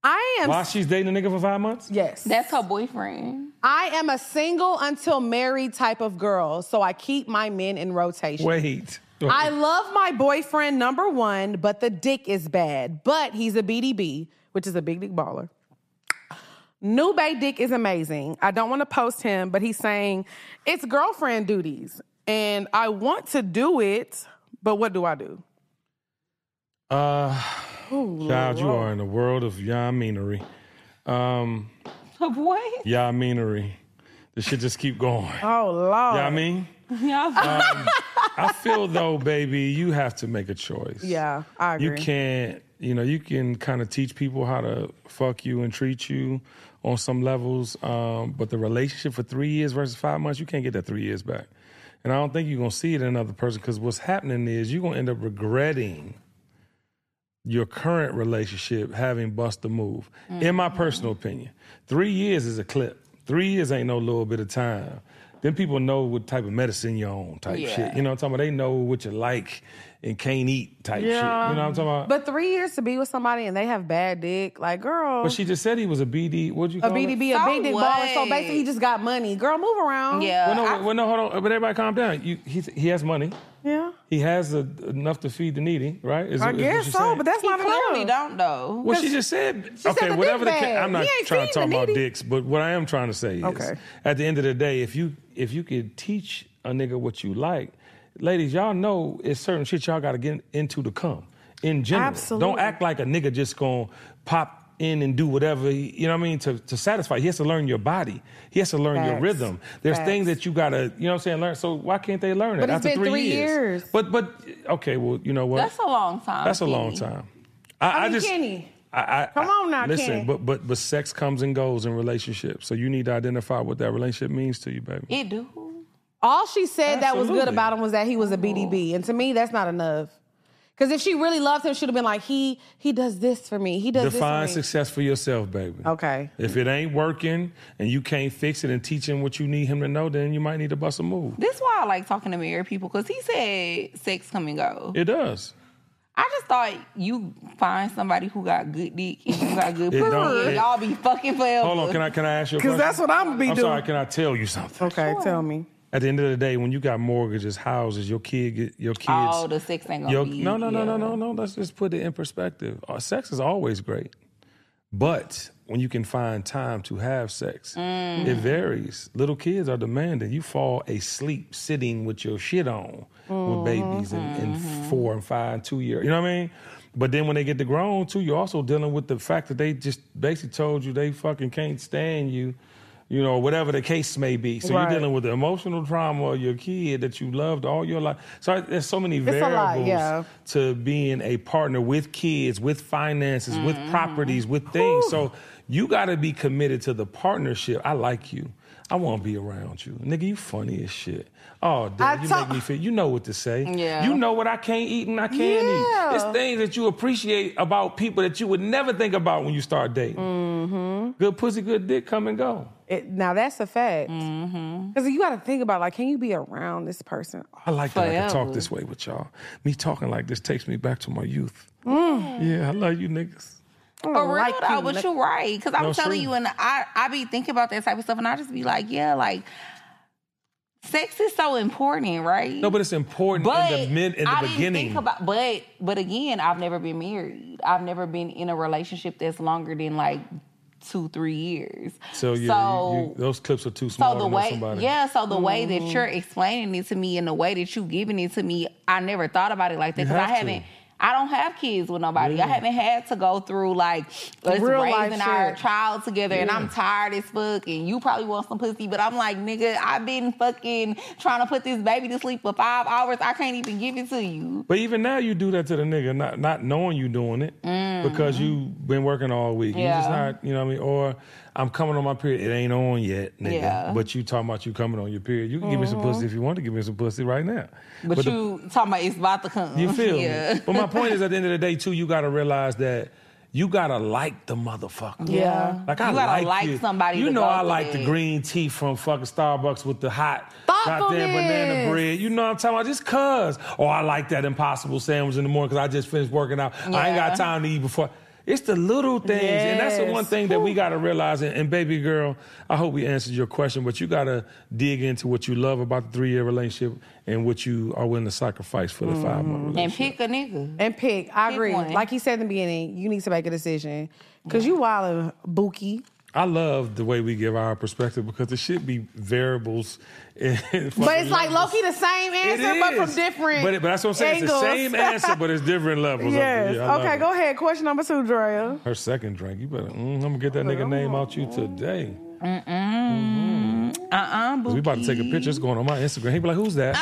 I am,
Why she's dating a nigga for five months?
yes.
That's her boyfriend.
I am a single until married type of girl, so I keep my men in rotation.
Wait.
I love my boyfriend number one, but the dick is bad. But he's a BDB, which is a big dick baller. New Bay Dick is amazing. I don't want to post him, but he's saying it's girlfriend duties, and I want to do it, but what do I do?
Uh, child, you are in a world of yaminery. Um,
Her boy?
yaminery. This shit just keep going. You know
Oh Lord,
what I mean? Um,
Yeah.
I feel though, baby, you have to make a choice.
yeah, I agree.
You can't, you know, you can kind of teach people how to fuck you and treat you on some levels. Um, but the relationship for three years versus five months, you can't get that three years back. And I don't think you're going to see it in another person because what's happening is you're going to end up regretting your current relationship having bust the move. In my personal opinion, three years is a clip. Three years ain't no little bit of time. Then people know what type of medicine you're on, type
Yeah.
shit. You know what I'm talking about? They know what you like and can't eat, type shit. You know what I'm talking about?
But three years to be with somebody and they have bad dick, like girl,
But she just said he was a BD. What'd you
a
call it?
BDB, a
So
big dick baller. So
what?
basically, he just got money. Girl, move around.
Yeah.
Well, no,
I-
well, no, hold on. But everybody, calm down. You, he, he has money.
yeah.
He has a, enough to feed the needy, right? Is-
I
is what
guess
you're
so,
saying?
but that's
He
not
clearly
enough.
don't though.
Well, she just said,
said
okay,
the
whatever
dick
the ca-
bag.
I'm not
He ain't
trying
feeding
to talk
the
about
needy.
dicks, but what I am trying to say is,
Okay.
at the end of the day, if you if you could teach a nigga what you like, ladies, y'all know it's certain shit y'all got to get into to come. In general,
Absolutely.
don't act like a nigga just gonna pop in and do whatever he, you know what I mean to to satisfy. He has to learn your body. He has to learn your
Facts.
rhythm. There's
Facts.
things that you gotta, you know what I'm saying, learn. So why can't they learn it
But it's
after
been
three,
three years.
But but okay, well you know what?
That's a long time.
That's a long
Kenny.
time. I,
I mean,
just
Kenny.
I, I,
Come on now,
listen,
Kenny.
but but but sex comes and goes in relationships, so you need to identify what that relationship means to you, baby.
It do.
All she said that was good
Absolutely.
about him was that he was a BDB, and to me, that's not enough. Because if she really loved him, she'd have been like, he he does this for me. He does
Define
this for me.
success for yourself, baby.
Okay.
If it ain't working and you can't fix it and teach him what you need him to know, then you might need to bust a move.
This why I like talking to married people because he said sex come and go.
It does.
I just thought you find somebody who got good dick and you got good
It
pussy,
don't-
and
it-
y'all be fucking forever.
Hold on, can I can I ask you? a
Because
question?
that's what I'm gonna be
I'm
doing.
sorry, can I tell you something?
Okay, tell me.
At the end of the day, when you got mortgages, houses, your kid, get, your kids,
Oh, the sex ain't gonna
Yo-
be.
no, no, no, no,
yeah.
no, no. Let's just put it in perspective. Uh, sex is always great, but when you can find time to have sex,
Mm.
it varies. Little kids are demanding. You fall asleep sitting with your shit on
Mm-hmm.
with babies in, in four and five and two years. You know what I mean? But then when they get to grown too, you're also dealing with the fact that they just basically told you they fucking can't stand you. You know, whatever the case may be. So
Right.
you're dealing with the emotional trauma of your kid that you loved all your life. So I- there's so many
It's a
variables
lot, yeah.
to being a partner with kids, with finances, with
Mm-hmm.
properties, with things. So you got to be committed to the partnership. I like you. I want to be around you, nigga. You funny as shit. Oh,
I
damn, you
talk-
make me feel. You know what to say.
Yeah.
You know what I can't eat and I can
Yeah.
eat. It's things that you appreciate about people that you would never think about when you start dating.
Mm-hmm.
Good pussy, good dick, come and go.
It, now that's a fact. Because
Mm-hmm.
you got to think about like, can you be around this person?
I like that I can
Forever.
talk this way with y'all. Me talking like this takes me back to my youth.
Mm.
Yeah, I love you niggas.
For real
like
though,
you,
but
like-
you're right. Because I'm
No,
telling
true.
you, and I, I be thinking about that type of stuff, and I just be like, yeah, like sex is so important, right?
No, but it's important
but
in the mid in the
I Didn't
beginning.
think about, but but again, I've never been married. I've never been in a relationship that's longer than like two, three years.
so you, you, those clips are too small
so the
to know
way
somebody.
yeah so the way
Mm-hmm.
that you're explaining it to me and the way that you giving it to me i never thought about it like that
You
because i
have to.
haven't I don't have kids with nobody. I
Yeah.
haven't had to go through like us
Real life
raising our
shit.
child together, and I'm
Yeah.
tired as fuck. And you probably want some pussy, but I'm like, nigga, I've been fucking trying to put this baby to sleep for five hours. I can't even give it to you.
But even now you do that to the nigga, not not knowing you doing it because you been working all week. You just
Mm-hmm. Yeah.
not, you know what I mean? Or I'm coming on my period. It ain't on yet, nigga.
Yeah. Mm-hmm.
But you talking about you coming on your period. You can give me some pussy if you want to give me some pussy right now.
But,
the-
you talking about it's about to come.
You feel
Uh-huh. yeah.
me? But my point is, at the end of the day, too, you gotta realize that you gotta like the motherfucker.
Yeah.
Like I
You gotta
like,
like
you.
somebody
You
to
know
go
I
to
like the
bed.
green tea from fucking Starbucks with the hot goddamn banana
Thoughtfulness.
bread. You know what I'm talking about? Just cuz. Or I like that impossible sandwich in the morning because I just finished working out. I ain't
Yeah.
got time to eat before. It's the little things, and that's the
Yes.
one thing that we gotta realize. And, and baby girl, I hope we answered your question, but you gotta dig into what you love about the three year relationship and what you are willing to sacrifice for the five
Mm-hmm.
month
And pick
relationship.
a nigga.
And pick. I
Pick
agree.
one.
Like he said in the beginning, you need to make a decision. Because you wild and bookie.
I love the way we give our perspective because it should be variables.
But it's like Loki, the same
It
answer, but from
is.
different.
But, it- but that's what I'm saying.
angles.
It's the same answer, but it's different levels. of it.
Yes.
Yeah, I love
okay,
it.
go ahead. Question number two, Drea.
Her second drink. You better. Mm, I'm gonna get that nigga
oh.
name out you today.
Uh
Uh-uh,
uh
'Cause We about to take a picture. It's going on my Instagram. He be like, "Who's that?"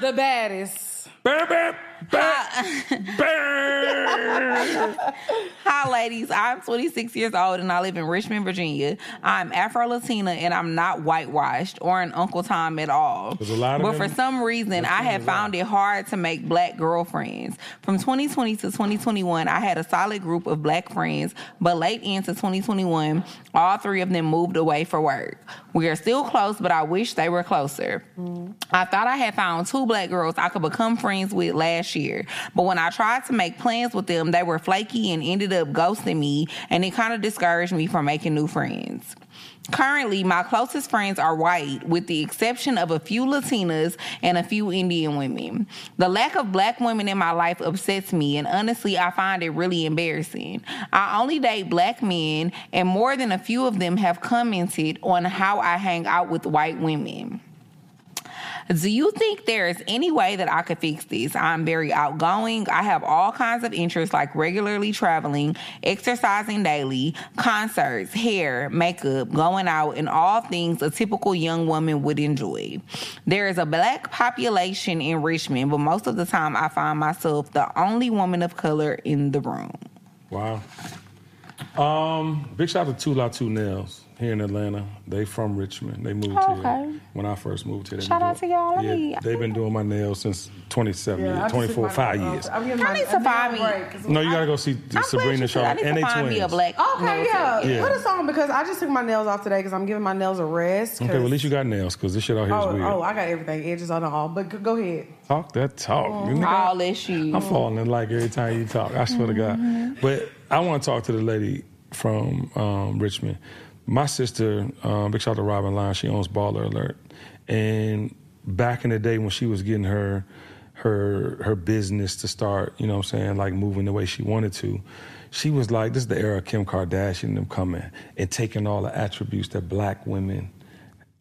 the baddest.
Bam, bam, bam, bam.
Hi, ladies. I'm 26 years old and I live in Richmond, Virginia. I'm Afro Latina and I'm not whitewashed or an Uncle Tom at all.
There's a lot of
but
them.
for some reason, I have found it hard to make black girlfriends. From 2020 to 2021, I had a solid group of black friends, but late into 2021, all three of them moved away for work. We are still close, but I wish they were closer. I thought I had found two black girls I could become friends with last year, but when I tried to make plans with them, they were flaky and ended up ghosting me, and it kind of discouraged me from making new friends. Currently, my closest friends are white, with the exception of a few Latinas and a few Indian women. The lack of black women in my life upsets me, and honestly, I find it really embarrassing. I only date black men, and more than a few of them have commented on how I hang out with white women. Do you think there is any way that I could fix this? I'm very outgoing. I have all kinds of interests like regularly traveling, exercising daily, concerts, hair, makeup, going out, and all things a typical young woman would enjoy. There is a black population in Richmond, but most of the time I find myself the only woman of color in the room.
Wow. Um, big shout out to Two La Two Nails here in Atlanta. They from Richmond. They moved
Okay.
here when I first moved here. They
Shout
been
out
doing-
to y'all. Let me-
Yeah, they've been doing my nails since 27 years, 24, five years.
I
I need to find me.
No, you gotta go see
I'm glad
Sabrina
you said- I
Charlotte
need to
and they
find me a
twins.
black.
Okay,
nail
yeah.
tech.
Yeah.
Put us on because I just took my nails off today because I'm giving my nails a rest. 'cause-
Okay, well at least you got nails because this shit out here is
oh,
weird.
oh, I got everything, edges on and all. But g- go ahead.
Talk that talk. You nigga.
All that shit.
I'm falling in like every time you talk. I swear to God. But I want to talk to the lady from um, Richmond. My sister, um, big shout out to Robin Lyon. She owns Baller Alert, and back in the day when she was getting her her her business to start, you know what I'm saying, like moving the way she wanted to. She was like, this is the era of Kim Kardashian and them coming and taking all the attributes that black women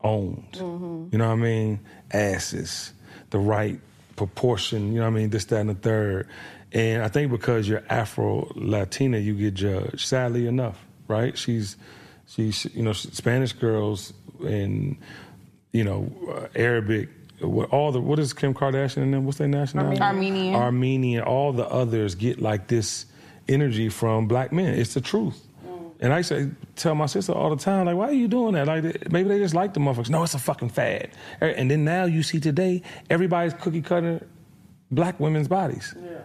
owned. You know what I mean? Asses, the right proportion, you know what I mean? This, that, and the third. And I think because you're Afro Latina, you get judged, sadly enough, right? She's, she's, you know, Spanish girls and, you know, uh, Arabic. What all the what is Kim Kardashian and then what's their nationality?
Armenian.
Armenian. All the others get like this energy from black men. It's the truth. And I used to tell my sister all the time, like, why are you doing that? Like, th- maybe they just like the motherfuckers. No, it's a fucking fad. Eh, And then now you see today, everybody's cookie cutter black women's bodies. Yeah.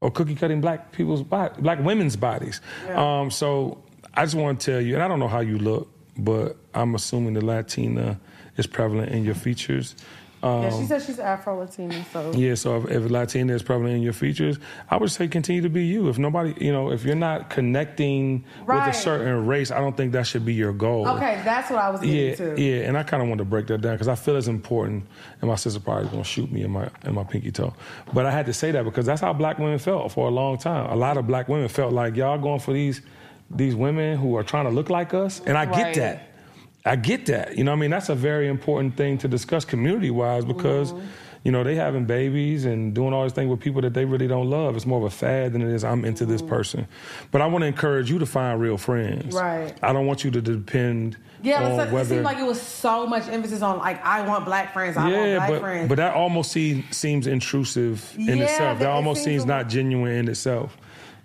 Or cookie cutting black people's body, black women's bodies. Um, so I just want to tell you, and I don't know how you look, but I'm assuming the Latina is prevalent in your features. Um,
Yeah, she said she's Afro Latina, so
yeah, so if, if Latina is prevalent in your features, I would say continue to be you. If nobody, you know, if you're not connecting
Right.
with a certain race, I don't think that should be your goal.
okay, that's what I was getting
Yeah,
to.
yeah, and I kind of wanted to break that down because I feel it's important. And my sister probably is gonna shoot me in my in my pinky toe, but I had to say that because that's how black women felt for a long time. A lot of black women felt like y'all going for these these women who are trying to look like us, and I
Right.
get that. I get that. You know, what I mean, that's a very important thing to discuss community wise because. You know, they having babies and doing all this thing with people that they really don't love. It's more of a fad than it is I'm into this person. But I want to encourage you to find real friends.
Right.
I don't want you to depend
Yeah, but
on
it's like- it
Um, whether
seemed like it was so much emphasis on like I want black friends, I want
yeah,
black
but,
friends.
but that almost see, seems intrusive in
Yeah,
itself.
that-
That
it
almost
seems
seems
a-
not genuine in itself.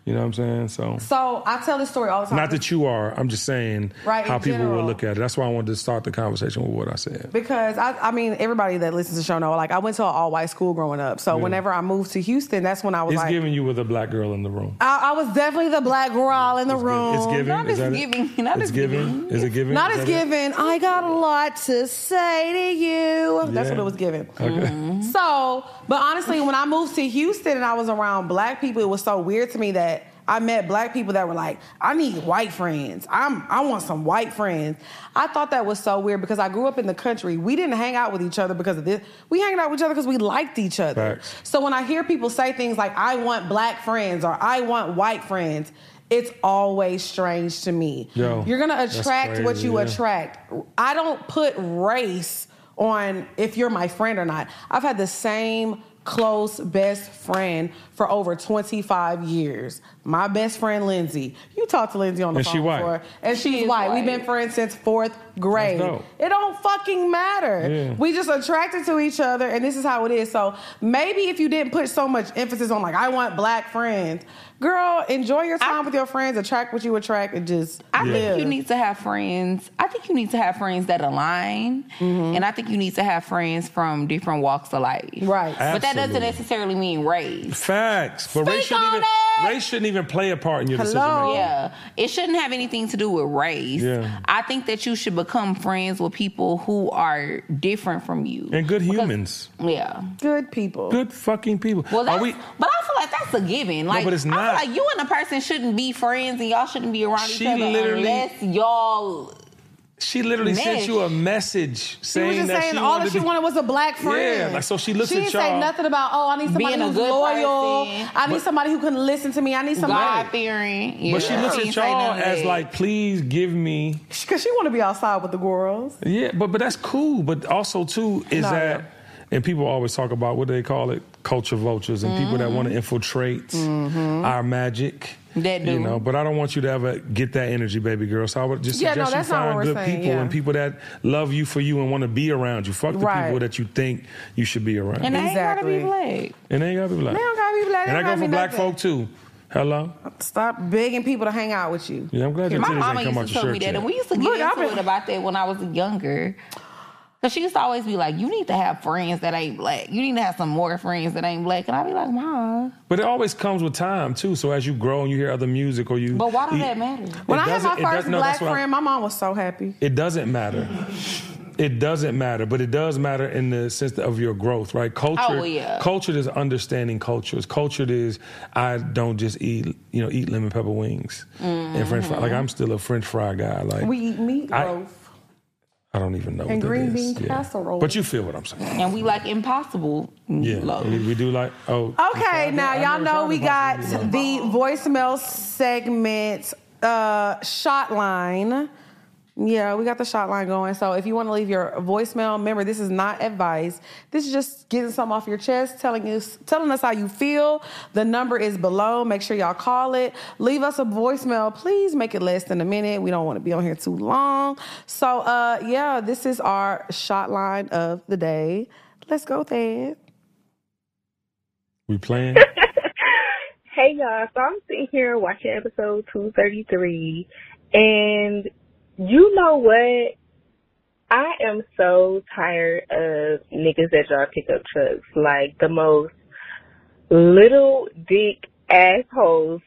You know what I'm saying? So,
so I tell this story all the time.
not that you are. I'm just saying
Right, in
how people
general.
will look at it. That's why I wanted to start the conversation with what I said.
because I, I mean everybody that listens to the show know like I went to an all white school growing up. So whenever I moved to Houston, that's when I was
It's
like
giving you with a black girl in the room.
I, I was definitely the black girl in the
It's gi-
room.
It's giving.
Not
Is
as
that it?
giving, not
it's
as
giving. Is it giving?
Not
Is
as
that it?
given. I got a lot to say to you. That's
Yeah.
what it was given.
Okay.
Mm. So, but honestly, when I moved to Houston and I was around black people, it was so weird to me that I met black people that were like, "I need white friends. I'm I want some white friends." I thought that was so weird because I grew up in the country. We didn't hang out with each other because of this. We hanged out with each other because we liked each other.
Facts.
So when I hear people say things like, "I want black friends" or "I want white friends," it's always strange to me.
Yo,
You're gonna
that's
attract what
crazy,
you
yeah.
attract. I don't put race on if you're my friend or not. I've had the same close best friend for over 25 years. My best friend Lindsay. You talked to Lindsay on the
And
phone
she white.
before. And she's
is
white. We've
white.
been friends since fourth grade.
dope.
It don't fucking matter.
Yeah.
We just attracted to each other, and this is how it is. So maybe if you didn't put so much emphasis on like I want black friends, Girl, enjoy your time
I-
with your friends, attract what you attract, and just
I
live.
think you need to have friends. I think you need to have friends that align, and I think you need to have friends from different walks of life.
Right.
But that doesn't
Absolutely.
necessarily mean race.
Facts. But race
Speak
shouldn't,
on
even,
it.
race shouldn't even play a part in your
Hello.
decision making.
Yeah, it shouldn't have anything to do with race.
Yeah.
I think that you should become friends with people who are different from you.
And good humans.
yeah.
good people.
Good fucking people.
Well, that's,
Are we?
but I feel like that's a given. Like,
but it's
I
not.
feel like you and a person shouldn't be friends, and y'all shouldn't be around
She
each other
literally-
unless y'all.
She literally
Mesh.
sent you a message
She
saying
was just
that
saying
she
all
wanted
that she
to be-
wanted was a black friend.
Yeah, like, so she looks
She
at
didn't say
y'all-
nothing about oh, I need somebody
Being a
who's
good
loyal.
person.
I need somebody who can listen to me. I need
God
somebody
fearing,
But she looks at y'all as like, please give me.
because she want to be outside with the girls.
Yeah, but but that's cool. But also too is
No,
that,
yeah.
and people always talk about what do they call it, culture vultures, and people that
Mm-hmm.
want to infiltrate our magic.
That
you
do.
know. But I don't want you to ever get that energy, baby girl. So I would just
Yeah, no,
suggest you
that's not what
find
we're
good
saying,
people
yeah.
and people that love you for you and want to be around you. Fuck the
Right.
people that you think you should be around.
and
And,
I ain't gotta be
Exactly.
black.
they ain't gotta be black.
They don't gotta be black. They
And I
don't gotta
go for
be
black
nothing.
folk too. Hello.
Stop begging people to hang out with you.
Yeah, I'm glad your
My
titties
mama
ain't come out
used to
your
tell me
shirt
that,
yet.
and we used to get
Look, I've
into
been-
it about that when I was younger. Cause she used to always be like, "You need to have friends that ain't black. You need to have some more friends that ain't black." And I'd be like, "Ma,
But it always comes with time too. So as you grow and you hear other music or you
but why do
you-
that matter?"
When
It
I had
doesn't-
my
it does-
first
no,
black
that's what I'm-
friend, my mom was so happy.
it doesn't matter. It doesn't matter, but it does matter in the sense of your growth, right? Culture,
Oh, yeah.
culture is understanding cultures. Culture is I don't just eat, you know, eat lemon pepper wings and French fry. Like I'm still a French fry guy. Like
Mm-hmm. We eat meatloaf.
I don't even know
And
what that
green
is.
bean casserole.
But you feel what I'm saying?
And we like impossible
Yeah,
love.
we, we do like oh.
Okay, now
I
y'all
never
know
tried
we
it,
got
but I do love
the voicemail segment uh, shot line. Yeah, we got the shot line going. So if you want to leave your voicemail, remember this is not advice. This is just getting something off your chest, telling us telling us how you feel. The number is below. Make sure y'all call it. Leave us a voicemail, please. Make it less than a minute. We don't want to be on here too long. So uh, yeah, this is our shot line of the day. Let's go, Thad.
We playing.
Hey y'all, so I'm sitting here watching episode 233 and you know what? I am so tired of niggas that drive pickup trucks. Like the most little dick assholes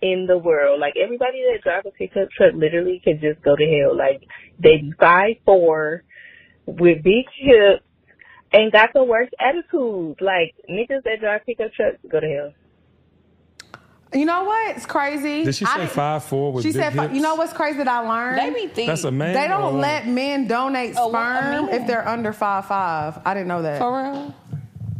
in the world. Like everybody that drives a pickup truck literally can just go to hell. Like they be five four with big hips and got the worst attitude. Like niggas that drive pickup trucks go to hell.
You know what's crazy?
Did she
I
say
didn't-
five four with
She
big
said, fi-
hips?
"You know what's crazy that I learned?
They be thinking
That's a man.
They
or a
don't
woman?
let men donate
Oh, what a
sperm
man.
if they're under five five. I didn't know that.
for real.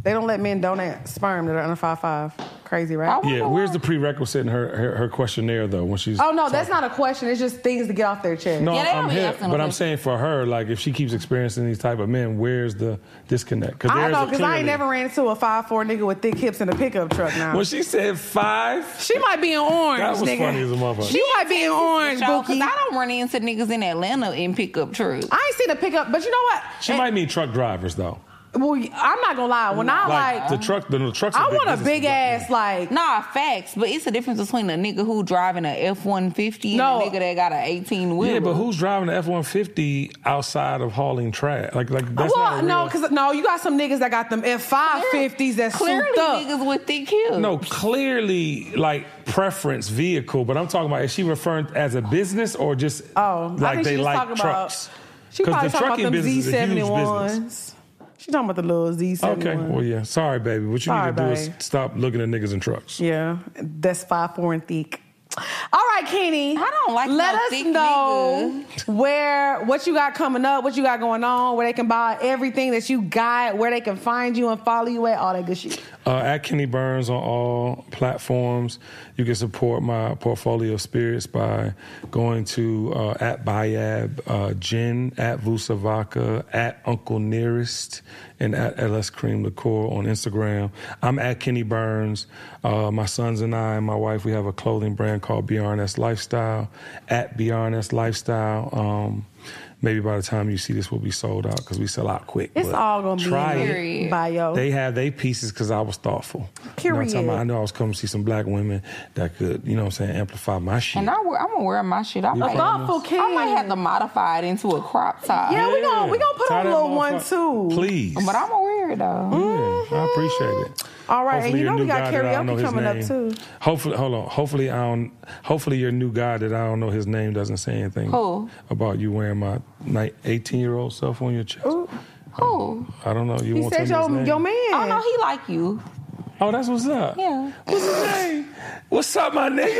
They don't let men donate sperm that are under five five. Crazy, right?
I
Yeah,
wonder
where's
why.
the prerequisite in her, her her questionnaire though? When she's
oh no, that's not a question. It's just things to get off their chest.
No,
Yeah, they
I'm
don't be
here,
asking them
but I'm
this.
saying for her, like if she keeps experiencing these type of men, where's the disconnect? Cause
I don't
there's
know
a
because I ain't
clearly-
never ran into a five four nigga with thick hips in a pickup truck. Now
When she said five,
she might be in orange.
That was
nigga.
funny as a motherfucker.
She might be in orange,
Y'all, 'cause
Bookie.
I don't run into niggas in Atlanta in pickup trucks.
I ain't seen a pickup, but you know what?
she
And-
might mean truck drivers though.
Well, I'm not gonna lie. When I like,
the truck, the, the trucks. are
I
big
want a
business
big
for black
ass
men.
like.
Nah, facts, but it's the difference between a nigga who driving a F one fifty and
No.
a nigga that got an eighteen wheeler.
Yeah, but who's driving the F one fifty outside of hauling trash? Like, like that's
well,
not a
no,
real-
because no, you got some niggas that got them F five fifties that
clearly
souped up.
niggas with thick hips?
No, clearly, like preference vehicle, but I'm talking about is she referring as a business or just
Oh, I
like
think
they
she was
like
talking
trucks?
about. She
'Cause
probably
the
talking about
trucking
them Z
business is a huge
seventy
business.
ones. She talking about the little Z seventy
Okay, well, yeah. Sorry, baby. What you
Sorry,
need to do is
babe.
stop looking at niggas in trucks.
Yeah, that's five four and thick. All right, Kenny.
I don't like
Let
no
us
thick
know where what you got coming up, what you got going on, where they can buy everything that you got, where they can find you and follow you at, all that good shit.
Uh, at Kenny Burns on all platforms. You can support my portfolio of spirits by going to uh, at Bayab, uh, Jen, at Vusavaka, at Uncle Nearest, and at LS Cream Liqueur on Instagram. I'm at Kenny Burns. Uh, my sons and I and my wife, we have a clothing brand called called BRNS Lifestyle, at BRNS Lifestyle. Um, maybe by the time you see this, we'll be sold out because we sell out quick.
It's
but
all gonna be in
try
the
it.
Period.
bio.
They have they pieces because I was thoughtful. You know, what I'm talking
Period.
about? I know I was coming to see some black women that could, you know what I'm saying, amplify my shit.
And I wear, I'm gonna wear my shit. I might,
thoughtful kid.
I might have to modify it into a crop top.
Yeah, we gonna we gonna put
Tie
on a
that
little one too. Mm-hmm.
motherfucker- Please.
But I'm gonna wear it though.
Mm.
Yeah, I appreciate it.
All right, and you
your
know we
new
got
guy that I don't
karaoke
know his
coming up,
name-
too.
Hopefully, hold on. Hopefully, I don't. Hopefully, your new guy that I don't know his name doesn't say anything
Who?
about you wearing my eighteen-year-old self on your chest.
Cool.
I don't know. You
He
won't
said
tell me
your
his
your
name?
man.
Oh no, he like you.
Oh, that's what's up.
Yeah.
What's his name? What's up, my nigga?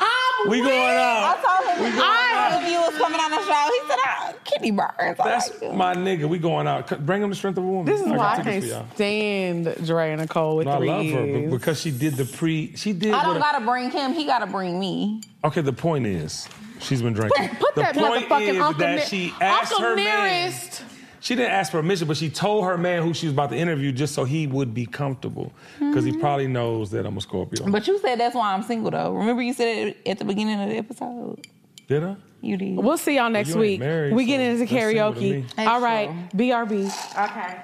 I'm
We
weak.
going
I
out.
told him I if you was coming on the show. He said, "Ah, Kenny Burns." I
That's
like you.
my nigga. We going out. C- Bring him the strength of a woman.
this is
got
why I
tickets
can't
for y'all.
stand Dre and Nicole with
No, I
three
love her
E's.
but because she did the pre. She did.
I
what
don't
a-
gotta bring him. He gotta bring me.
Okay, the point is, she's been drinking.
Put
the
that
point
motherfucking
is
Uncle
that
Ne-
she asked
Uncle
her
Nearest.
man. She didn't ask permission, but she told her man who she was about to interview just so he would be comfortable because
Mm-hmm.
he probably knows that I'm a Scorpio.
But you said that's why I'm single though. Remember you said it at the beginning of the episode.
Did I?
You did.
We'll see y'all next
you ain't
week.
married,
we
so
get into
that's single to
karaoke.
me.
All
That's
right,
true.
BRB.
Okay.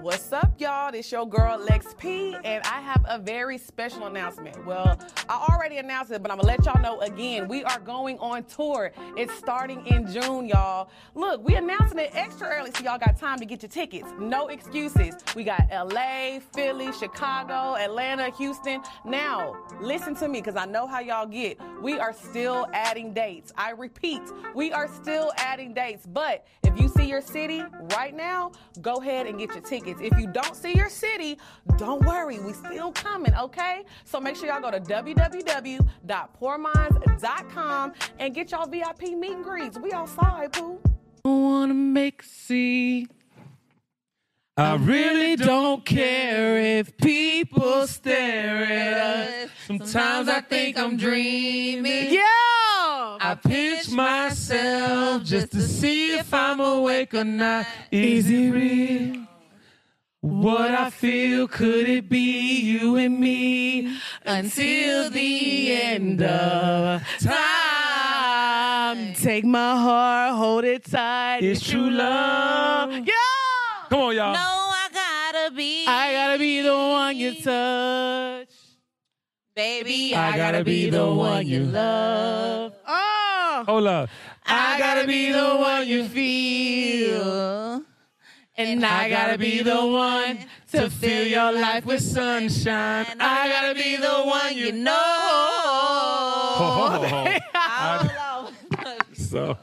What's up, y'all? It's your girl Lex P, and I have a very special announcement. Well, I already announced it, but I'm gonna let y'all know again. We are going on tour. It's starting in June, y'all. Look, we announcing it extra early, so y'all got time to get your tickets. No excuses. We got LA, Philly, Chicago, Atlanta, Houston. Now, listen to me, because I know how y'all get. We are still adding dates. I repeat, we are still adding dates. But if you see your city right now, go ahead and get your tickets. If you don't see your city, don't worry, we still coming, okay? So make sure y'all go to www.poorminds.com and get y'all VIP meet and greets. We outside, poo. Wanna make see. I really don't care if people stare at us. Sometimes I think I'm dreaming. Yeah. I pinch myself just to see if I'm awake or not. Is it real? What I feel, could it be you and me until the end of time? Take my heart, hold it tight.
It's true love.
Yeah.
Come on, y'all.
I gotta be,
I gotta be the one you touch.
baby.
I gotta be the one you
love. Oh,
Hold up.
I gotta be the one you feel. And I gotta be the one to fill your life with sunshine. I gotta be the one you know.
so.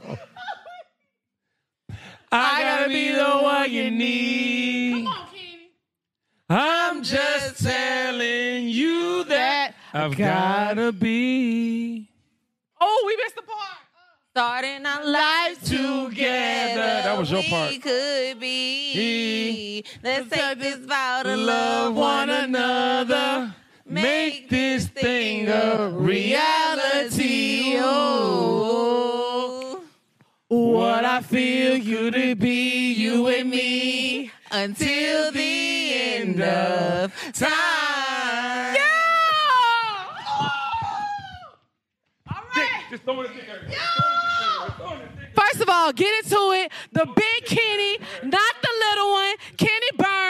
I gotta be the one you need. I'm just telling you that I've gotta be
Oh, we missed the part.
Starting our life
together. That was your part.
We could be. Let's take this vow to
Love one another. Make this thing a reality. Oh, what I feel you to be, you and me, until the end of time.
First of all, get into it. The big Kenny, not the little one. Kenny Burns.